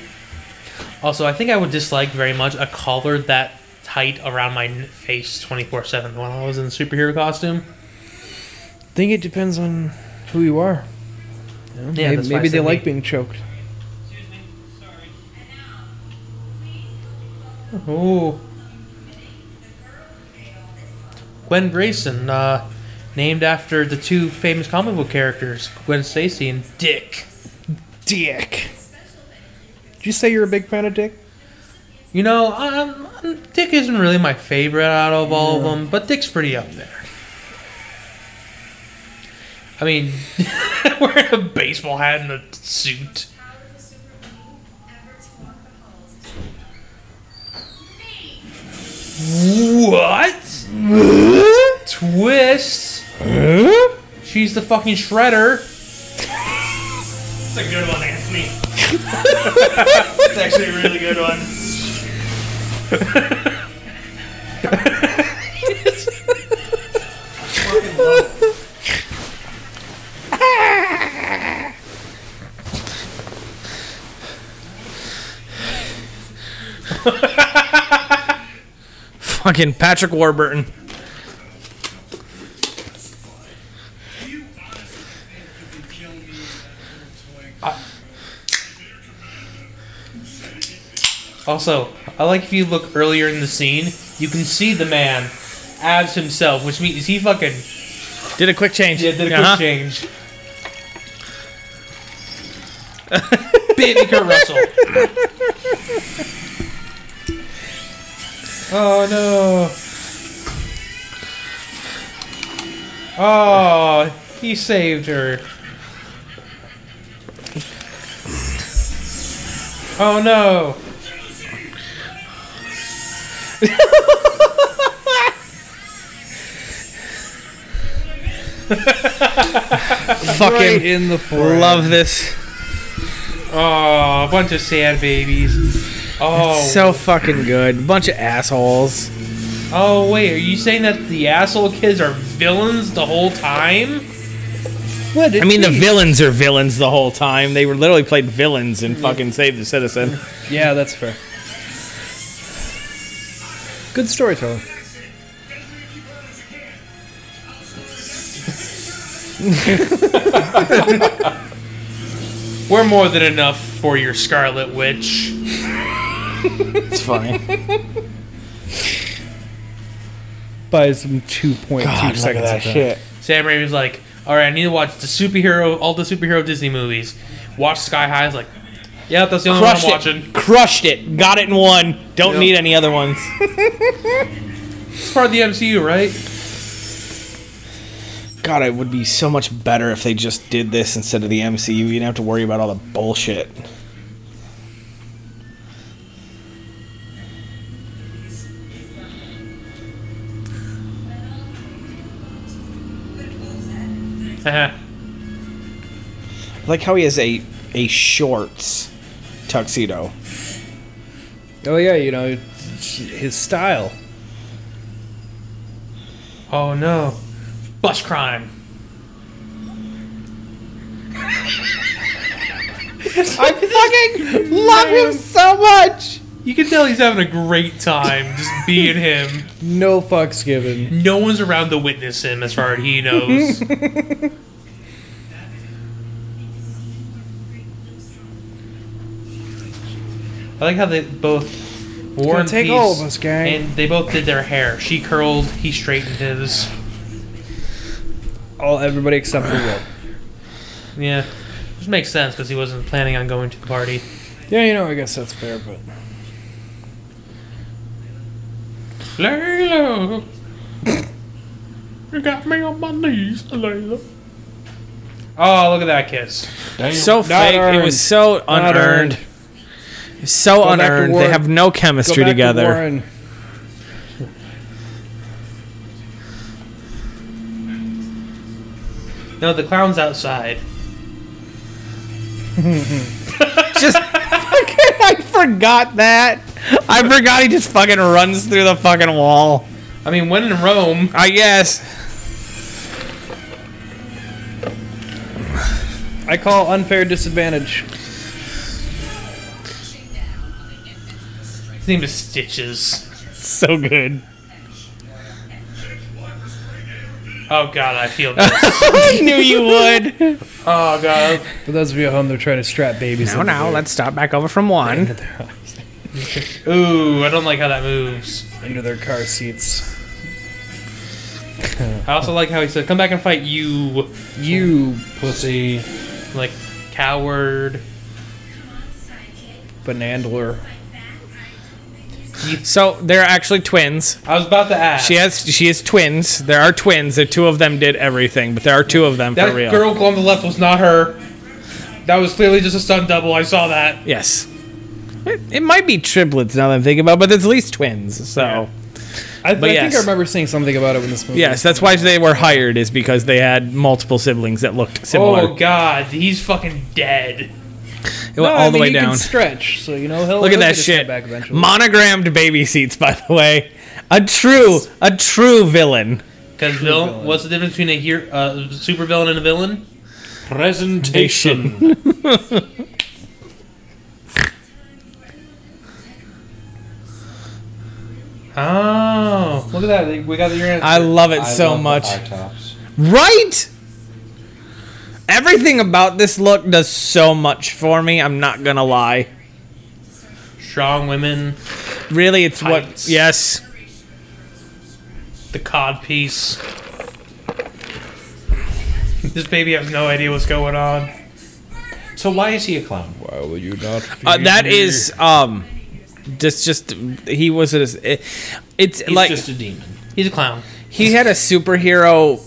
Speaker 2: Also, I think I would dislike very much a collar that tight around my n- face 24 7 when I was in superhero costume.
Speaker 5: think it depends on who you are.
Speaker 2: Yeah,
Speaker 5: maybe
Speaker 2: that's why I
Speaker 5: maybe they
Speaker 2: said
Speaker 5: like
Speaker 2: me.
Speaker 5: being choked.
Speaker 6: Excuse me. Sorry.
Speaker 7: And now,
Speaker 2: Ooh. Gwen Grayson, uh, named after the two famous comic book characters, Gwen Stacy and Dick.
Speaker 5: Dick. Did you say you're a big fan of Dick?
Speaker 2: You know, um, Dick isn't really my favorite out of all of them, but Dick's pretty up there. I mean, wearing a baseball hat and a suit. What? Twist. She's the fucking shredder.
Speaker 9: It's a good one, Anthony. it's actually a really good one.
Speaker 4: Fucking Patrick Warburton.
Speaker 6: You honestly think you can kill me with that little toy
Speaker 2: Also, I like if you look earlier in the scene, you can see the man as himself, which means he fucking
Speaker 4: Did a quick change.
Speaker 2: did a quick
Speaker 4: Uh-huh.
Speaker 2: change. Baby Kurt Russell. oh no. Oh, he saved her. Oh no.
Speaker 4: Fucking
Speaker 5: Right in the forehead.
Speaker 4: love this.
Speaker 2: Oh, a bunch of sad babies. Oh,
Speaker 4: So fucking good. Bunch of assholes.
Speaker 2: oh wait, are you saying that the asshole kids are villains the whole time?
Speaker 5: What?
Speaker 4: I mean, the villains are villains the whole time. They were literally played villains and fucking saved the citizen.
Speaker 5: Yeah, that's fair. Good storytelling.
Speaker 2: We're more than enough for your Scarlet Witch.
Speaker 4: It's funny.
Speaker 5: By some 2.2 seconds of that.
Speaker 4: shit.
Speaker 2: Sam Raimi's like, all right, I need to watch the superhero, all the superhero Disney movies. Watch Sky High. Is like, yeah, that's the only
Speaker 4: Crushed
Speaker 2: one I'm
Speaker 4: it.
Speaker 2: watching.
Speaker 4: Crushed it. Got it in one. Don't need any other ones.
Speaker 2: It's part of the MCU, right?
Speaker 4: God, it would be so much better if they just did this instead of the MCU. You didn't have to worry about all the bullshit.
Speaker 2: Haha.
Speaker 4: I like how he has a a shorts tuxedo.
Speaker 5: Oh, yeah, you know, it's his style.
Speaker 2: oh no, bus crime.
Speaker 4: I fucking love him so much.
Speaker 2: You can tell he's having a great time just being him.
Speaker 5: No fucks given.
Speaker 2: No one's around to witness him as far as he knows. I like how they both wore in
Speaker 5: take
Speaker 2: peace,
Speaker 5: all of us, gang.
Speaker 2: and they both did their hair. She curled, he straightened his.
Speaker 5: All everybody except for Will.
Speaker 2: Yeah, which makes sense because he wasn't planning on going to the party.
Speaker 5: Yeah, you know, I guess that's fair, but.
Speaker 2: Layla, you got me on my knees, Layla. Oh, look at that kiss.
Speaker 4: So fake. It
Speaker 5: earned.
Speaker 4: was so
Speaker 5: Not
Speaker 4: unearned. So
Speaker 5: back to
Speaker 4: unearned. They
Speaker 5: Warren.
Speaker 4: have no
Speaker 5: Go
Speaker 4: chemistry
Speaker 5: back to
Speaker 4: together.
Speaker 5: Warren.
Speaker 2: No, the clown's outside.
Speaker 4: Just fucking, I forgot that. I forgot he just fucking runs through the fucking wall.
Speaker 2: I mean, when in Rome,
Speaker 4: I guess.
Speaker 5: I call unfair disadvantage.
Speaker 2: his name is Stitches.
Speaker 4: So good.
Speaker 2: Oh god, I feel this.
Speaker 4: I knew you would.
Speaker 2: oh god.
Speaker 5: For those of you at home, they're trying to strap babies.
Speaker 4: Now,
Speaker 5: in
Speaker 4: now,
Speaker 5: there.
Speaker 4: let's start back over from one.
Speaker 2: Ooh, I don't like how that moves.
Speaker 5: into their car seats.
Speaker 2: I also like how he said, "Come back and fight you,
Speaker 5: You
Speaker 3: Pussy.
Speaker 2: like coward."
Speaker 5: banandler.
Speaker 4: So they're actually twins.
Speaker 2: I was about to ask.
Speaker 4: She has she is twins. There are twins. The two of them did everything, but there are two of them
Speaker 2: that
Speaker 4: for real.
Speaker 2: girl on the left was not her. That was clearly just a stunt double. I saw that.
Speaker 4: Yes. It, it might be triplets now that I'm thinking about, it, but it's at least twins. So
Speaker 5: I, I
Speaker 4: yes.
Speaker 5: think I remember seeing something about it in this movie.
Speaker 4: yes, that's why they were hired is because they had multiple siblings that looked similar
Speaker 2: Oh God, he's fucking dead.
Speaker 4: It went
Speaker 5: No,
Speaker 4: all
Speaker 5: I
Speaker 4: the
Speaker 5: mean,
Speaker 4: way
Speaker 5: he
Speaker 4: down.
Speaker 5: Can stretch, so you know he'll
Speaker 4: Look at
Speaker 5: he'll
Speaker 4: that
Speaker 5: get his head
Speaker 4: shit.
Speaker 5: Back eventually.
Speaker 4: Monogrammed baby seats, by the way. A true, a true villain.
Speaker 2: Because Bill, what's the difference between a hero, uh, super villain and a villain?
Speaker 3: Presentation.
Speaker 2: Oh, look at that. We got your answer.
Speaker 4: I love it so
Speaker 8: love the
Speaker 4: much.
Speaker 8: high tops.
Speaker 4: Right? Everything about this look does so much for me. I'm not gonna lie.
Speaker 2: Strong women,
Speaker 4: Really, it's what.
Speaker 2: Heights.
Speaker 4: Yes.
Speaker 2: the cod piece. This baby has no idea what's going on.
Speaker 3: so why is he a clown?
Speaker 5: Why will you not?
Speaker 4: Uh, that is um, just just he was a. it- It's
Speaker 3: He's
Speaker 4: like
Speaker 3: just a demon.
Speaker 2: He's a clown.
Speaker 4: he had a superhero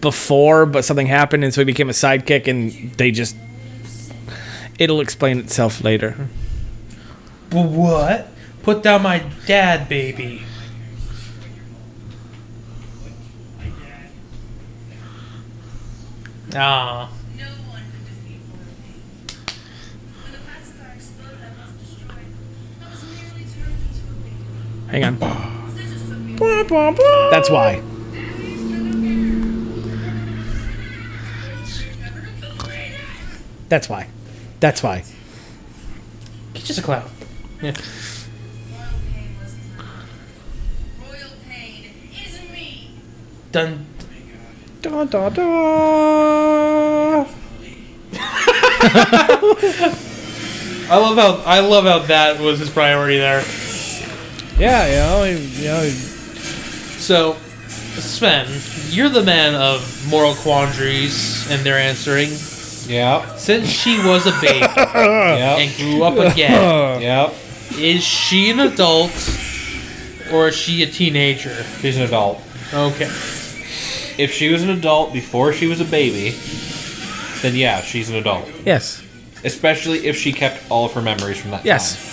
Speaker 4: before, but something happened, and so he became a sidekick, and they just. It'll explain itself later.
Speaker 2: But what? Put down my dad, baby. Ah,
Speaker 7: No one could defeat one of me. When the pacifier exploded, I was destroyed. I was nearly turned into a baby.
Speaker 4: Hang on.
Speaker 7: Scissors took me
Speaker 4: That's why. That's why. That's why.
Speaker 2: he's just a clown.
Speaker 7: Royal pain was Royal pain is me.
Speaker 2: Done.
Speaker 5: Da, da, da.
Speaker 2: I love how I love how that was his priority there.
Speaker 5: Yeah, you know, he- you know, he-
Speaker 2: So, Sven, you're the man of moral quandaries and their answering.
Speaker 8: Yep.
Speaker 2: Since she was a baby
Speaker 8: Yep.
Speaker 4: Uh,
Speaker 2: and grew up again,
Speaker 8: Yep.
Speaker 2: is she an adult or is she a teenager?
Speaker 8: She's an adult.
Speaker 2: Okay.
Speaker 8: If she was an adult before she was a baby, then yeah, she's an adult.
Speaker 4: Yes.
Speaker 8: Especially if she kept all of her memories from that
Speaker 4: Yes.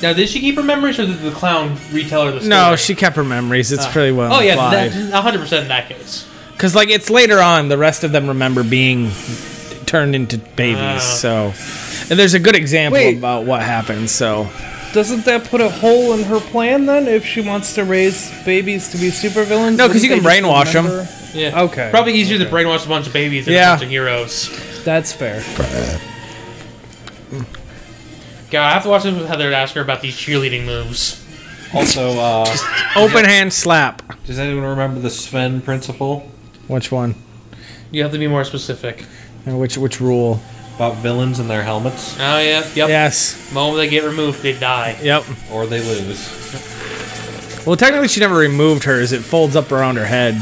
Speaker 2: Now, did she keep her memories, or did the clown retell her the story?
Speaker 4: No, she kept her memories. It's pretty well.
Speaker 2: Oh yeah,
Speaker 4: implied.
Speaker 2: that, 100% in that case.
Speaker 4: Because like it's later on, the rest of them remember being turned into babies.
Speaker 2: Ah.
Speaker 4: so, and there's a good example
Speaker 5: Wait.
Speaker 4: about what happens. So,
Speaker 5: doesn't that put a hole in her plan then? If she wants to raise babies to be supervillains?
Speaker 4: No, 'cause you
Speaker 5: Wouldn't
Speaker 4: can
Speaker 5: they just
Speaker 4: brainwash 'em.
Speaker 5: remember?
Speaker 2: Yeah.
Speaker 5: Okay.
Speaker 2: Probably easier to brainwash a bunch of babies than
Speaker 4: Yeah.
Speaker 2: a bunch of heroes.
Speaker 5: That's fair.
Speaker 2: God, I have to watch this with Heather to ask her about these cheerleading moves.
Speaker 8: time. Also, uh,
Speaker 4: open hand slap.
Speaker 8: does anyone remember the Sven principle
Speaker 4: Which one?
Speaker 2: You have to be more specific.
Speaker 4: Uh, Which which rule?
Speaker 8: about villains and their helmets?
Speaker 2: Oh yeah, yep.
Speaker 4: Yes.
Speaker 2: Moment they get removed, they die.
Speaker 4: Yep.
Speaker 8: Or they lose.
Speaker 4: Well, technically, she never removed hers. It folds up around her head.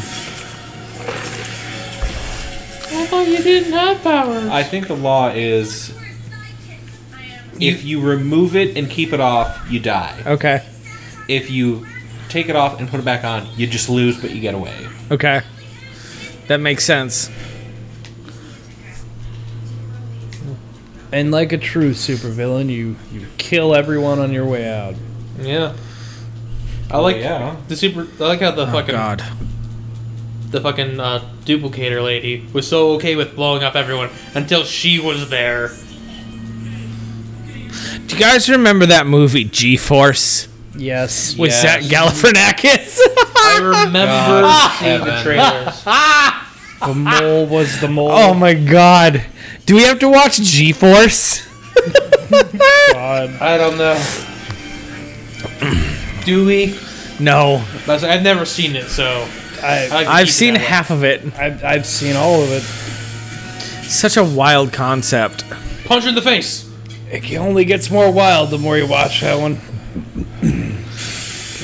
Speaker 2: Oh,
Speaker 8: I think the law is
Speaker 7: We're sidekicks. I am
Speaker 8: if you remove it and keep it off, you die.
Speaker 4: Okay.
Speaker 8: If you take it off and put it back on, you just lose, but you get away.
Speaker 4: Okay. That makes sense.
Speaker 5: And like a true supervillain, you you kill everyone on your way out.
Speaker 2: Yeah. I like
Speaker 8: Oh, yeah.
Speaker 2: the super. I like how the fucking
Speaker 4: Oh, God.
Speaker 2: the fucking uh, duplicator lady was so okay with blowing up everyone until she was there.
Speaker 4: Do you guys remember that movie G Force
Speaker 5: Yes.
Speaker 4: with Zach Galifianakis?
Speaker 2: I remember seeing the
Speaker 8: Heaven.
Speaker 2: trailers.
Speaker 5: The mole was the mole.
Speaker 4: oh my God. Do we have to watch G Force?
Speaker 5: God.
Speaker 2: I don't know. Do we?
Speaker 4: No,
Speaker 2: That's- I've never seen it, so
Speaker 5: I,
Speaker 2: I
Speaker 4: I've seen half of it.
Speaker 5: I've, I've seen all of it.
Speaker 4: Such a wild concept.
Speaker 2: Punch her in the face.
Speaker 5: It only gets more wild the more you watch that one.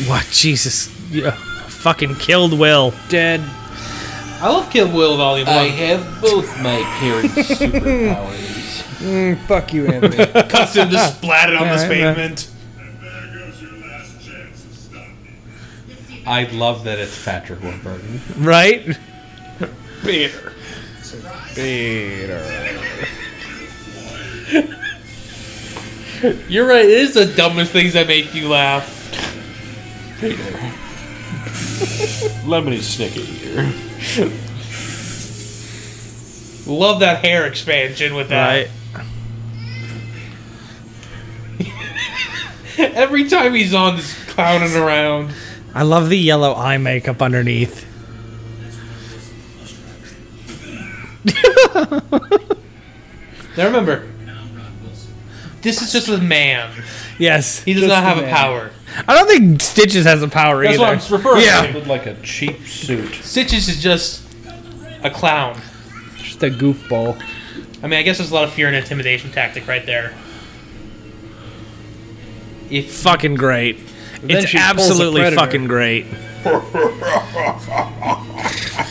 Speaker 4: What? Jesus. Yeah. Fucking killed Will.
Speaker 5: Dead.
Speaker 2: I love Kill Will Volume
Speaker 8: I
Speaker 2: 1.
Speaker 8: have both my parents' superpowers.
Speaker 5: Fuck you, Anthony.
Speaker 2: Cuts him to splat it on this
Speaker 5: Alright, man.
Speaker 2: pavement.
Speaker 6: There goes your last chance of stopping.
Speaker 3: I love that it's Patrick Warburton.
Speaker 4: Right?
Speaker 2: Beer. Beer. You're right, it is the dumbest things that make you laugh.
Speaker 8: Lemony Snicket here.
Speaker 2: Love that hair expansion with that.
Speaker 4: Right.
Speaker 2: Every time he's on, just clowning around.
Speaker 4: I love the yellow eye makeup underneath.
Speaker 2: Now remember, this is just a man.
Speaker 4: Yes.
Speaker 2: He does not have a power.
Speaker 4: I don't think Stitches has a power
Speaker 2: That's
Speaker 4: either.
Speaker 2: what I'm referring
Speaker 4: Yeah.
Speaker 2: to.
Speaker 3: Looked like a cheap suit.
Speaker 2: Stitches is just a clown.
Speaker 5: Just a goofball.
Speaker 2: I mean, I guess there's a lot of fear and intimidation tactic right there. If
Speaker 4: fucking great.
Speaker 5: then
Speaker 4: It's
Speaker 5: she pulls a
Speaker 4: absolutely
Speaker 5: predator.
Speaker 4: fucking great.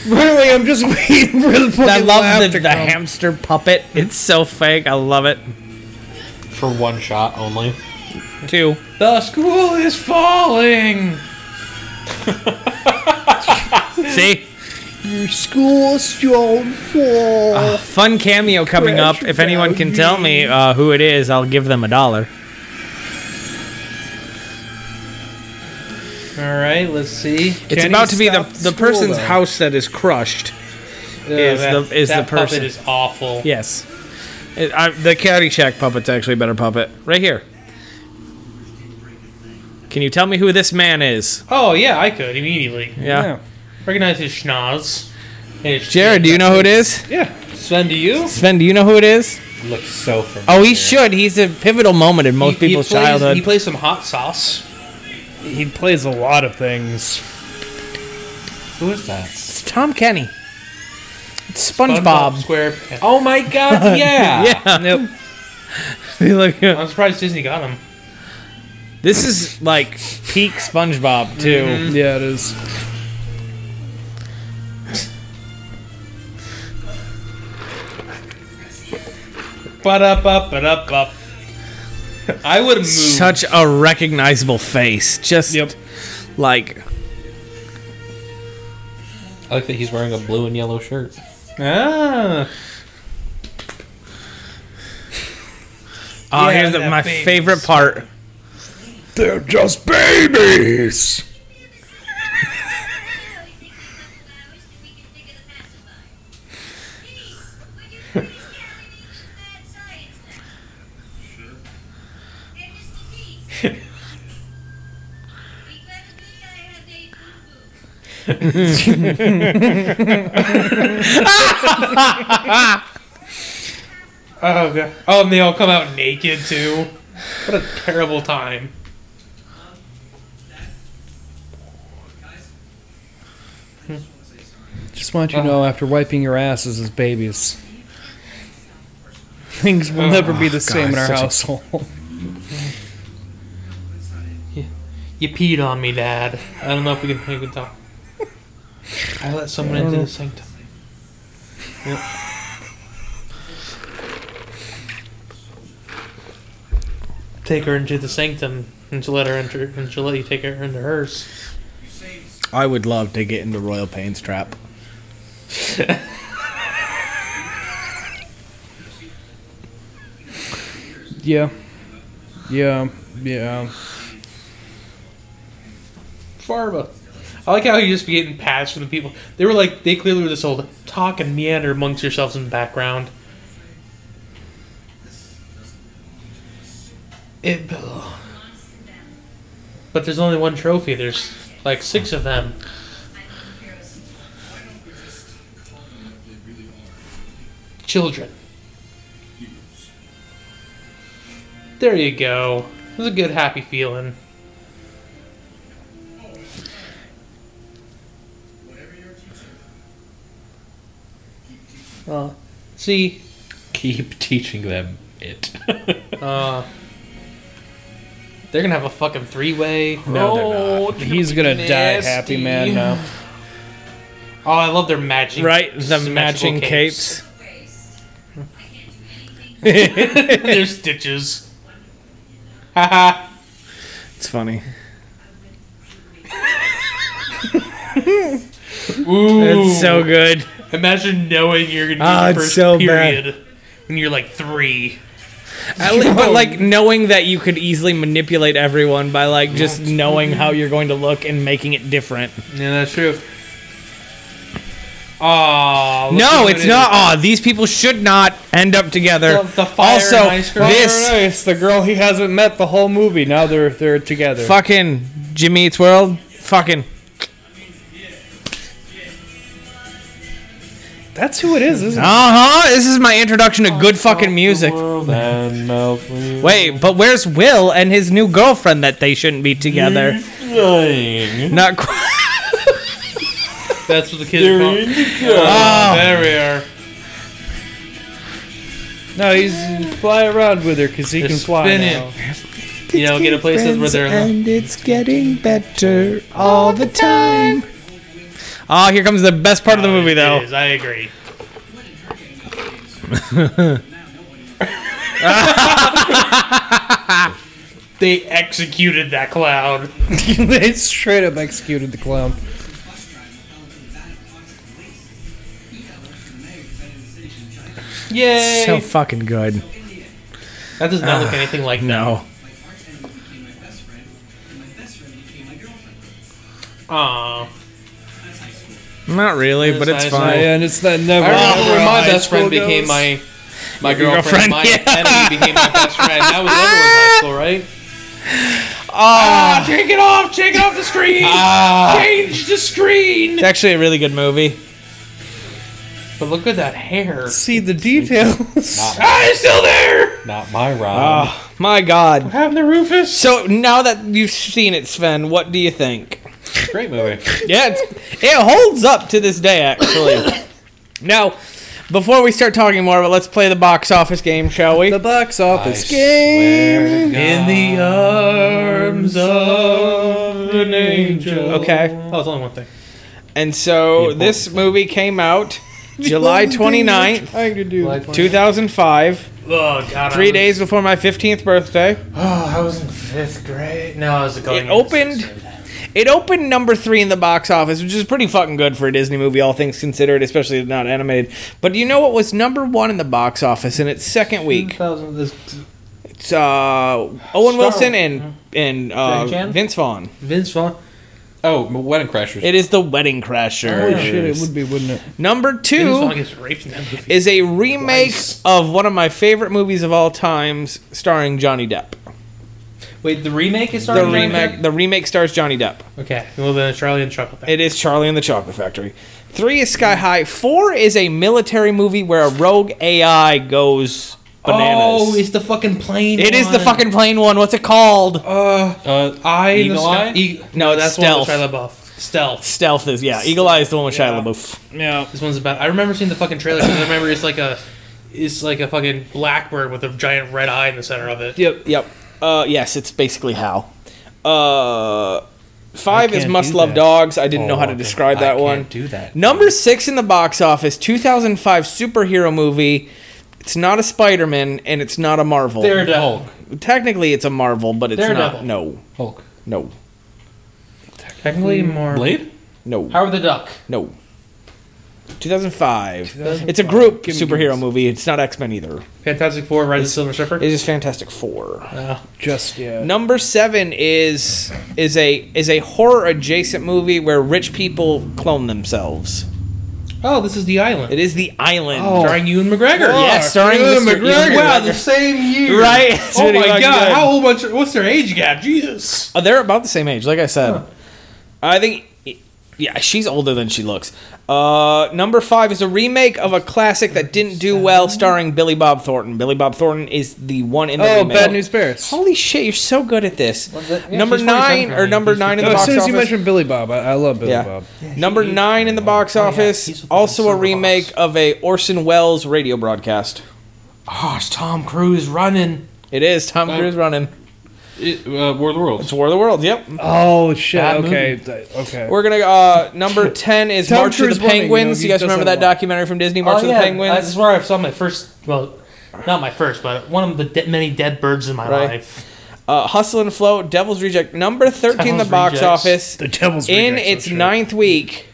Speaker 5: Really, I'm just waiting for the fucking
Speaker 4: I
Speaker 5: laugh
Speaker 4: love the,
Speaker 5: to
Speaker 4: the
Speaker 5: come.
Speaker 4: hamster puppet. It's so fake. I love it.
Speaker 8: For one shot only.
Speaker 4: Too.
Speaker 2: the school is falling,
Speaker 4: See?
Speaker 5: Your school's stone fall.
Speaker 4: Ah, Fun cameo coming up.
Speaker 5: Crash
Speaker 4: If anyone can tell me uh, who it is, I'll give them a dollar.
Speaker 2: all right, let's see.
Speaker 4: It's
Speaker 5: Can
Speaker 4: about
Speaker 5: he
Speaker 4: to be the,
Speaker 5: stop
Speaker 4: the
Speaker 5: school,
Speaker 4: person's
Speaker 5: though?
Speaker 4: house that is crushed. is
Speaker 2: Uh, that,
Speaker 4: the is
Speaker 2: that
Speaker 4: the
Speaker 2: puppet
Speaker 4: person?
Speaker 2: is awful.
Speaker 4: yes. It, I, the Caddyshack puppet's actually a better puppet. Right here. Can you tell me who this man is?
Speaker 2: Oh yeah, I could immediately
Speaker 4: Yeah.
Speaker 2: recognize his schnoz. And his
Speaker 4: Jared, do you know who it is?
Speaker 2: Sven, do you?
Speaker 4: Sven, do you know who it is?
Speaker 3: Looks so familiar.
Speaker 4: Oh, he should. He's a pivotal moment in most
Speaker 2: He- he
Speaker 4: people's
Speaker 2: plays-
Speaker 4: childhood.
Speaker 2: He plays some hot sauce.
Speaker 5: He plays a lot of things.
Speaker 3: Who is that?
Speaker 4: It's Tom Kenny. It's SpongeBob.
Speaker 2: SquarePants.
Speaker 3: Oh my god, yeah!
Speaker 4: Yeah.
Speaker 5: Nope.
Speaker 2: I'm surprised Disney got him.
Speaker 4: this is like peak SpongeBob too.
Speaker 5: Yeah, it is.
Speaker 2: But up, up, but up, up. I would move.
Speaker 4: Such a recognizable face. Just
Speaker 5: Yep.
Speaker 4: like
Speaker 8: I like that he's wearing a blue and yellow shirt.
Speaker 2: ah,
Speaker 4: oh,
Speaker 2: Yeah,
Speaker 4: here's the,
Speaker 2: that
Speaker 4: my
Speaker 2: baby's-
Speaker 4: favorite part.
Speaker 5: They're just babies.
Speaker 2: oh god. Oh, and they all come out naked too. What a terrible time.
Speaker 5: Just want you to know, after wiping your asses as babies, things will never be the same in our household.
Speaker 2: You peed on me, Dad. I don't know if we can, we can talk. I let someone into the sanctum. Yep. Take her into the sanctum, and she'll let her enter, and she'll let you take her into hers.
Speaker 4: I would love to get into Royal Pain's trap.
Speaker 5: yeah. Yeah. Yeah.
Speaker 2: Farva. I like how you just be getting passed from the people. They were like, they clearly were this old talk and meander amongst yourselves in the background. It belongs. But there's only one trophy. There's like six of them. Children. There you go. It was a good, happy feeling. See,
Speaker 3: Keep teaching them it.
Speaker 2: They're gonna have a fucking three way.
Speaker 3: No, they're not.
Speaker 5: He's gonna die happy man now.
Speaker 2: Oh, I love their matching.
Speaker 4: Right, the
Speaker 2: symmetrical
Speaker 4: matching capes.
Speaker 7: Waste. I can't do anything.
Speaker 2: Their stitches. Haha.
Speaker 4: It's funny.
Speaker 2: Ooh.
Speaker 4: It's so good.
Speaker 2: Imagine knowing you're gonna be
Speaker 4: Ah,
Speaker 2: your
Speaker 4: it's
Speaker 2: first
Speaker 4: so
Speaker 2: period when you're like three.
Speaker 4: At least, but like knowing that you could easily manipulate everyone by like just knowing how you're going to look and making it different.
Speaker 2: Yeah, that's true. Oh
Speaker 4: No, it's not. Aw, these people should not end up together.
Speaker 2: The- the fire
Speaker 4: also,
Speaker 2: and ice cream.
Speaker 4: this
Speaker 5: Fire and Ice, the girl he hasn't met the whole movie. Now they're they're together.
Speaker 4: fucking Jimmy Eats World, fucking
Speaker 5: That's who it is, isn't
Speaker 4: uh huh. This is my introduction to good fucking music. Wait, but where's Will and his new girlfriend that they shouldn't be together? Not quite.
Speaker 2: That's what the kids are calling.
Speaker 4: Oh.
Speaker 2: There we are.
Speaker 5: it? No, he's fly around with her because he
Speaker 2: They're
Speaker 5: can fly
Speaker 2: spinning.
Speaker 5: now.
Speaker 2: You know, get a places where they're.
Speaker 4: it's getting better all the time. Oh, here comes the best part of the movie,
Speaker 2: Ah, It
Speaker 4: though.
Speaker 2: is, I agree. they executed that cloud.
Speaker 5: they straight up executed the clown.
Speaker 2: Yay!
Speaker 4: So fucking good.
Speaker 2: that does not look anything like
Speaker 4: No.
Speaker 2: that. Aw.
Speaker 4: Not really, but it's
Speaker 2: Nice.
Speaker 5: Oh,
Speaker 4: fine.
Speaker 5: yeah, and it's that never.
Speaker 2: I remember
Speaker 5: ever
Speaker 2: when my
Speaker 5: high
Speaker 2: best friend
Speaker 5: school
Speaker 2: became
Speaker 5: goes.
Speaker 2: my my
Speaker 4: Your
Speaker 2: girlfriend.
Speaker 4: girlfriend,
Speaker 2: My
Speaker 4: yeah.
Speaker 2: enemy became my best friend. That was everyone's high school, right?
Speaker 4: Oh,
Speaker 2: Ah, Take it off! Take it off the screen!
Speaker 4: Ah.
Speaker 2: Change the screen!
Speaker 4: it's actually a really good movie.
Speaker 2: But look at that hair.
Speaker 5: See the details.
Speaker 2: Ah, it's still there!
Speaker 3: Not my
Speaker 8: Ah.
Speaker 3: Rob.
Speaker 4: My God.
Speaker 2: Having the Rufus?
Speaker 4: So now that you've seen it, Sven, what do you think?
Speaker 3: Great movie.
Speaker 4: Yeah, it's, it holds up to this day, actually. now, before we start talking more, but let's play the box office game, shall we?
Speaker 5: The box office
Speaker 3: Swear
Speaker 5: game.
Speaker 3: to
Speaker 2: In the arms of an angel.
Speaker 4: Okay.
Speaker 2: Oh, it's only one thing.
Speaker 4: And so this movie came out July 29th,
Speaker 5: I can do.
Speaker 4: 2005,
Speaker 2: Oh, God.
Speaker 4: three days before my 15th birthday.
Speaker 2: Oh, I was in fifth grade. No, I was going.
Speaker 4: It opened. It opened number three in the box office, which is pretty fucking good for a Disney movie, all things considered, especially not animated. But you know what was number one in the box office in its second week? It's uh, Owen Wilson
Speaker 5: Mm-hmm.
Speaker 4: and and
Speaker 2: Jackie
Speaker 4: uh,
Speaker 2: Chan?
Speaker 4: Vince Vaughn.
Speaker 2: Vince Vaughn.
Speaker 3: Oh, Wedding Crashers.
Speaker 4: It is the Wedding Crasher.
Speaker 5: Holy shit, it would be, wouldn't it?
Speaker 4: Number
Speaker 2: Vince Vaughn
Speaker 4: two
Speaker 2: gets raped in that movie.
Speaker 4: is a remake
Speaker 2: Twice.
Speaker 4: of one of my favorite movies of all times, starring Johnny Depp.
Speaker 2: Wait, the remake is
Speaker 4: The
Speaker 2: starting.
Speaker 4: remake, the remake stars Johnny Depp.
Speaker 2: Okay. Well, then Charlie and Chocolate. Factory.
Speaker 4: It is Charlie and the Chocolate Factory. Three is Sky High. Four is a military movie where a rogue AI goes bananas.
Speaker 2: Oh, it's the fucking plane.
Speaker 4: it is the
Speaker 2: one.
Speaker 4: fucking plane one. What's it called?
Speaker 2: Uh,
Speaker 3: uh,
Speaker 2: I
Speaker 3: Eagle
Speaker 2: the
Speaker 3: Eye?
Speaker 2: E- no,
Speaker 4: No,
Speaker 2: that's
Speaker 4: it's
Speaker 2: the one with
Speaker 4: Stealth.
Speaker 2: Shia LaBeouf. Stealth.
Speaker 4: Stealth is yeah. Eagle Eye is the one with Shia LaBeouf.
Speaker 5: Yeah.
Speaker 2: This one's about. I remember seeing the fucking trailer. 'cause I remember it's like a, it's like a fucking blackbird with a giant red eye in the center of it.
Speaker 4: Yep. Yep. Uh, yes, it's basically how. Uh, five is
Speaker 5: can't
Speaker 4: Must
Speaker 5: do
Speaker 4: Love
Speaker 5: that.
Speaker 4: Dogs. I didn't know how to describe that
Speaker 3: I
Speaker 4: one.
Speaker 3: Can't do that.
Speaker 4: Number six in the box office, 2005 superhero movie. It's not a Spider-Man and it's not a Marvel.
Speaker 2: Daredevil.
Speaker 4: Technically, it's a Marvel, but it's not.
Speaker 2: Daredevil.
Speaker 4: No,
Speaker 3: Hulk.
Speaker 4: no,
Speaker 2: Technically more.
Speaker 3: Blade.
Speaker 4: no,
Speaker 2: Howard the Duck.
Speaker 4: no. 2005. It's a group superhero movie. It's not X Men either.
Speaker 2: Fantastic Four. Rise of the Silver Surfer. Uh,
Speaker 4: It is Fantastic Four.
Speaker 5: Just yeah.
Speaker 4: Number seven is is a is a horror adjacent movie where rich people clone themselves.
Speaker 2: Oh, this is The Island.
Speaker 4: It is The Island.
Speaker 2: Starring Ewan McGregor.
Speaker 4: Yes, starring
Speaker 2: Ewan
Speaker 4: Mr. Ewan
Speaker 2: McGregor. Wow,
Speaker 4: McGregor.
Speaker 2: the same year.
Speaker 4: Right.
Speaker 2: Oh my God! How whole bunch? What's their age gap? Jesus.
Speaker 4: Oh, they're about the same age, like I said. I think, yeah, she's older than she looks. Uh, number five is a remake of a classic that didn't do well, starring Billy Bob Thornton. Billy Bob Thornton is the one in the
Speaker 5: Oh,
Speaker 4: remake.
Speaker 5: Bad News Bears.
Speaker 4: Holy shit, you're so good at this.
Speaker 2: yeah,
Speaker 4: number
Speaker 2: she's 47
Speaker 4: nine or
Speaker 2: currently.
Speaker 4: number
Speaker 2: She's
Speaker 4: nine in
Speaker 5: No,
Speaker 4: the
Speaker 5: Oh, as
Speaker 4: box
Speaker 5: soon as you
Speaker 4: office.
Speaker 5: mentioned Billy Bob, I, I love Billy
Speaker 4: Yeah.
Speaker 5: Bob.
Speaker 4: Number nine in the box
Speaker 2: Oh, yeah,
Speaker 4: office.
Speaker 2: he's with the
Speaker 4: also a
Speaker 2: Silver Fox.
Speaker 4: remake of a Orson Welles radio broadcast.
Speaker 2: Oh, it's Tom Cruise running.
Speaker 4: It is Tom Cruise running.
Speaker 8: It, uh, War of the Worlds.
Speaker 4: It's War of the Worlds. Yep.
Speaker 5: Oh shit!
Speaker 4: Bad
Speaker 5: okay, th- okay.
Speaker 4: We're gonna uh, number ten is
Speaker 5: Tom
Speaker 4: March
Speaker 5: Cruise
Speaker 4: of the
Speaker 5: running, you know,
Speaker 4: Penguins.
Speaker 5: he
Speaker 4: you guys
Speaker 5: does
Speaker 4: remember
Speaker 5: that a
Speaker 4: that
Speaker 5: lot. Oh,
Speaker 4: documentary from Disney, March of the Penguins?
Speaker 2: That's where I saw my first. Well, not my first, but one of the de- many dead birds in my
Speaker 4: Right.
Speaker 2: life.
Speaker 4: Uh, Hustle and Flow, Devil's Reject, number thirteen, in the
Speaker 2: Devil's
Speaker 4: box
Speaker 2: Rejects.
Speaker 4: office.
Speaker 5: the Devil's
Speaker 4: in
Speaker 5: Rejects,
Speaker 4: its
Speaker 5: oh, shit.
Speaker 4: ninth week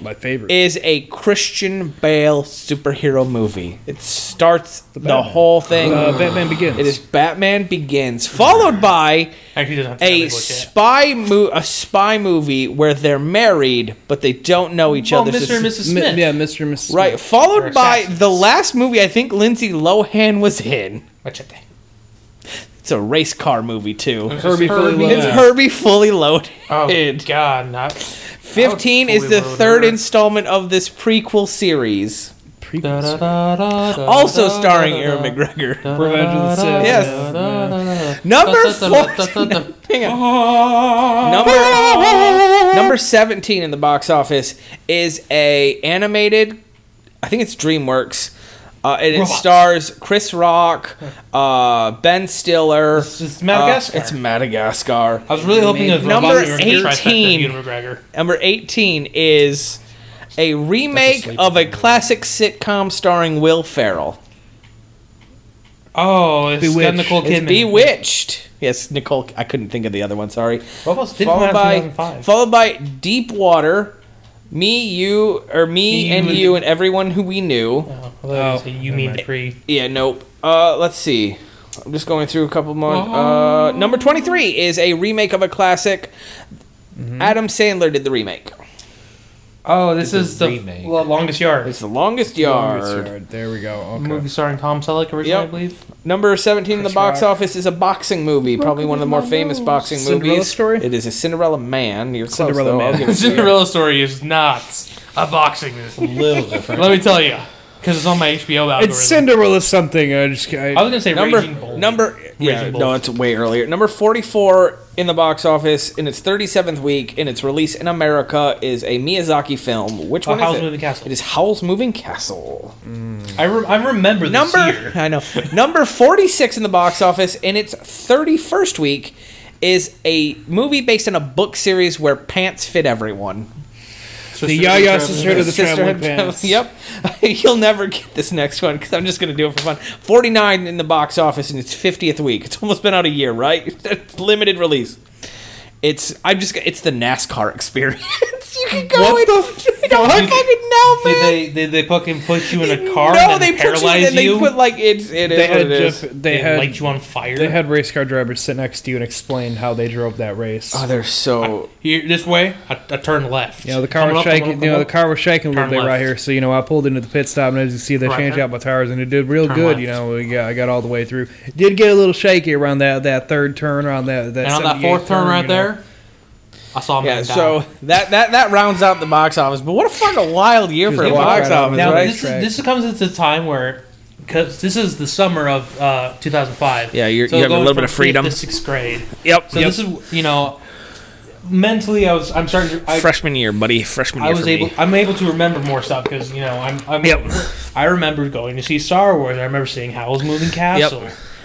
Speaker 5: My favorite.
Speaker 4: is a Christian Bale superhero movie. It starts the, whole thing.
Speaker 5: uh, Batman Begins.
Speaker 4: it is Batman Begins, followed by
Speaker 2: Actually, doesn't have to
Speaker 4: a
Speaker 2: tell me what yet.
Speaker 4: spy mo- a spy movie where they're married but they don't know each
Speaker 2: Well,
Speaker 4: other.
Speaker 2: Mr. and Mrs.
Speaker 5: Mi-
Speaker 2: Smith.
Speaker 5: yeah, Mr. and Mrs.
Speaker 4: Right, followed
Speaker 2: They're
Speaker 4: by
Speaker 2: assassins.
Speaker 4: the last movie I think Lindsay Lohan was in.
Speaker 2: Machete.
Speaker 4: It's a race car movie too.
Speaker 5: Herbie Fully Loaded.
Speaker 4: It's Herbie Fully Loaded.
Speaker 2: Oh God, not
Speaker 4: 15 is
Speaker 2: Fully
Speaker 4: the third
Speaker 2: Loaded.
Speaker 4: installment of this prequel series.
Speaker 2: Da, da, da, da, da,
Speaker 4: Also
Speaker 2: da, da,
Speaker 4: starring
Speaker 2: da,
Speaker 4: Aaron
Speaker 2: da,
Speaker 4: McGregor.
Speaker 2: da,
Speaker 5: Revenge
Speaker 2: da,
Speaker 5: of the
Speaker 2: da,
Speaker 5: Sith.
Speaker 2: da,
Speaker 4: Yes.
Speaker 2: da, da, da, da.
Speaker 4: Number
Speaker 2: Da, da, da, da, da,
Speaker 4: 14.
Speaker 2: da. Ah.
Speaker 4: Hang on. Number, number 17 in the box office is a animated, I think it's DreamWorks. Uh, and it
Speaker 2: Robots.
Speaker 4: stars Chris Rock, uh, Ben Stiller.
Speaker 2: It's
Speaker 4: Uh,
Speaker 2: Madagascar.
Speaker 4: it's Madagascar.
Speaker 2: I was really hoping that
Speaker 4: Number
Speaker 2: Robin would be
Speaker 4: 18.
Speaker 2: trifecta of Ewan McGregor.
Speaker 4: Number 18 is a remake
Speaker 3: sleeper
Speaker 4: of a classic sitcom starring Will Ferrell.
Speaker 2: Oh, it's
Speaker 5: Bewitched.
Speaker 2: got Nicole
Speaker 4: It's
Speaker 2: Kidman.
Speaker 4: Bewitched. Yes, Nicole. I couldn't think of the other one. Sorry.
Speaker 2: What else did
Speaker 4: Followed by
Speaker 2: 2005?
Speaker 4: followed by Deep Water, me, you, or
Speaker 2: Me,
Speaker 4: me and
Speaker 2: you, and-
Speaker 4: you and everyone who we knew.
Speaker 2: Oh, well, you mean the pre?
Speaker 4: Yeah, nope. Uh, let's see. I'm just going through a couple more.
Speaker 2: Oh.
Speaker 4: Uh, number 23 is a remake of a classic.
Speaker 2: Mm-hmm.
Speaker 4: Adam Sandler did the remake.
Speaker 2: Oh, this is the
Speaker 8: remake.
Speaker 2: lo- longest yard.
Speaker 4: It's The Longest Yard.
Speaker 5: Longest Yard. There we go. Okay.
Speaker 2: Movie starring Tom Selleck originally,
Speaker 4: Yep.
Speaker 2: I believe.
Speaker 4: Number 17 in the
Speaker 5: Chris
Speaker 4: box
Speaker 5: Rock.
Speaker 4: office is a boxing movie, probably one of the more famous boxing
Speaker 5: Cinderella
Speaker 4: movies.
Speaker 5: Story?
Speaker 4: It is a Cinderella Man. You're close,
Speaker 5: Cinderella
Speaker 4: though.
Speaker 5: Man.
Speaker 4: I'll give it to you.
Speaker 2: Cinderella story is not a boxing movie.
Speaker 8: little different.
Speaker 2: Let me tell you, because it's on my HBO algorithm.
Speaker 5: It's Cinderella something. I just I,
Speaker 2: I was gonna say Raging
Speaker 4: number
Speaker 2: Bull.
Speaker 4: number yeah,
Speaker 2: Raging Bull.
Speaker 4: no it's way earlier number 44 in the box office in its 37th week in its release in america is a miyazaki film which
Speaker 2: Uh,
Speaker 4: one
Speaker 2: Howl's
Speaker 4: is it?
Speaker 2: Moving Castle.
Speaker 4: it is howl's moving castle
Speaker 2: I, re- I remember this
Speaker 4: number
Speaker 2: year.
Speaker 4: i know number 46 in the box office in its 31st week is a movie based on a book series where pants fit everyone
Speaker 5: the Yaya Sisterhood of the Traveling
Speaker 4: Sisterhood
Speaker 5: Pants.
Speaker 4: Yep. You'll never get this next one because I'm just going to do it for fun. 49 in the box office in its 50th week. It's almost been out a year, right? It's limited release. It's I'm just it's the NASCAR experience. you can go
Speaker 2: What
Speaker 4: in, I don't
Speaker 2: fuck?
Speaker 4: fucking know,
Speaker 2: Did
Speaker 4: man.
Speaker 2: they, did they fucking put you in a car
Speaker 4: no,
Speaker 2: and
Speaker 4: they
Speaker 2: then
Speaker 4: put you
Speaker 2: paralyze
Speaker 4: in and
Speaker 2: you?
Speaker 4: they put like it's it is
Speaker 5: They
Speaker 4: what
Speaker 5: had
Speaker 4: it is.
Speaker 5: Jeff,
Speaker 2: they
Speaker 5: they had
Speaker 2: light you on fire.
Speaker 5: they had race car drivers sit next to you and explain how they drove that race.
Speaker 4: Oh, they're so
Speaker 2: Here, this way, I, I turn left.
Speaker 5: You know, the car
Speaker 2: Coming
Speaker 5: was
Speaker 2: up, coming up,
Speaker 5: shaking. You know,
Speaker 2: coming
Speaker 5: the
Speaker 2: up.
Speaker 5: car was shaking a little
Speaker 2: Turn
Speaker 5: bit right
Speaker 2: left.
Speaker 5: here. So you know, I pulled into the pit stop, and as you see, they
Speaker 2: Right
Speaker 5: changed
Speaker 2: turn.
Speaker 5: out my tires, and it did real
Speaker 2: Turn
Speaker 5: good.
Speaker 2: left.
Speaker 5: You know, we got, I got all the way through. Did get a little shaky around that that third turn, around that that
Speaker 2: And on that
Speaker 5: 78
Speaker 2: fourth turn right
Speaker 5: you know.
Speaker 2: there, I saw a man
Speaker 4: yeah,
Speaker 2: die.
Speaker 4: so that, that that rounds out the box office. But what a fucking wild year for the
Speaker 5: It was
Speaker 4: box
Speaker 5: right on.
Speaker 4: office,
Speaker 5: Now,
Speaker 2: Now
Speaker 4: right?
Speaker 2: this
Speaker 5: Track.
Speaker 2: is, this comes at the time where because this is the summer of uh, 2005.
Speaker 4: Yeah, you're-
Speaker 2: so
Speaker 4: you have a
Speaker 2: going
Speaker 4: little bit
Speaker 2: from
Speaker 4: of freedom.
Speaker 2: fifth to sixth grade.
Speaker 4: Yep.
Speaker 2: So this is you know mentally I was I'm starting to I,
Speaker 4: Freshman year, buddy. Freshman
Speaker 2: I was able I'm able to remember more stuff because you know I'm, I'm
Speaker 4: Yep.
Speaker 2: I remember going to see Star Wars. I remember seeing Howl's Moving Castle.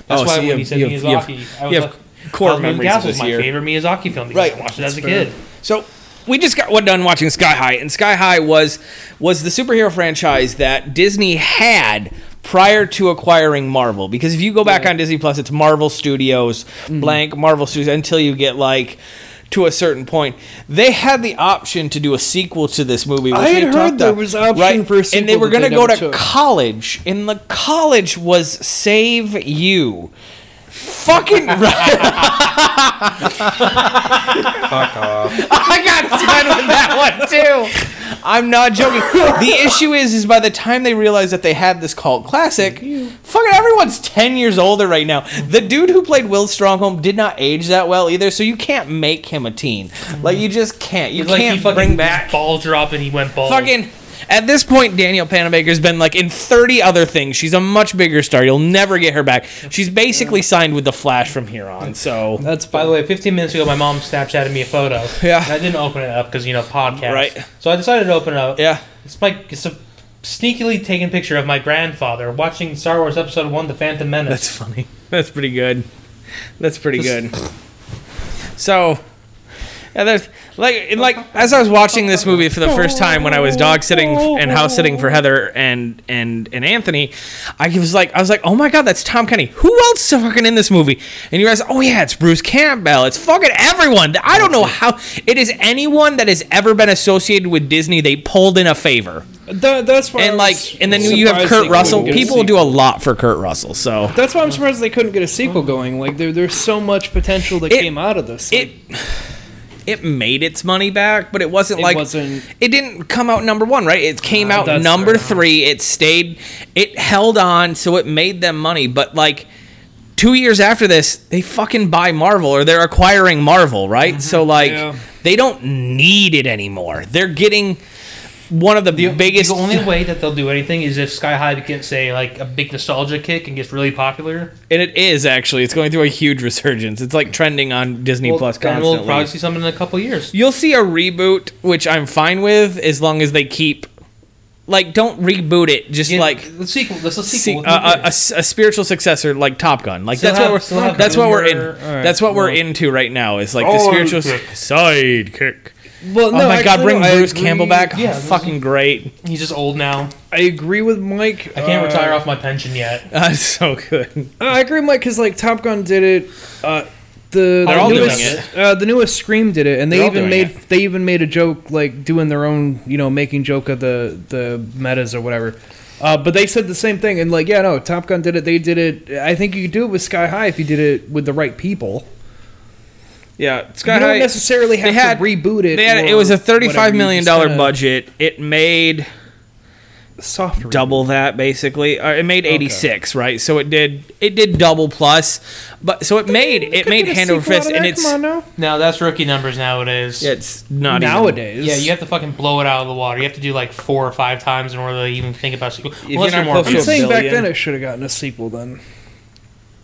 Speaker 2: That's
Speaker 4: Oh,
Speaker 2: why
Speaker 4: so you
Speaker 2: when
Speaker 4: have-
Speaker 2: he said
Speaker 4: you have- you have-
Speaker 2: Miyazaki, I was
Speaker 4: you
Speaker 2: like,
Speaker 4: have core
Speaker 2: Howl's Moving
Speaker 4: memories of
Speaker 2: Castle is
Speaker 4: this
Speaker 2: my
Speaker 4: year.
Speaker 2: favorite Miyazaki film. Because
Speaker 4: Right.
Speaker 2: I watched it as a
Speaker 5: fair.
Speaker 2: kid.
Speaker 4: So we just got well, done watching Sky High, and Sky High was was the superhero franchise that Disney had prior to acquiring Marvel. Because if you go back on Disney Plus, it's Marvel Studios,
Speaker 5: Mm.
Speaker 4: blank Marvel Studios, until you get like to a certain point. They had the option to do a sequel to this movie. which
Speaker 5: I
Speaker 4: we
Speaker 5: had
Speaker 4: talked
Speaker 5: heard there
Speaker 4: about,
Speaker 5: was option for a
Speaker 4: and they
Speaker 5: sequel
Speaker 4: were
Speaker 5: that
Speaker 4: going to
Speaker 5: they
Speaker 4: go
Speaker 5: never
Speaker 4: to
Speaker 5: took.
Speaker 4: college, and the college was Save You. Fucking right.
Speaker 8: Fuck off.
Speaker 4: I got done with that one too. I'm not joking. The issue is, is by the time they realized that they had this cult classic, fucking everyone's ten years older right now. The dude who played Will Strongholm did not age that well either, so you can't make him a teen. Like you just can't. You
Speaker 2: It's like he
Speaker 4: can't
Speaker 2: fucking
Speaker 4: bring back
Speaker 2: ball drop and he went bald.
Speaker 4: fucking. At this point, Daniel Panabaker's been like in 30 other things. She's a much bigger star. You'll never get her back. She's basically signed with The Flash from here on. So
Speaker 2: That's by the way, 15 minutes ago, my mom Snapchatted me a photo.
Speaker 4: Yeah.
Speaker 2: and I didn't open it up because you know podcast.
Speaker 4: Right.
Speaker 2: So I decided to open it up.
Speaker 4: yeah,
Speaker 2: It's my it's a sneakily taken picture of my grandfather watching Star Wars Episode One: The Phantom Menace.
Speaker 4: That's funny. That's pretty good. That's pretty good. So, yeah, there's like and, like as I was watching this movie for the first time when I was dog sitting and house sitting for Heather and and and Anthony, I was like I was like, oh my god, that's Tom Kenny. Who else is fucking in this movie? And you realize, oh yeah, it's Bruce Campbell. It's fucking everyone. I don't know how it is anyone that has ever been associated with Disney. They pulled in a favor,
Speaker 5: That, that's why I
Speaker 4: and
Speaker 5: was
Speaker 4: like, and then you have
Speaker 5: surprised they
Speaker 4: Kurt
Speaker 5: couldn't
Speaker 4: Russell.
Speaker 5: get a
Speaker 4: People will do
Speaker 5: sequel.
Speaker 4: a lot for Kurt Russell. So
Speaker 5: That's why I'm surprised they couldn't get a
Speaker 2: Oh.
Speaker 5: sequel going. Like there, there's so much potential that
Speaker 4: It-
Speaker 5: came out of this. Like,
Speaker 4: it it made its money back, but it wasn't
Speaker 5: It
Speaker 4: like
Speaker 5: wasn't-
Speaker 4: it didn't come out number one, right? It came
Speaker 5: Ah,
Speaker 4: out
Speaker 5: that's
Speaker 4: number
Speaker 5: fair.
Speaker 4: three. It stayed, it held on, so it made them money. But like two years after this, they fucking buy Marvel or they're acquiring Marvel, right? So like
Speaker 5: yeah.
Speaker 4: they don't need it anymore. They're getting one of the, biggest.
Speaker 2: The only way that they'll do anything is if Sky High gets say like a big nostalgia kick and gets really popular.
Speaker 4: and it is actually. It's going through a huge resurgence. It's like trending on Disney Plus
Speaker 2: then
Speaker 4: constantly.
Speaker 2: we'll probably see something in a couple years.
Speaker 4: You'll see a reboot, which I'm fine with, as long as they keep, like, don't reboot it. Just
Speaker 2: Get-
Speaker 4: like
Speaker 2: the sequel. This is a
Speaker 4: see, uh,
Speaker 2: sequel.
Speaker 4: a, a- a s- a spiritual successor, like Top Gun. Like
Speaker 2: Still
Speaker 4: that's
Speaker 2: have-
Speaker 4: what
Speaker 2: still
Speaker 4: we're
Speaker 2: have
Speaker 4: that's what we're in.
Speaker 2: Gunslinger. All right,
Speaker 4: that's what we're
Speaker 2: well.
Speaker 4: into right now. Is like the
Speaker 5: Oh,
Speaker 4: spiritual sidekick.
Speaker 5: well,
Speaker 4: oh my god,
Speaker 5: actually,
Speaker 4: bring
Speaker 5: no, I
Speaker 4: Bruce
Speaker 5: agree-
Speaker 4: Campbell back.
Speaker 2: Yeah,
Speaker 4: Oh,
Speaker 2: this
Speaker 4: fucking great.
Speaker 2: He's just old now.
Speaker 5: I agree with Mike. uh,
Speaker 2: I can't retire off my pension yet.
Speaker 4: That's so good.
Speaker 5: I agree with Mike because like Top Gun did it. Uh, the
Speaker 2: They're
Speaker 5: the
Speaker 2: all doing
Speaker 5: newest Uh, the newest Scream did it, and they
Speaker 4: They're all
Speaker 5: even
Speaker 4: doing
Speaker 5: made they even made a joke like doing their own you know making joke of the the metas or whatever. Uh, but they said the same thing, and like yeah, no, Top Gun did it. They did it. I think you could do it with Sky High if you did it with the right people.
Speaker 4: Yeah,
Speaker 5: You don't necessarily have
Speaker 4: they had-
Speaker 5: to reboot it.
Speaker 4: They had,
Speaker 5: or
Speaker 4: it was a
Speaker 5: whatever,
Speaker 4: thirty-five
Speaker 5: you
Speaker 4: million
Speaker 5: just
Speaker 4: dollar
Speaker 5: kinda-
Speaker 4: budget. It made
Speaker 5: soft reboot.
Speaker 4: double that basically or it made 86 right so it did it did double plus but so it made it
Speaker 5: Could
Speaker 4: made
Speaker 5: get a
Speaker 4: hand over
Speaker 5: sequel out
Speaker 4: fist
Speaker 5: of
Speaker 4: and
Speaker 5: that,
Speaker 4: it's
Speaker 5: come on now.
Speaker 2: Now that's rookie numbers nowadays.
Speaker 4: it's not even-
Speaker 5: nowadays.
Speaker 2: Yeah, you have to fucking blow it out of the water. You have to do like four or five times in order to even think about sequel. Unless
Speaker 4: you're
Speaker 2: you're
Speaker 4: not close
Speaker 5: I'm
Speaker 4: to
Speaker 2: Morbius,
Speaker 4: a
Speaker 5: saying back
Speaker 4: billion.
Speaker 5: then it should have gotten a sequel. Then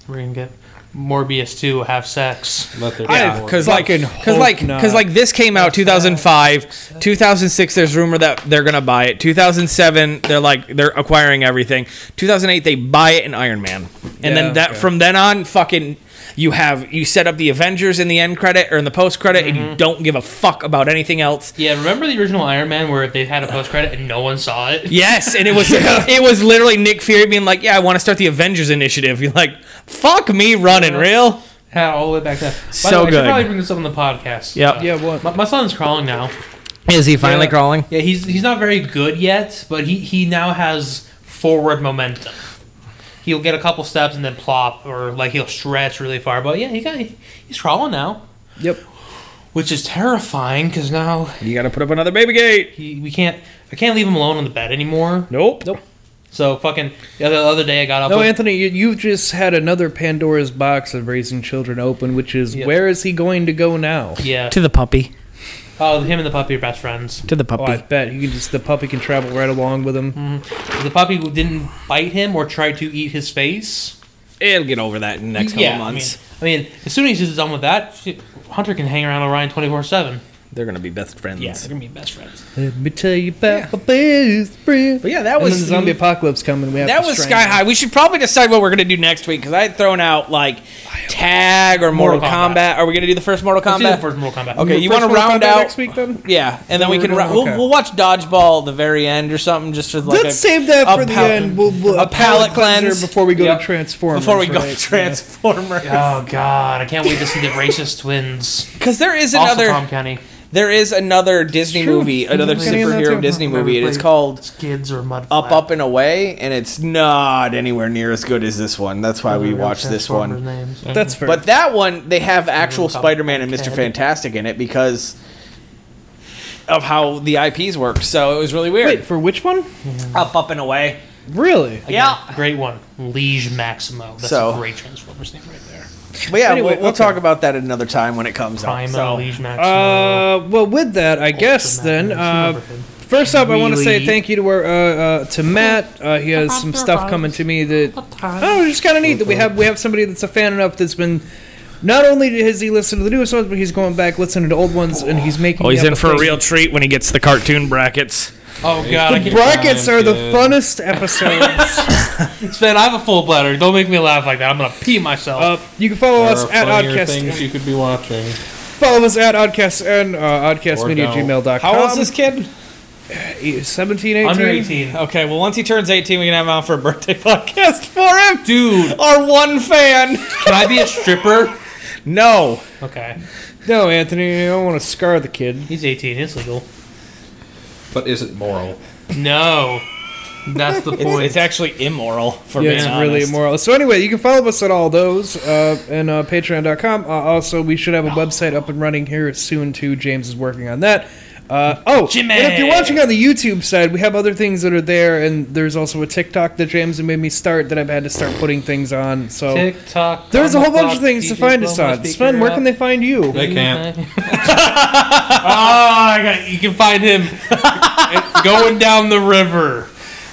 Speaker 2: we're gonna get Morbius two have sex.
Speaker 8: Let there be
Speaker 5: I-
Speaker 8: more.
Speaker 4: because like
Speaker 5: Fucking
Speaker 4: because
Speaker 5: hope
Speaker 4: like
Speaker 5: not.
Speaker 4: because like this came out 2005 2006 there's rumor that they're gonna buy it 2007 they're like they're acquiring everything 2008 they buy it in iron man and
Speaker 5: Yeah,
Speaker 4: then that
Speaker 5: okay.
Speaker 4: from then on fucking you have you set up the avengers in the end credit or in the post credit and you
Speaker 5: Mm-hmm.
Speaker 4: don't give a fuck about anything else
Speaker 2: Yeah, remember the original Iron Man where they had a post credit and no one saw it?
Speaker 4: Yes, and it was it was literally Nick Fury being like, "Yeah, I want to start the Avengers initiative." You're like, "Fuck me, running real."
Speaker 2: Had all the way back then. By
Speaker 4: So
Speaker 2: the way, I
Speaker 4: good.
Speaker 2: should probably bring this up on the podcast.
Speaker 4: Yep.
Speaker 2: Uh,
Speaker 5: yeah, what?
Speaker 2: My, my son's crawling now.
Speaker 4: Is he finally
Speaker 2: Yeah.
Speaker 4: crawling?
Speaker 2: Yeah, he's he's not very good yet, but he he now has forward momentum. He'll get a couple steps and then plop, or like he'll stretch really far. But yeah, he got he's crawling now,
Speaker 5: Yep.
Speaker 2: which is terrifying because now
Speaker 4: You got to put up another baby gate.
Speaker 2: he, we can't I can't leave him alone on the bed anymore.
Speaker 4: Nope. Nope.
Speaker 2: So fucking the other, other day I got up.
Speaker 5: No,
Speaker 2: with-
Speaker 5: Anthony, you, you've just had another Pandora's box of raising children open, which is
Speaker 2: Yeah.
Speaker 5: where is he going to go now?
Speaker 2: yeah.
Speaker 4: To the puppy.
Speaker 2: Oh, him and the puppy are best friends.
Speaker 4: To the puppy.
Speaker 5: Oh, I bet he can just the puppy can travel right along with him.
Speaker 4: Mm.
Speaker 2: The puppy didn't bite him or try to eat his face.
Speaker 4: It'll get over that in the next couple
Speaker 2: yeah,
Speaker 4: months.
Speaker 2: I mean, I mean, as soon as he's done with that, shit, Hunter can hang around Orion twenty four seven.
Speaker 4: They're gonna be best friends.
Speaker 2: Yeah, they're gonna be best friends.
Speaker 5: Let me tell you about my best friend.
Speaker 4: But yeah, that
Speaker 5: and
Speaker 4: was
Speaker 5: then the zombie apocalypse coming. We have
Speaker 4: That
Speaker 5: to
Speaker 4: was
Speaker 5: strangle
Speaker 4: sky
Speaker 5: him.
Speaker 4: high. We should probably decide what we're gonna do next week because I had thrown out like tag or Mortal,
Speaker 2: Mortal
Speaker 4: Kombat.
Speaker 2: Kombat.
Speaker 4: Are we gonna do the first Mortal
Speaker 2: Let's do the
Speaker 4: Kombat?
Speaker 2: first Mortal Kombat.
Speaker 4: Okay, you
Speaker 5: First
Speaker 4: want to
Speaker 5: Mortal
Speaker 4: round
Speaker 5: Kombat
Speaker 4: out
Speaker 5: next week then?
Speaker 4: Yeah, and then we
Speaker 5: we're
Speaker 4: can
Speaker 5: doing-
Speaker 4: ra- we'll,
Speaker 5: okay.
Speaker 4: we'll watch dodgeball the very end or something just for like
Speaker 5: Let's
Speaker 4: a,
Speaker 5: save that
Speaker 4: a
Speaker 5: for the
Speaker 4: palate-
Speaker 5: end. We'll, we'll,
Speaker 4: a palate cleanse
Speaker 5: before we go
Speaker 2: Yep.
Speaker 5: to Transformers.
Speaker 4: before we go
Speaker 5: right?
Speaker 4: to Transformers
Speaker 2: Oh God, I can't wait to see the racist twins.
Speaker 4: because there is
Speaker 2: Also,
Speaker 4: another
Speaker 2: Tom Kenny.
Speaker 4: there is another Disney
Speaker 5: Sure.
Speaker 4: movie another
Speaker 5: Tom Kenny in that
Speaker 4: superhero
Speaker 5: too.
Speaker 4: Disney
Speaker 2: Remember
Speaker 4: movie and it's
Speaker 2: played
Speaker 4: called
Speaker 2: Skids or Mud.
Speaker 4: Up Up and Away and it's not anywhere near as good as this one. That's
Speaker 2: Oh,
Speaker 4: why we watched this one.
Speaker 2: Names.
Speaker 5: That's fair.
Speaker 4: But that one, they have actual
Speaker 2: Tom
Speaker 4: Spider-Man and Mr.
Speaker 2: Kenny.
Speaker 4: Fantastic in it because of how the IPs work. So it was really
Speaker 5: Wait,
Speaker 4: weird.
Speaker 5: for which one?
Speaker 4: Up, up, and away.
Speaker 5: Really?
Speaker 4: Yeah.
Speaker 2: great one. Liege Maximo. That's
Speaker 4: So-
Speaker 2: a great Transformers name right there.
Speaker 4: But yeah,
Speaker 5: Anyway,
Speaker 4: we'll, we'll
Speaker 5: okay.
Speaker 4: talk about that another time when it comes
Speaker 2: Primo,
Speaker 4: up. So.
Speaker 2: Liege Maximo.
Speaker 5: Uh, well, with that, I guess then. Uh, First up, I want to say
Speaker 2: Really?
Speaker 5: thank you to our, uh, uh, to Matt. Uh, he has some stuff coming to me that oh, it's kind of neat that we have we have somebody that's a fan enough that's been. Not only has he listened to the newest ones, but he's going back listening to old ones, and he's making. me up thing.
Speaker 4: treat when he gets the cartoon brackets.
Speaker 2: Oh god, I can't.
Speaker 5: Brackets are the funnest episodes.
Speaker 2: Sven, I have a full bladder. Don't make me laugh like that. I'm gonna pee myself.
Speaker 5: Uh, you can follow us at
Speaker 8: things
Speaker 5: Oddcast.
Speaker 8: you could be watching.
Speaker 5: Follow us at Oddcast and uh,
Speaker 8: don't.
Speaker 5: oddcastmediagmail.com.
Speaker 4: How old is this kid?
Speaker 5: 17, 18?
Speaker 2: Under 18.
Speaker 4: Okay, well, once he turns 18, we can have him on for a birthday podcast for him.
Speaker 2: Dude,
Speaker 4: Our one fan.
Speaker 2: can I be a stripper?
Speaker 4: No.
Speaker 2: Okay.
Speaker 5: No, Anthony, I don't want to scar the kid.
Speaker 2: He's 18. It's legal.
Speaker 8: But is it moral?
Speaker 2: No. That's the
Speaker 4: It's,
Speaker 2: point.
Speaker 4: it's actually immoral for
Speaker 5: Yeah,
Speaker 4: being
Speaker 5: it's
Speaker 4: honest.
Speaker 5: really immoral. So anyway, you can follow us at all those uh, and uh, patreon.com. Uh, also, we should have a website up and running here soon too. James is working on that. Uh, oh, and if you're watching on the YouTube side, we have other things that are there, and there's also a TikTok that James made me start that I've had to start putting things on. So
Speaker 2: TikTok.
Speaker 5: there's a
Speaker 2: on
Speaker 5: whole
Speaker 2: the
Speaker 5: bunch of
Speaker 2: clock,
Speaker 5: things to
Speaker 2: DJ
Speaker 5: find us
Speaker 2: blow my
Speaker 5: on.
Speaker 2: speaker
Speaker 5: Sven, where
Speaker 2: up.
Speaker 5: can they find you?
Speaker 8: They can't.
Speaker 2: oh, I got, you can find him going down the river.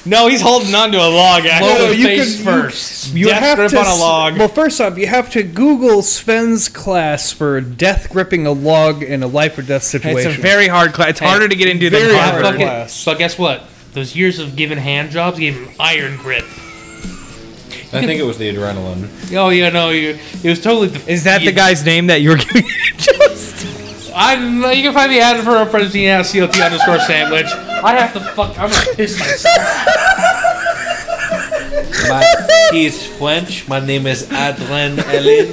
Speaker 4: No, he's holding on to a log, actually.
Speaker 2: Blow
Speaker 5: no,
Speaker 2: his
Speaker 5: you
Speaker 2: face
Speaker 5: can- you-
Speaker 2: first.
Speaker 5: You
Speaker 4: Death grip on a
Speaker 5: s-
Speaker 4: log.
Speaker 5: Well, first off, you have to Google Sven's class for death gripping a log in a life or death
Speaker 4: It's
Speaker 5: situation.
Speaker 4: a very hard class. It's harder to get into than
Speaker 5: very
Speaker 4: Harvard.
Speaker 5: hard
Speaker 2: Fucking-
Speaker 5: class.
Speaker 2: but guess what? Those years of giving hand jobs gave him iron grip.
Speaker 8: I think it was the adrenaline.
Speaker 2: Oh yeah, no, you, it was totally. The,
Speaker 4: Is that
Speaker 2: you-
Speaker 4: the guy's name that you were giving? Just
Speaker 2: I don't know, you can find me at for a friends at CLT underscore sandwich. I have to fuck. I'm gonna piss myself.
Speaker 8: My, he is French. My name is Adrien Ellen.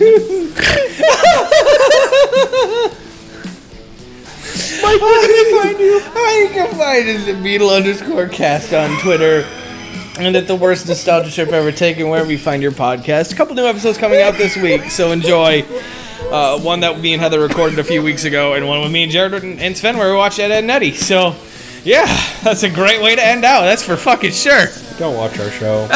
Speaker 9: I can find us at Beetle underscore cast on Twitter. And at the worst nostalgia trip ever taken, wherever you find your podcast. A couple new episodes coming out this week, so enjoy.
Speaker 4: uh, one that me and Heather recorded a few weeks ago, and one with me and Jared and and Sven where we watched Ed, Ed and Eddie. So, yeah, that's a great way to end out. That's for fucking sure.
Speaker 8: Don't watch our show.